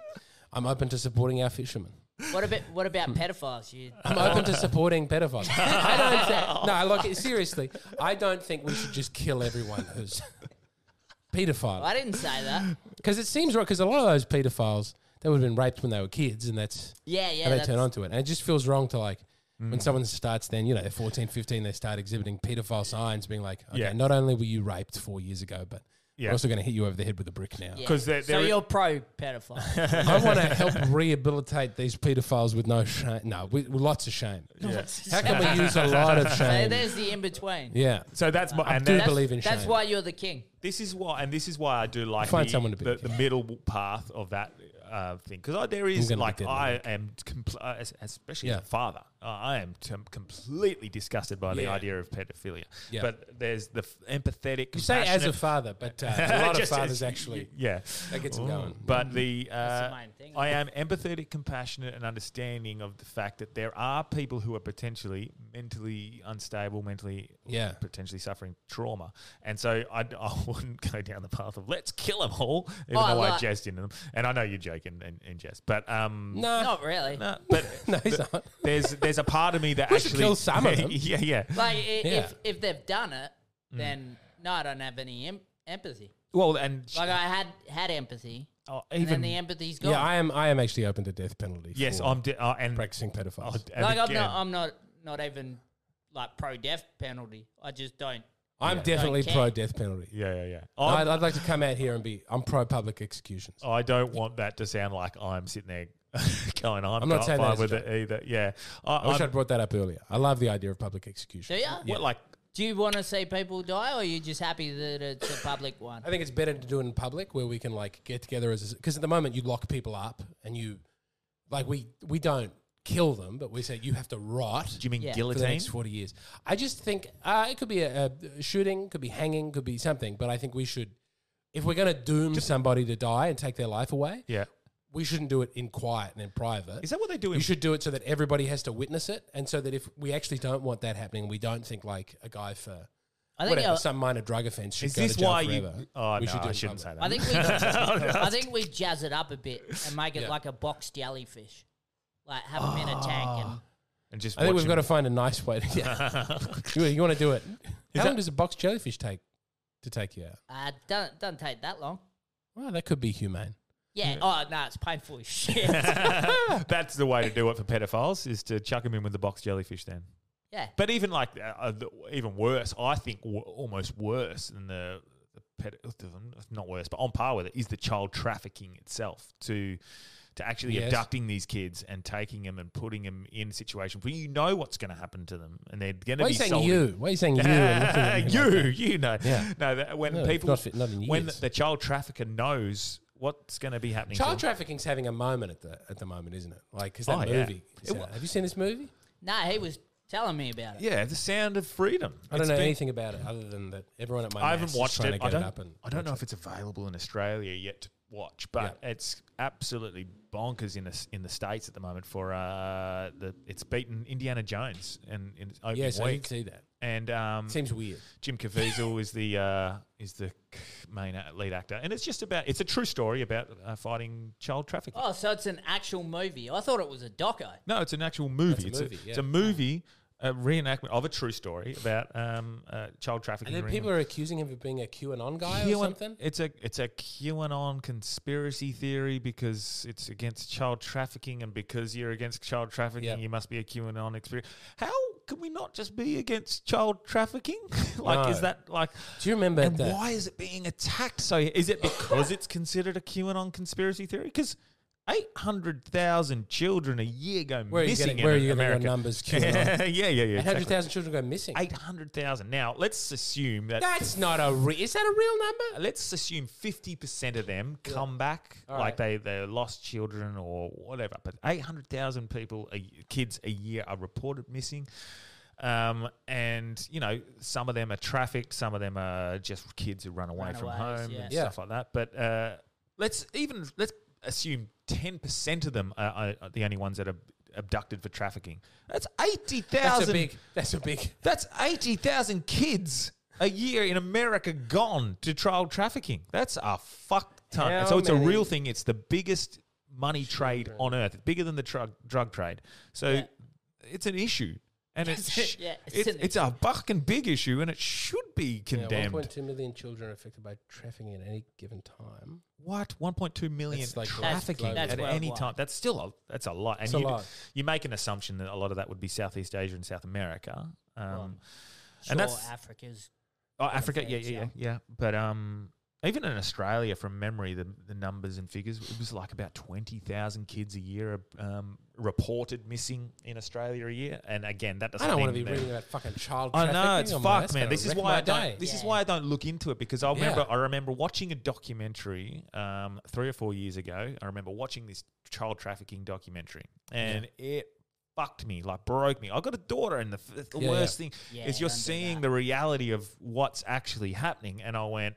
I'm open to supporting our fishermen. What about what Hmm. about pedophiles? You, I'm open to supporting pedophiles. I don't think, no, look, seriously, I don't think we should just kill everyone who's pedophile. I didn't say that. Because it seems right. Because a lot of those pedophiles, they would have been raped when they were kids, and that's Yeah, yeah. how they that's- turn onto it. And it just feels wrong to like Mm. when someone starts, then you know they're 14, 15, they start exhibiting pedophile signs, being like, okay, Yeah. not only were you raped four years ago, but Yeah. we're also going to hit you over the head with a brick now. yeah. 'Cause they're- so they're- you're pro pedophile. I want to help rehabilitate these pedophiles with no shame. No, with, with lots of shame. How can we use a lot of so shame? there's the in between. yeah. So that's my and do that, believe- in That's shame. why you're the king. this is why and this is why I do like Find the, someone to the, beat. the middle path of that uh, thing because I, there is gonna be like dead in a I am compl- uh, as- especially Yeah. as a father uh, I am t- completely disgusted by the Yeah. idea of pedophilia. Yeah. But there's the f- empathetic. You say as a compassionate- father, but uh, a lot of Just as- fathers actually. yeah That gets them going. But the, uh, That's the main thing. I am empathetic, compassionate, and understanding of the fact that there are people who are potentially mentally unstable, mentally Yeah. potentially suffering trauma, and so I, d- I wouldn't go down the path of let's kill them all, even Oh, I though I like- jest in them, and I know you joke and, and, and jest, but um, No, Not really. no, but no, he's not. there's there's a part of me that We should actually kill some of them. yeah, yeah. Like i Yeah. if if they've done it, Mm. then no, I don't have any em- empathy. Well, and Like I had had empathy, oh, and even then the empathy's gone. Yeah, I am. I am actually open to death penalty. yes, for I'm di- uh, and practicing pedophiles. oh, and like I'm again- not, I'm not not even like pro death penalty. I just don't. I'm definitely Don't care. pro death penalty. yeah, yeah, yeah. I'm- Oh, I'd, I'd like to come out here and be. I'm pro public executions. I don't want that to sound like I'm sitting there going, I'm, I'm not not saying that fine as a with joke. it either. Yeah. I, I wish I'm- I'd brought that up earlier. I love the idea of public Do execution. you? what, like, Do you want to see people die, or are you just happy that it's a public one? I think it's better to do it in public where we can like get together as because at the moment you lock people up and you like we we don't kill them, but we say you have to rot. do you mean Yeah. for the guillotine? next 40 years. I just think uh, it could be a, a shooting, could be hanging, could be something, but I think we should, if we're going to doom somebody to die and take their life away, Yeah. we shouldn't do it in quiet and in private. Is that what they do You in- should do it so that everybody has to witness it, and so that if we actually don't want that happening, we don't think like a guy for I think Whatever, our- some minor drug offence should Is go to this jail why forever. you? Oh we no, should do I it shouldn't public. say that. I think we I think we jazz it up a bit and make it Yeah. like a boxed jellyfish. Like have them in a tank and And just I think watch we've got to him- find a nice way to get. you, want to do it? How long that- does a box jellyfish take to take you out? uh don't don't take that long. Well, that could be humane. Yeah. Oh no, it's painful as shit. That's the way to do it for pedophiles is to chuck them in with the box jellyfish. Then, yeah. but even like uh, uh, the- even worse, I think w- almost worse than the. the Ped- not worse, but on par with it is the child trafficking itself to to actually Yes. abducting these kids and taking them and putting them in a situation where you know what's going to happen to them and they're going to Why are be you saying sold you? Why are you saying you? and looking at me you, like that? you know. Yeah. No, that, when No, people, not fit- not in when years. the child trafficker knows what's going to be happening. Child to trafficking's having a moment at the at the moment, isn't it? Like, because that Oh, yeah. movie. is It out. wa- have you seen this movie? No, he was telling me about it. them. yeah, the sound of freedom. I don't It's know been- anything about it other than that everyone at my I mass haven't is watched trying it. to I get don't. up and I don't know if it's available in Australia yet to watch, but it's absolutely bonkers in the s- in the states at the moment. For uh, the it's beaten Indiana Jones and in its opening Yes, I week, did see that. and um, Seems weird. Jim Caviezel is the uh, is the main a- lead actor, and it's just about it's a true story about uh, fighting child trafficking. Oh, so it's an actual movie. I thought it was a doco. No, it's an actual movie. a It's movie, a, yeah. it's a movie, a reenactment of a true story about um, uh, child trafficking. And then in people England. are accusing him of being a QAnon guy or QAnon something. It's a it's a QAnon conspiracy theory because it's against child trafficking, and because you're against child trafficking, Yeah. you must be a QAnon experience. How can we not just be against child trafficking? like, is No. that like? Do you remember And that? why is it being attacked? So is it because it's considered a QAnon conspiracy theory? Because eight hundred thousand children a year go Where are you missing. getting- in where are you getting your America. numbers, yeah, yeah, QAnon? yeah. Exactly. 100,000 children go missing. Eight hundred thousand. Now let's assume that. That's not a real. Is that a real number? Let's assume fifty percent of them come back, like they they're lost children or whatever. But eight hundred thousand people, a, y- kids a year, are reported missing. Um, and you know, some of them are trafficked, some of them are just kids who run away from Runaways, home yeah. and Yeah. stuff like that. But uh, let's even let's assume ten percent of them are, are the only ones that are abducted for trafficking. That's eighty That's a thousand. big. That's a big. That's 80,000 kids a year in America gone to child trafficking. That's a fuck ton. How so it's a many- real thing. It's the biggest money trade on earth, bigger than the drug, drug trade. So Yeah. it's an issue. And it's, sh- Yeah, it's it's, it's, an a fucking big issue and it should be condemned. 1.2 million children are affected by trafficking at any given time. what? 1.2 million That's like- That's- trafficking that's at any worldwide. time. That's still a, that's a lot. And a you, lot. you make an assumption that a lot of that would be Southeast Asia and South America. Um, Sure, And that's- Africa's Oh, Africa, yeah, affairs, yeah, yeah, yeah. yeah. But um, even in Australia, from memory, the the numbers and figures, it was like about twenty thousand kids a year um, reported missing in Australia a year. And again, that doesn't. I don't mean want to be that- reading about fucking child I trafficking. know it's Oh, fucked, that's man. gonna This is wreck why my I don't. day. This is Yeah. why I don't look into it because I remember. I Yeah. remember watching a documentary um, three or four years ago. I remember watching this child trafficking documentary, and it fucked me, like broke me. I got a daughter, and the, f- the Yeah, yeah. worst thing Yeah, is you're don't do seeing that. the reality of what's actually happening. And I went.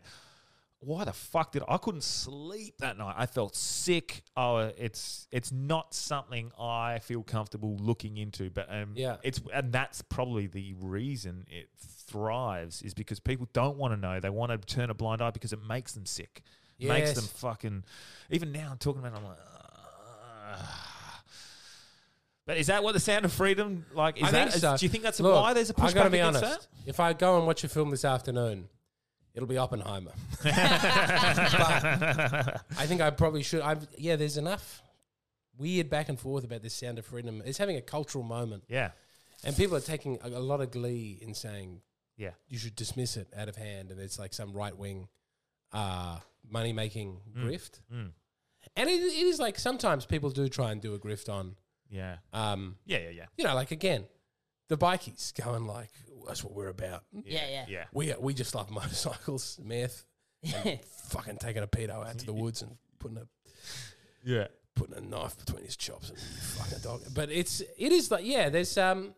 Why the fuck did I, I couldn't sleep that night? I felt sick. Oh, it's it's not something I feel comfortable looking into. But um, Yeah. it's and that's probably the reason it thrives is because people don't want to know. They want to turn a blind eye because it makes them sick. Makes Yes. them fucking. Even now, I'm talking about. it, I'm like. "Ah." But is that what the sound of freedom like? Is I that? think is- so. Do you think that's Look, why there's a pushback I gotta be against honest. that? If I go and watch a film this afternoon, it'll be Oppenheimer. but I think I probably should. I've, yeah, there's enough weird back and forth about this sound of freedom. It's having a cultural moment, Yeah, and people are taking a, a lot of glee in saying yeah. you should dismiss it out of hand, and it's like some right wing uh, money making Mm. grift. And it, it is like sometimes people do try and do a grift on. Yeah, Um, yeah, yeah, yeah, you know, like again, the bikies going like, that's what we're about. Yeah, yeah. yeah. We we just love motorcycles, meth, and fucking taking a pedo out to the woods and putting a yeah. putting a knife between his chops and fucking dog. But it's it is like yeah, there's um,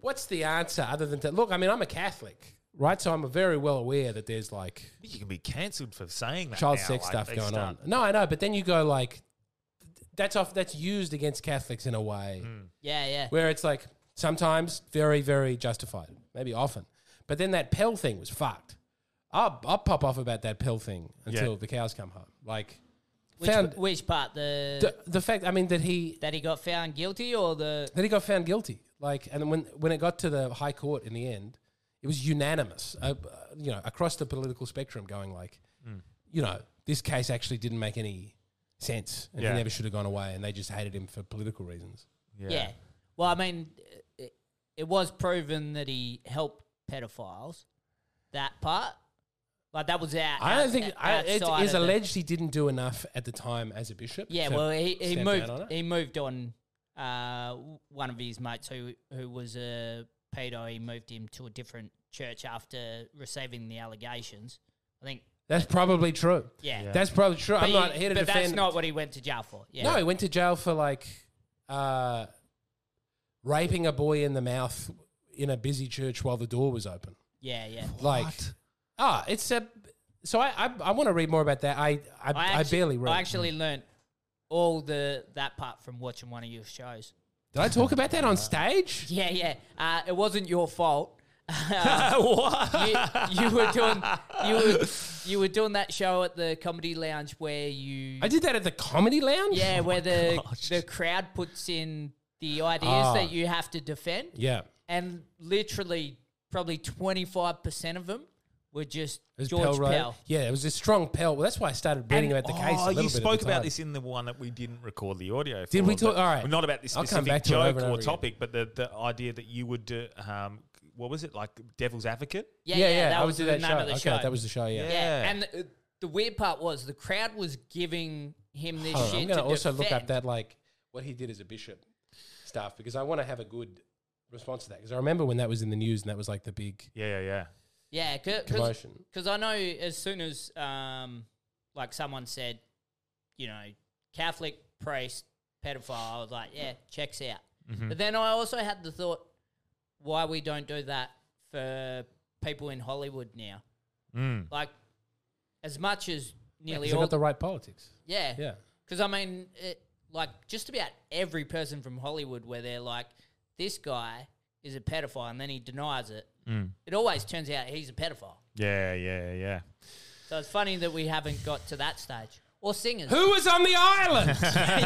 what's the answer other than to look? I mean, I'm a Catholic, right? So I'm very well aware that there's like You can be cancelled for saying that. child now, sex like, stuff they going start- on. No, I know, but then you go like, th- that's off. That's used against Catholics in a way Mm. Yeah, yeah. where it's like sometimes very, very justified, maybe often. But then that Pell thing was fucked. I'll, I'll pop off about that Pell thing until the cows come home. Like, Which, found which part? The the, the fact, I mean, that he that he got found guilty or the Then he got found guilty. Like, and when when it got to the High Court in the end, it was unanimous. Uh, uh, you know, across the political spectrum, going like, you know, this case actually didn't make any sense, and Yeah. he never should have gone away, and they just hated him for political reasons. yeah. Well, I mean, it, it was proven that he helped pedophiles. That part, like that was out. I don't think I, it outside is of the- alleged he didn't do enough at the time as a bishop. Yeah, to well, he, he stand down moved. on it. he moved on. Uh, one of his mates who who was a pedo, he moved him to a different church after receiving the allegations. I think, That's probably true. yeah, That's probably true. But I'm he- not here to but defend. that's not what he went to jail for. Yeah, No, he went to jail for like uh, raping a boy in the mouth in a busy church while the door was open. yeah, yeah. Like, ah, it's a. So I I, I want to read more about that. I I, I, actu- barely read. I actually learnt all the that part from watching one of your shows. did I talk about that on stage? Yeah, yeah. Uh, it wasn't your fault. Uh, what? you, you were doing you were you were doing that show at the comedy lounge where you I Oh did that at the comedy lounge. yeah where the gosh. the crowd puts in the ideas Ah. that you have to defend yeah. and literally probably twenty five percent of them were just It was George Pell, right? Pell. Yeah, it was a strong Pell. Well, that's why I started reading about the case. a Oh, little you bit at spoke the about time. this in the one that we didn't record the audio. For, Did we talk- but- all right. not about this I'll come specific back to it joke over and or over again. topic, but the, the idea that you would do, um, what was it like, devil's advocate? Yeah, yeah, that I would was do the that name show. of the okay, show. that was the show. Yeah. Yeah, Yeah. and the, uh, the weird part was the crowd was giving him this Hold on, shit. I'm going to to also look up defend. that like what he did as a bishop stuff because I want to have a good response to that because I remember when that was in the news and that was like the big Yeah, yeah, yeah. Yeah, because commotion. I know as soon as um, like someone said, you know, Catholic priest pedophile, I was like, yeah, checks out. Mm-hmm. But then I also had the thought, why we don't do that for people in Hollywood now? Mm. Like, as much as nearly He's all, got the right politics. yeah, Yeah. Because I mean, it, like just about every person from Hollywood, where they're like, "This guy is a pedophile," and then he denies it. Mm. It always turns out he's a pedophile. Yeah, yeah, yeah. So it's funny that we haven't got to that stage. Or singers. Who was on the island?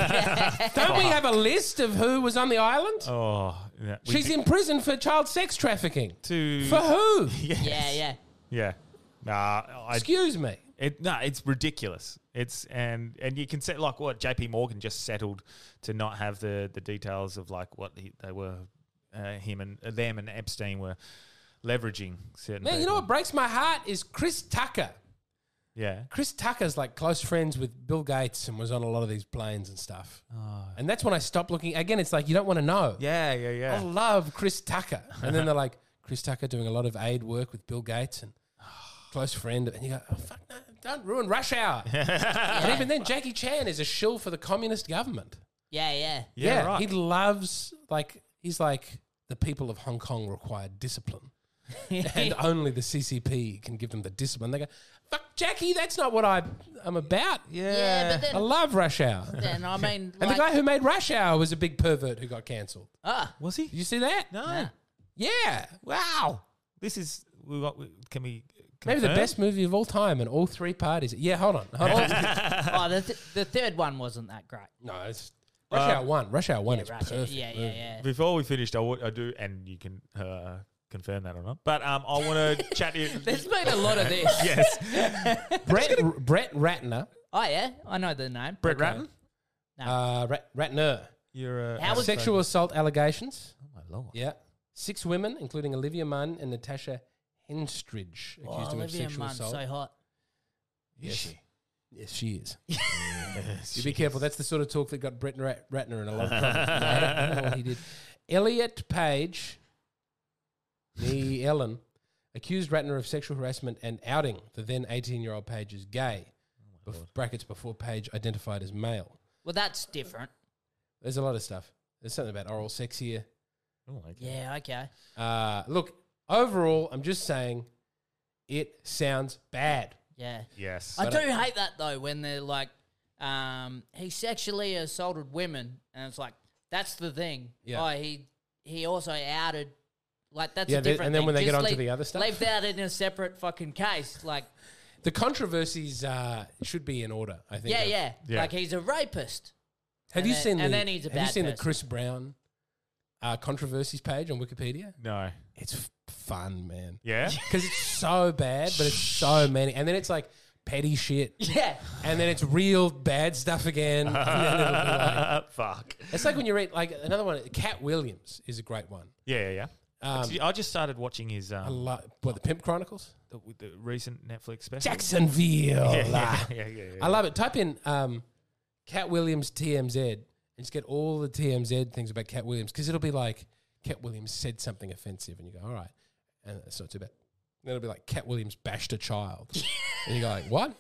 Don't we have a list of who was on the island? Oh, yeah. We She's did in prison for child sex trafficking. to For who? Yes. Yeah, yeah. yeah. Nah, I, Excuse me. It, no, it's ridiculous. It's and and you can set like what J.P. Morgan just settled to not have the the details of like what he, they were uh, him and uh, them and Epstein were leveraging certain. Man, you know people. what breaks my heart is Chris Tucker. Yeah, Chris Tucker's like close friends with Bill Gates and was on a lot of these planes and stuff. And that's when I stopped looking. Again, it's like you don't want to know. yeah, yeah, I yeah. love Chris Tucker. And then they're like, Chris Tucker doing a lot of aid work with Bill Gates and close friend. And you go, oh, fuck, no, don't ruin Rush Hour. and even then, Jackie Chan is a shill for the communist government. Yeah, yeah. Yeah, right. he loves, like, he's like, the people of Hong Kong require discipline. and only the CCP can give them the discipline. They go, fuck, Jackie, that's not what I, I'm about. Yeah, but I then, love Rush Hour. then I mean And the like, guy who made Rush Hour was a big pervert who got cancelled. ah, Was Did he? you see that? Uh, No. Yeah. Wow. This is we got. we- Can we? Maybe the confirm? best movie of all time, and all three parties. Yeah, hold on. Hold on. oh, the, th- the third one wasn't that great. no, it's Rush Uh, Hour One. Rush Hour One is Right. perfect. Yeah, yeah, movie. yeah. Before we finished, I wa- I do, and you can uh, confirm that or not. But um, I want to chat to you. There's been a lot of this. Yes, Brett Brett Ratner, Oh yeah, I know the name. Brett Ratton. uh, Rat, Ratner, You're a How was- sexual assault allegations. Oh my lord. Yeah, six women, including Olivia Munn and Natasha Henstridge, accused Oh, him of Olivia sexual Munn's assault. so hot. yes, she? Yes, she is. you be careful. That's the sort of talk that got Brett Rat- Ratner in a lot of trouble. I don't know what he did. Elliot Page, me Ellen, accused Ratner of sexual harassment and outing the then 18-year-old Page as gay. Oh bef- brackets before Page identified as male. Well, that's different. There's a lot of stuff. There's something about oral sex here. Oh, okay. Yeah, okay. Uh, look, overall, I'm just saying, it sounds bad. Yeah. Yes. I do hate that though when they're like, um, he sexually assaulted women, and it's like that's the thing. Yeah. Oh, he he also outed Like that's Yeah, a they- different. and then when thing. they get Just onto leave- the other stuff. leave that in a separate fucking case. Like, The controversies uh, should be in order, I think. yeah, of- yeah, Yeah. like he's a rapist. Have And you then- seen and the, then he's a Have you bad seen the person. Chris Brown uh, controversies page on Wikipedia? No. It's f- fun, man. Yeah? Because it's so bad, but it's so many. And then it's like petty shit. Yeah, And then it's real bad stuff again. And then it'll be like- Uh, fuck. it's like when you read, like, another one, Cat Williams is a great one. Yeah, yeah, yeah. Um, See, I just started watching his I um, love, what, The Pimp Chronicles? the, the recent Netflix special. Jacksonville. Yeah, yeah, yeah, yeah, yeah. I love it. Type in um, Cat Williams TMZ and just get all the TMZ things about Cat Williams because it'll be like Cat Williams said something offensive and you go, all right, and it's not too bad. And it'll be like Cat Williams bashed a child. and you go like, what?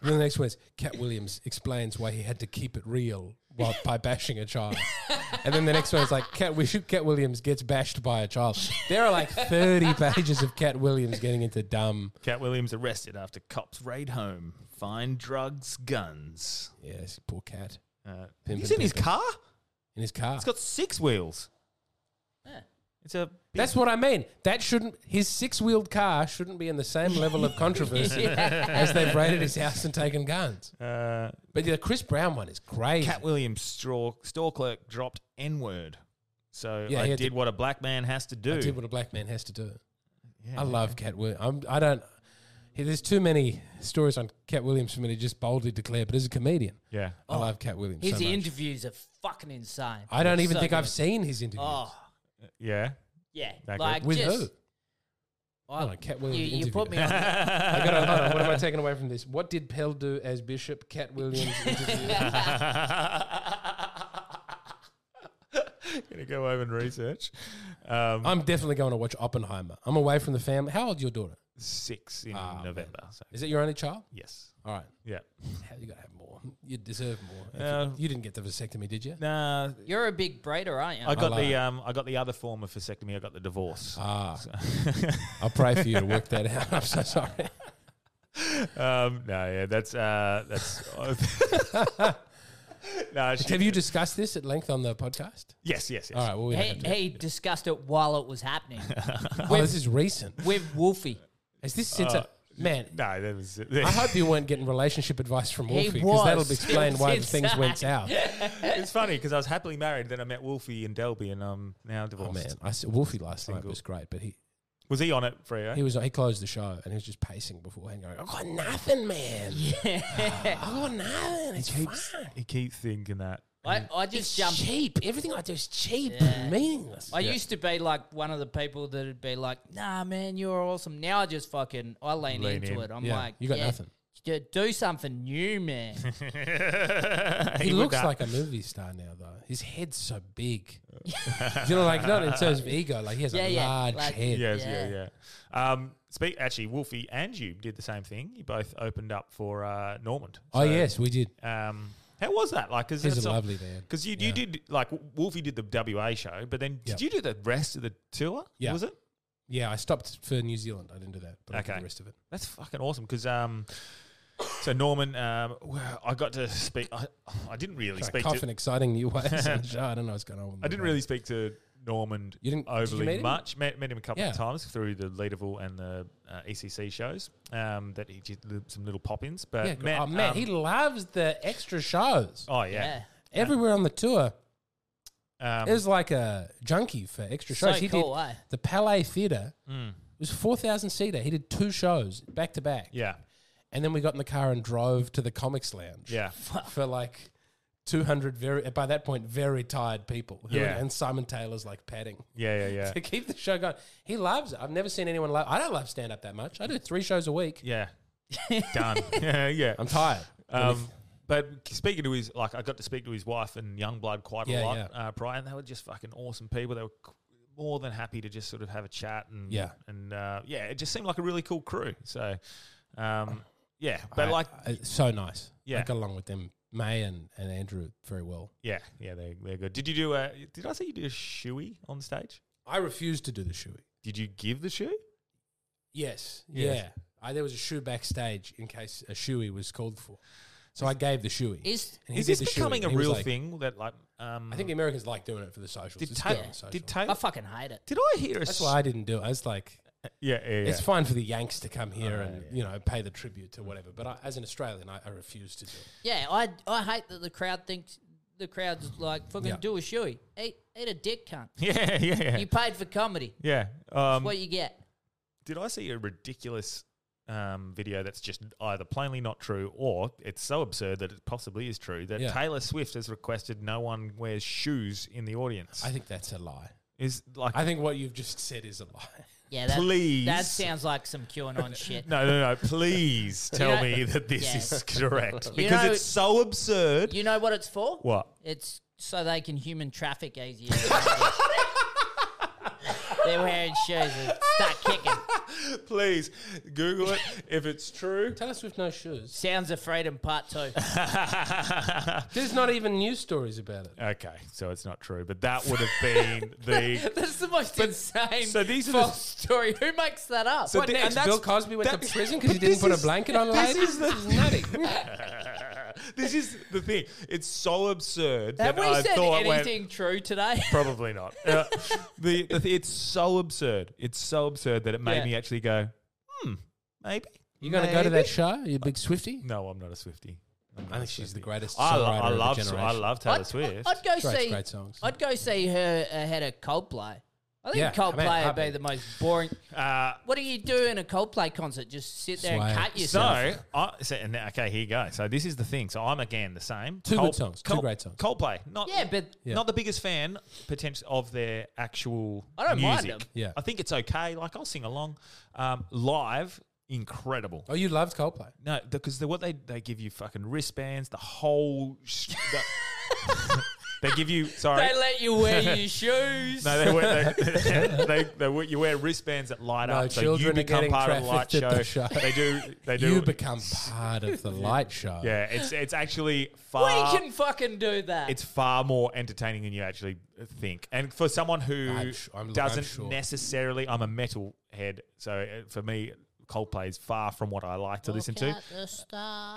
And then the next one is Cat Williams explains why he had to keep it real while, by bashing a child. And then the next one is like Cat, we shoot Cat Williams gets bashed by a child. There are like 30 pages of Cat Williams getting into dumb. Cat Williams arrested after cops raid home. Find drugs, guns. Yes, poor cat. Uh, Pimpin' he's in his Pimpin'. car. In his car. It's got six wheels. Yeah. It's a. big- That's what I mean. That shouldn't his six-wheeled car shouldn't be in the same level of controversy as they've raided his house and taken guns. uh, But the Chris Brown one is crazy. Cat Williams store, store clerk dropped N word. So Yeah, I he did had to- what a black man has to do. I did what a black man has to do. I love Cat Williams. I'm, I don't. he- There's too many stories on Cat Williams for me to just boldly declare. But as a comedian, yeah. I Oh, love Cat Williams. his so much. interviews are fucking insane. I don't It's even so think good. I've seen his interviews. Oh Yeah. yeah, That like With just, who? I don't know, Cat You, Williams. you put interview. me on. I got hold on. What am I taking away from this? What did Pell do as Bishop? Cat Williams interview. Gonna go home and research. Um, I'm definitely going to watch Oppenheimer. I'm away from the family. How old's your daughter? six in Ah, November. So Is it your only child? yes. All right. Yeah. You got to have more. You deserve more. If you- Uh, you, didn't get the vasectomy, did you? Nah, You're a big breeder, aren't you? I got like it. the um, I got the other form of vasectomy. I got the divorce. Ah. I'll pray for you to work that out. I'm so sorry. Um, no, yeah, that's uh, that's. no, she- Have you discussed this at length on the podcast? Yes, yes, yes. All right. Well, we don't he have to. he discussed it while it was happening oh, this is recent. with Wolfie. Is this since Uh, a, man? No, that was. I hope you weren't getting relationship advice from He Wolfie because that'll was. explain It why was things went south. it's funny because I was happily married, then I met Wolfie and Delby, and I'm now Oh divorced. man, I saw Wolfie last night Single. was great, but he Was he on it, Freo? He was he closed the show and he was just pacing beforehand, going, "I got nothing, man. I got nothing. It's keeps, fine. he keeps thinking that. I, I just It's jumped. cheap. Everything I do is cheap Yeah. and meaningless. I used to be like one of the people that'd be like, "Nah, man, you're awesome." Now I just fucking I lean, Lean into in. it. I'm Yeah, like, you got yeah, nothing. d- Do something new, man. He, he would looks not- like a movie star now, though. His head's so big. you know, like not in terms of ego. Like he has Yeah, a yeah, large like- head. Yes, yeah, yeah. Yeah. Um, speak actually, Wolfie and you did the same thing. You both opened up for uh, Normand. Oh So, yes, we did. Um, how was that? Like, because He's a lovely man. Because you, Yeah. you did like Wolfie did the WA show, but then Yep. did you do the rest of the tour? Yeah. was it? Yeah, I stopped for New Zealand. I didn't do that, but I did Okay. the rest of it. That's fucking awesome because um, so Norman, um, well, I got to speak. I, I didn't really Try to speak. cough To, in exciting new ways. on the show. I don't know what's going on. I With my didn't brain. really speak to Norman You didn't- did you overly meet him? much. Met, met him a couple Yeah. of times through the Leaderville and the uh, ECC shows. Um, that he did li- some little pop-ins, but Yeah, met, oh, man, um, he loves the extra shows. oh Yeah. yeah, Everywhere on the tour, Um, It was like a junkie for extra So shows. he cool, did eh? the Palais Theatre. Mm. It was four thousand seater. He did two shows back to back. yeah, and then we got in the car and drove to the Comics Lounge. yeah. for like two hundred very by that point very tired people. who- Yeah. and Simon Taylor's like padding Yeah, yeah, yeah. to keep the show going. He loves it. I've never seen anyone love. I don't love stand up that much. I do three shows a week. Yeah. Done. yeah, yeah. I'm tired. Um, but speaking to his, like, I got to speak to his wife and Youngblood quite Yeah, a lot yeah. uh, prior, and they were just fucking awesome people. They were c- more than happy to just sort of have a chat and Yeah. and uh, yeah, it just seemed like a really cool crew. So, um, yeah, but I- like, I- Uh, so nice. Yeah. I got along with them, May and, and Andrew very well. yeah, yeah, they they're good. Did you do a? Did I say you did a shoey on stage? I refused to do the shoey. Did you give the shoe? Yes. Yes. Yeah. I, there was a shoe backstage in case a shoey was called for. So I gave the shoey. Is- And he Is this did the shoey, becoming a and he was real like- thing that like um I think the Americans like doing it for the socials. did It's Taylor good on social. did Taylor I fucking hate it. did I hear a That's s- why I didn't do it. I was like, yeah, yeah, Oh, yeah. it's fine for the Yanks to come here and you know pay the tribute to whatever. But I, as an Australian, I, I refuse to do it. Yeah, I I hate that the crowd thinks the crowd's like fucking Yeah. do a shoey. Eat eat a dick cunt. yeah, yeah, yeah. You paid for comedy. yeah. Um, What you get? did I see a ridiculous um, video that's just either plainly not true or it's so absurd that it possibly is true that Yeah. Taylor Swift has requested no one wears shoes in the audience? I think that's a lie. is like I think what you've just said is a lie. Yeah, that, Please. That sounds like some QAnon shit. no, no, no. Please tell know- me that this Yeah. is correct because know- it's so absurd. You know what it's for? what? It's so they can human traffic easier. They're wearing shoes and start kicking. Please Google it if it's true. Taylor Swift no shoes. Sounds of Freedom Part Two. There's not even news stories about it. Okay, so it's not true, but that would have been the. That's the most insane so these are the- false story. Who makes that up? So What the- and next? that's- Bill Cosby went to that- prison because he but didn't this put a is- blanket on a this lady. is the- nutty. this is the thing. It's so absurd Have that we I said thought when- anything true today? Probably not. Uh, the, the th- it's so absurd. It's so absurd that it made Yeah. me actually go, hmm, maybe. You gonna go to that show? You big Swifty? No, I'm not a Swifty. I think she's the greatest I, lo- songwriter I love of the Sw- generation. I love Taylor I'd, Swift. I'd go Great- see. great songs. I'd go see her ahead of Coldplay. I think Yeah, I Coldplay mean, I would be mean- the most boring. uh, What do you do in a Coldplay concert? Just sit there Sway. and cut so, yourself. I, so and, okay, here you go. So this is the thing. So I'm again the same. Two good songs, two great songs. Coldplay, not Yeah, but- Yeah. not the biggest fan potential of their actual. I don't mind music. them. Yeah. I think it's okay. Like I'll sing along. Um, live, incredible. Oh, you loved Coldplay. No, because the, what they they give you fucking wristbands, the whole. Sh- the, they give you sorry. They let you wear your shoes. no, they, wear, they, they, they wear- you wear wristbands that light No, up, so you children are become getting part of the light trafficked show. at the show. They do. They do. You become part of the light show. Yeah, it's it's actually we far. can fucking do that. it's far more entertaining than you actually think. And for someone who I'm su- I'm- I'm doesn't sure. necessarily, I'm a metal head, so uh, for me, Coldplay is far from what I like to listen to.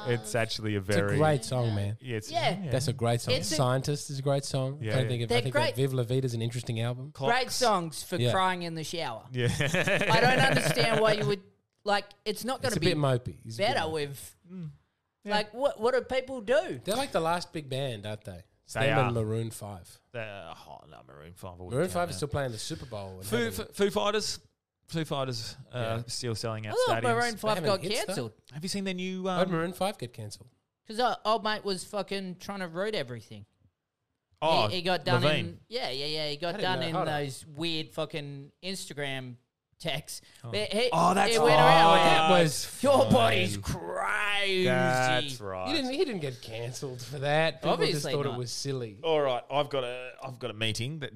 It's actually a It's very a great song, man. Yeah, it's, Yeah. That's a great song. It's a- Scientist is a great song. Yeah, I don't yeah. think, of, They're I think that great. Viv La Vida is an interesting album. Great Clocks. songs for Yeah. crying in the shower. Yeah. I don't understand why you would like. It's not going It's to a be bit mopey. It's a bit better mopey. with Mm. like what? What do people do? They're like the last big band, aren't they? It's They them are. and Maroon Five. Uh, oh, no, Maroon Five. I wouldn't Maroon count Five is that. still playing the Super Bowl. and Foo, having- F- Foo Fighters. Foo Fighters uh, still selling out I thought stadiums. Maroon Five haven't got hits, though. cancelled Have you seen their new? Why'd Um, Maroon Five get cancelled? because old mate was fucking trying to root everything. oh, he, he got done Levine. in yeah, yeah, yeah. He I got didn't done know- in hold on. those weird fucking Instagram texts. But he- Oh, that's he went right. around with That that was was your fine. body's crazy. That's right. He didn't. He didn't get cancelled for that. People just Obviously thought not. it was silly. All right, I've got a I've got a meeting that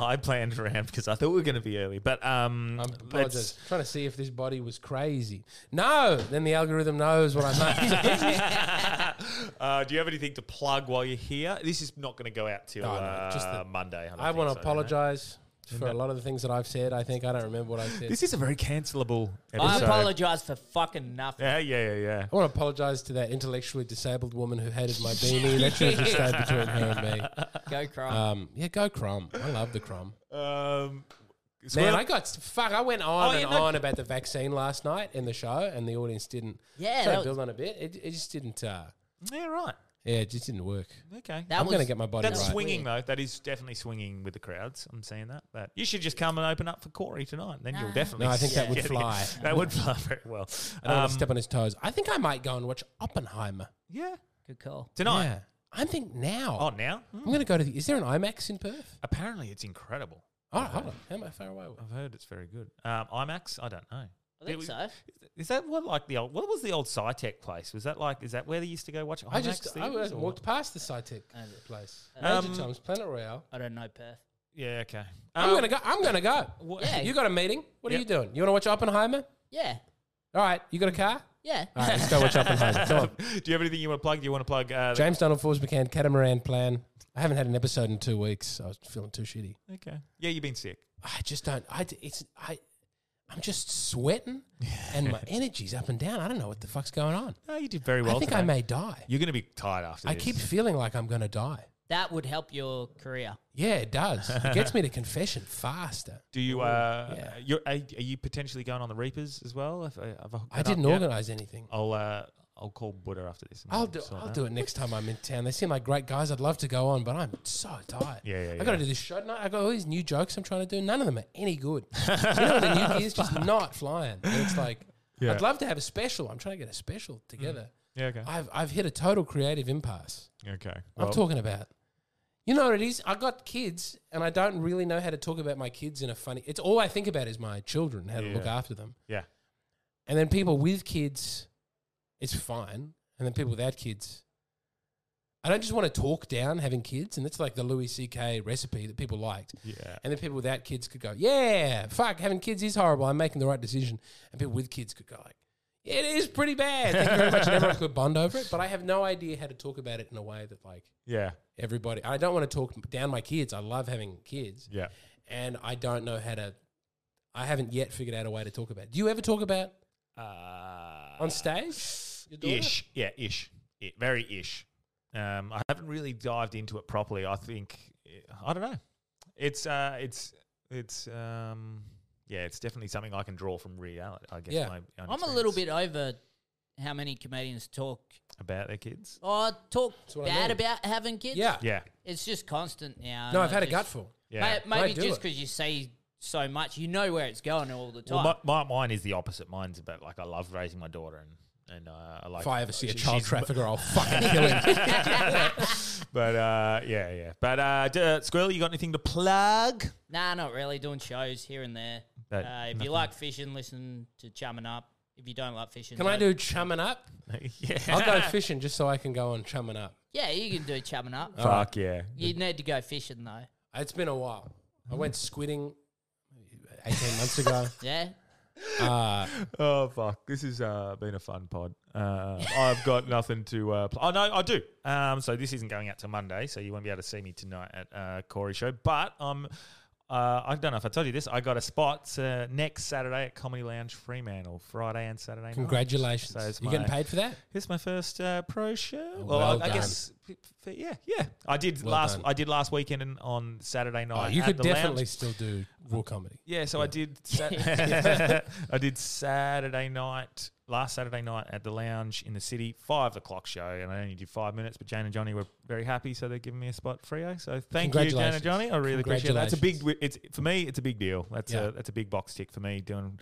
I planned around because I thought we were going to be early. But um, I'm let's- apologize. Trying to see if this body was crazy. No, then the algorithm knows what I meant. uh, do you have anything to plug while you're here? This is not going to go out till No, no, uh, just the- Monday. don't I think want so, no. to apologize for a lot of the things that I've said. I think I don't remember what I said. This is a very cancelable. I Episode. apologize for fucking nothing. Yeah, yeah, yeah, yeah. I want to apologize to that intellectually disabled woman who hated my beanie. That should have just stayed between her and me. Go cry. Um, yeah, go crumb. I love the crumb. Um, Squirrel- Man, I got fuck. I went on Oh, yeah, and no- on about the vaccine last night in the show, and the audience didn't. Yeah, try to that- build on a bit. It, it just didn't. Uh, yeah, right. yeah, it just didn't work. Okay. that I'm was gonna get my body That's right. swinging though. That is definitely swinging with the crowds. I'm seeing that. That you should just come and open up for Corey tonight. Then you'll definitely. No, I think that get would it. fly. That would fly very well. I don't Um, want to step on his toes. I think I might go and watch Oppenheimer yeah, good call. tonight. Yeah. I think now. Oh, now I'm going to go to the. Is there an IMAX in Perth? apparently it's incredible. Oh, hold on. How am I far away? I've heard it's very good. Um, IMAX. I don't know. I think Did so. we- Is that what like the old? What was the old SciTech place? Was that like? Is that where they used to go watch? IMAX I just I theatres or walked what? past the SciTech place. Um, Major Tom's Planet Royale. I don't know Perth. Yeah. Okay. Um, I'm gonna go. I'm gonna go. Yeah. You got a meeting? What Yep. are you doing? You want to watch Oppenheimer? Yeah, All right. You got a car? yeah. All right. Let's go watch Oppenheimer. Come on. Um, Do you have anything you want to plug? Do you want to plug? Uh, the- James Donald Forbes McCann catamaran plan. I haven't had an episode in two weeks. I was feeling too shitty. okay. Yeah, you've been sick. I just don't. I d- it's I. I'm just sweating and my energy's up and down. I don't know what the fuck's going on. No, you did very well. I think I today. may die. You're going to be tired after I this. keep feeling like I'm going to die. That would help your career. Yeah, it does. It gets me to confession faster. Do you? Uh, yeah. you're, are, are you potentially going on the Reapers as well? If I, have I hooked I that up didn't yet? organize anything. I'll uh, I'll call Buddha after this. and I'll we'll do, sort I'll that. do it next time I'm in town. They seem like great guys. I'd love to go on, but I'm so tired. Yeah, yeah, I got yeah. to do this show tonight. I got all these new jokes I'm trying to do. None of them are any good. you know, the new gear's just not flying. And it's like Yeah. Mm. I'd love to have a special. I'm trying to get a special together. Yeah. Okay. I've I've hit a total creative impasse. okay. I'm well, talking about. You know what it is? I got kids, and I don't really know how to talk about my kids in a funny. It's all I think about is my children, how to look Yeah. after them. Yeah. And then people with kids, it's fine. And then people without kids, I don't just want to talk down having kids. And that's like the Louis C.K. recipe that people liked. Yeah. And then people without kids could go, yeah, fuck, having kids is horrible. I'm making the right decision. And people with kids could go, like, yeah, it is pretty bad. Thank you very much. And everyone could bond over it. But I have no idea how to talk about it in a way that, like, Yeah. everybody, I don't want to talk down my kids. I love having kids. Yeah. And I don't know how to, I haven't yet figured out a way to talk about it. Do you ever talk about Uh, on stage? Your daughter? ish. Yeah. Ish. I very ish. Um, I haven't really dived into it properly. I think I don't know. It's uh, it's it's um, yeah. It's definitely something I can draw from reality. I guess. Yeah. My own I'm a little experience bit over how many comedians talk about their kids. or talk what I bad mean. about having kids. Yeah. Yeah. It's just constant now. No, and uh, I've I had a just- gutful. Yeah. May- Maybe do just it. because you see so much, you know where it's going all the time. Well, my, my, mine is the opposit. Mine's about like I love raising my daughter and and uh, I like If I ever see a she- child she's- trafficker, I'll fucking kill him. But uh, yeah, yeah. But uh, d- uh, Squirrel, you got anything to plug? nah, not really. Doing shows here and there. Uh, But if you like fishing, listen to Chumming Up. If you don't like fishing, Can I don't- do chumming up? yeah. I'll go fishing just so I can go on chumming up. Yeah, you can do Chumming Up. Oh. Fuck yeah. You need to go fishing though. It's been a while. I went squidding 18 months ago. Yeah. Uh, Oh fuck! This has uh, been a fun pod. Uh, I've got nothing to. Uh, pl- oh no, I do. Um, so this isn't going out to Monday, so you won't be able to see me tonight at uh, Corey show. But um, uh, I don't know if I told you this. I got a spot uh, next Saturday at Comedy Lounge Fremantle, Friday and Saturday. night. congratulations. So it's You're my- getting paid for that? Here's my first uh, pro show. Well, Well I, I done. guess, p- p- yeah, yeah. I did Well last. done. I did last weekend and on Saturday night. Oh, you at could the lounge. definitely still do raw comedy. Yeah, so I did. Sa- I did Saturday night, last Saturday night at the lounge in the city, five o'clock show, and I only did five minutes. But Jane and Johnny were very happy, so they're giving me a spot free. So thank you, Jane and Congratulations. Johnny. I really appreciate that. It's a big. Congratulations. It's for me. It's a big deal. That's Yeah. a that's a big box tick for me doing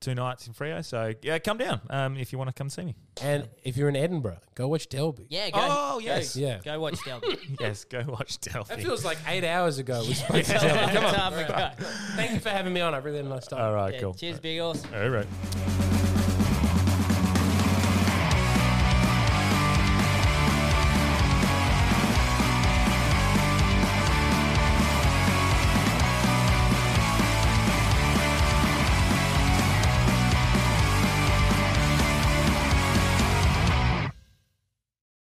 two nights in Frio. So yeah, come down um, if you want to come see me. And if you're in Edinburgh, go watch Delby. Yeah. Go, Oh, yes. Go, Yeah. Go watch Delby. Yes, go watch Delphi. That feels like eight hours ago. We spoke to Delby. Come on. Time to go. Thank you for having me on. I really had a nice time. All right, Yeah, cool. Cheers, big horse. All right.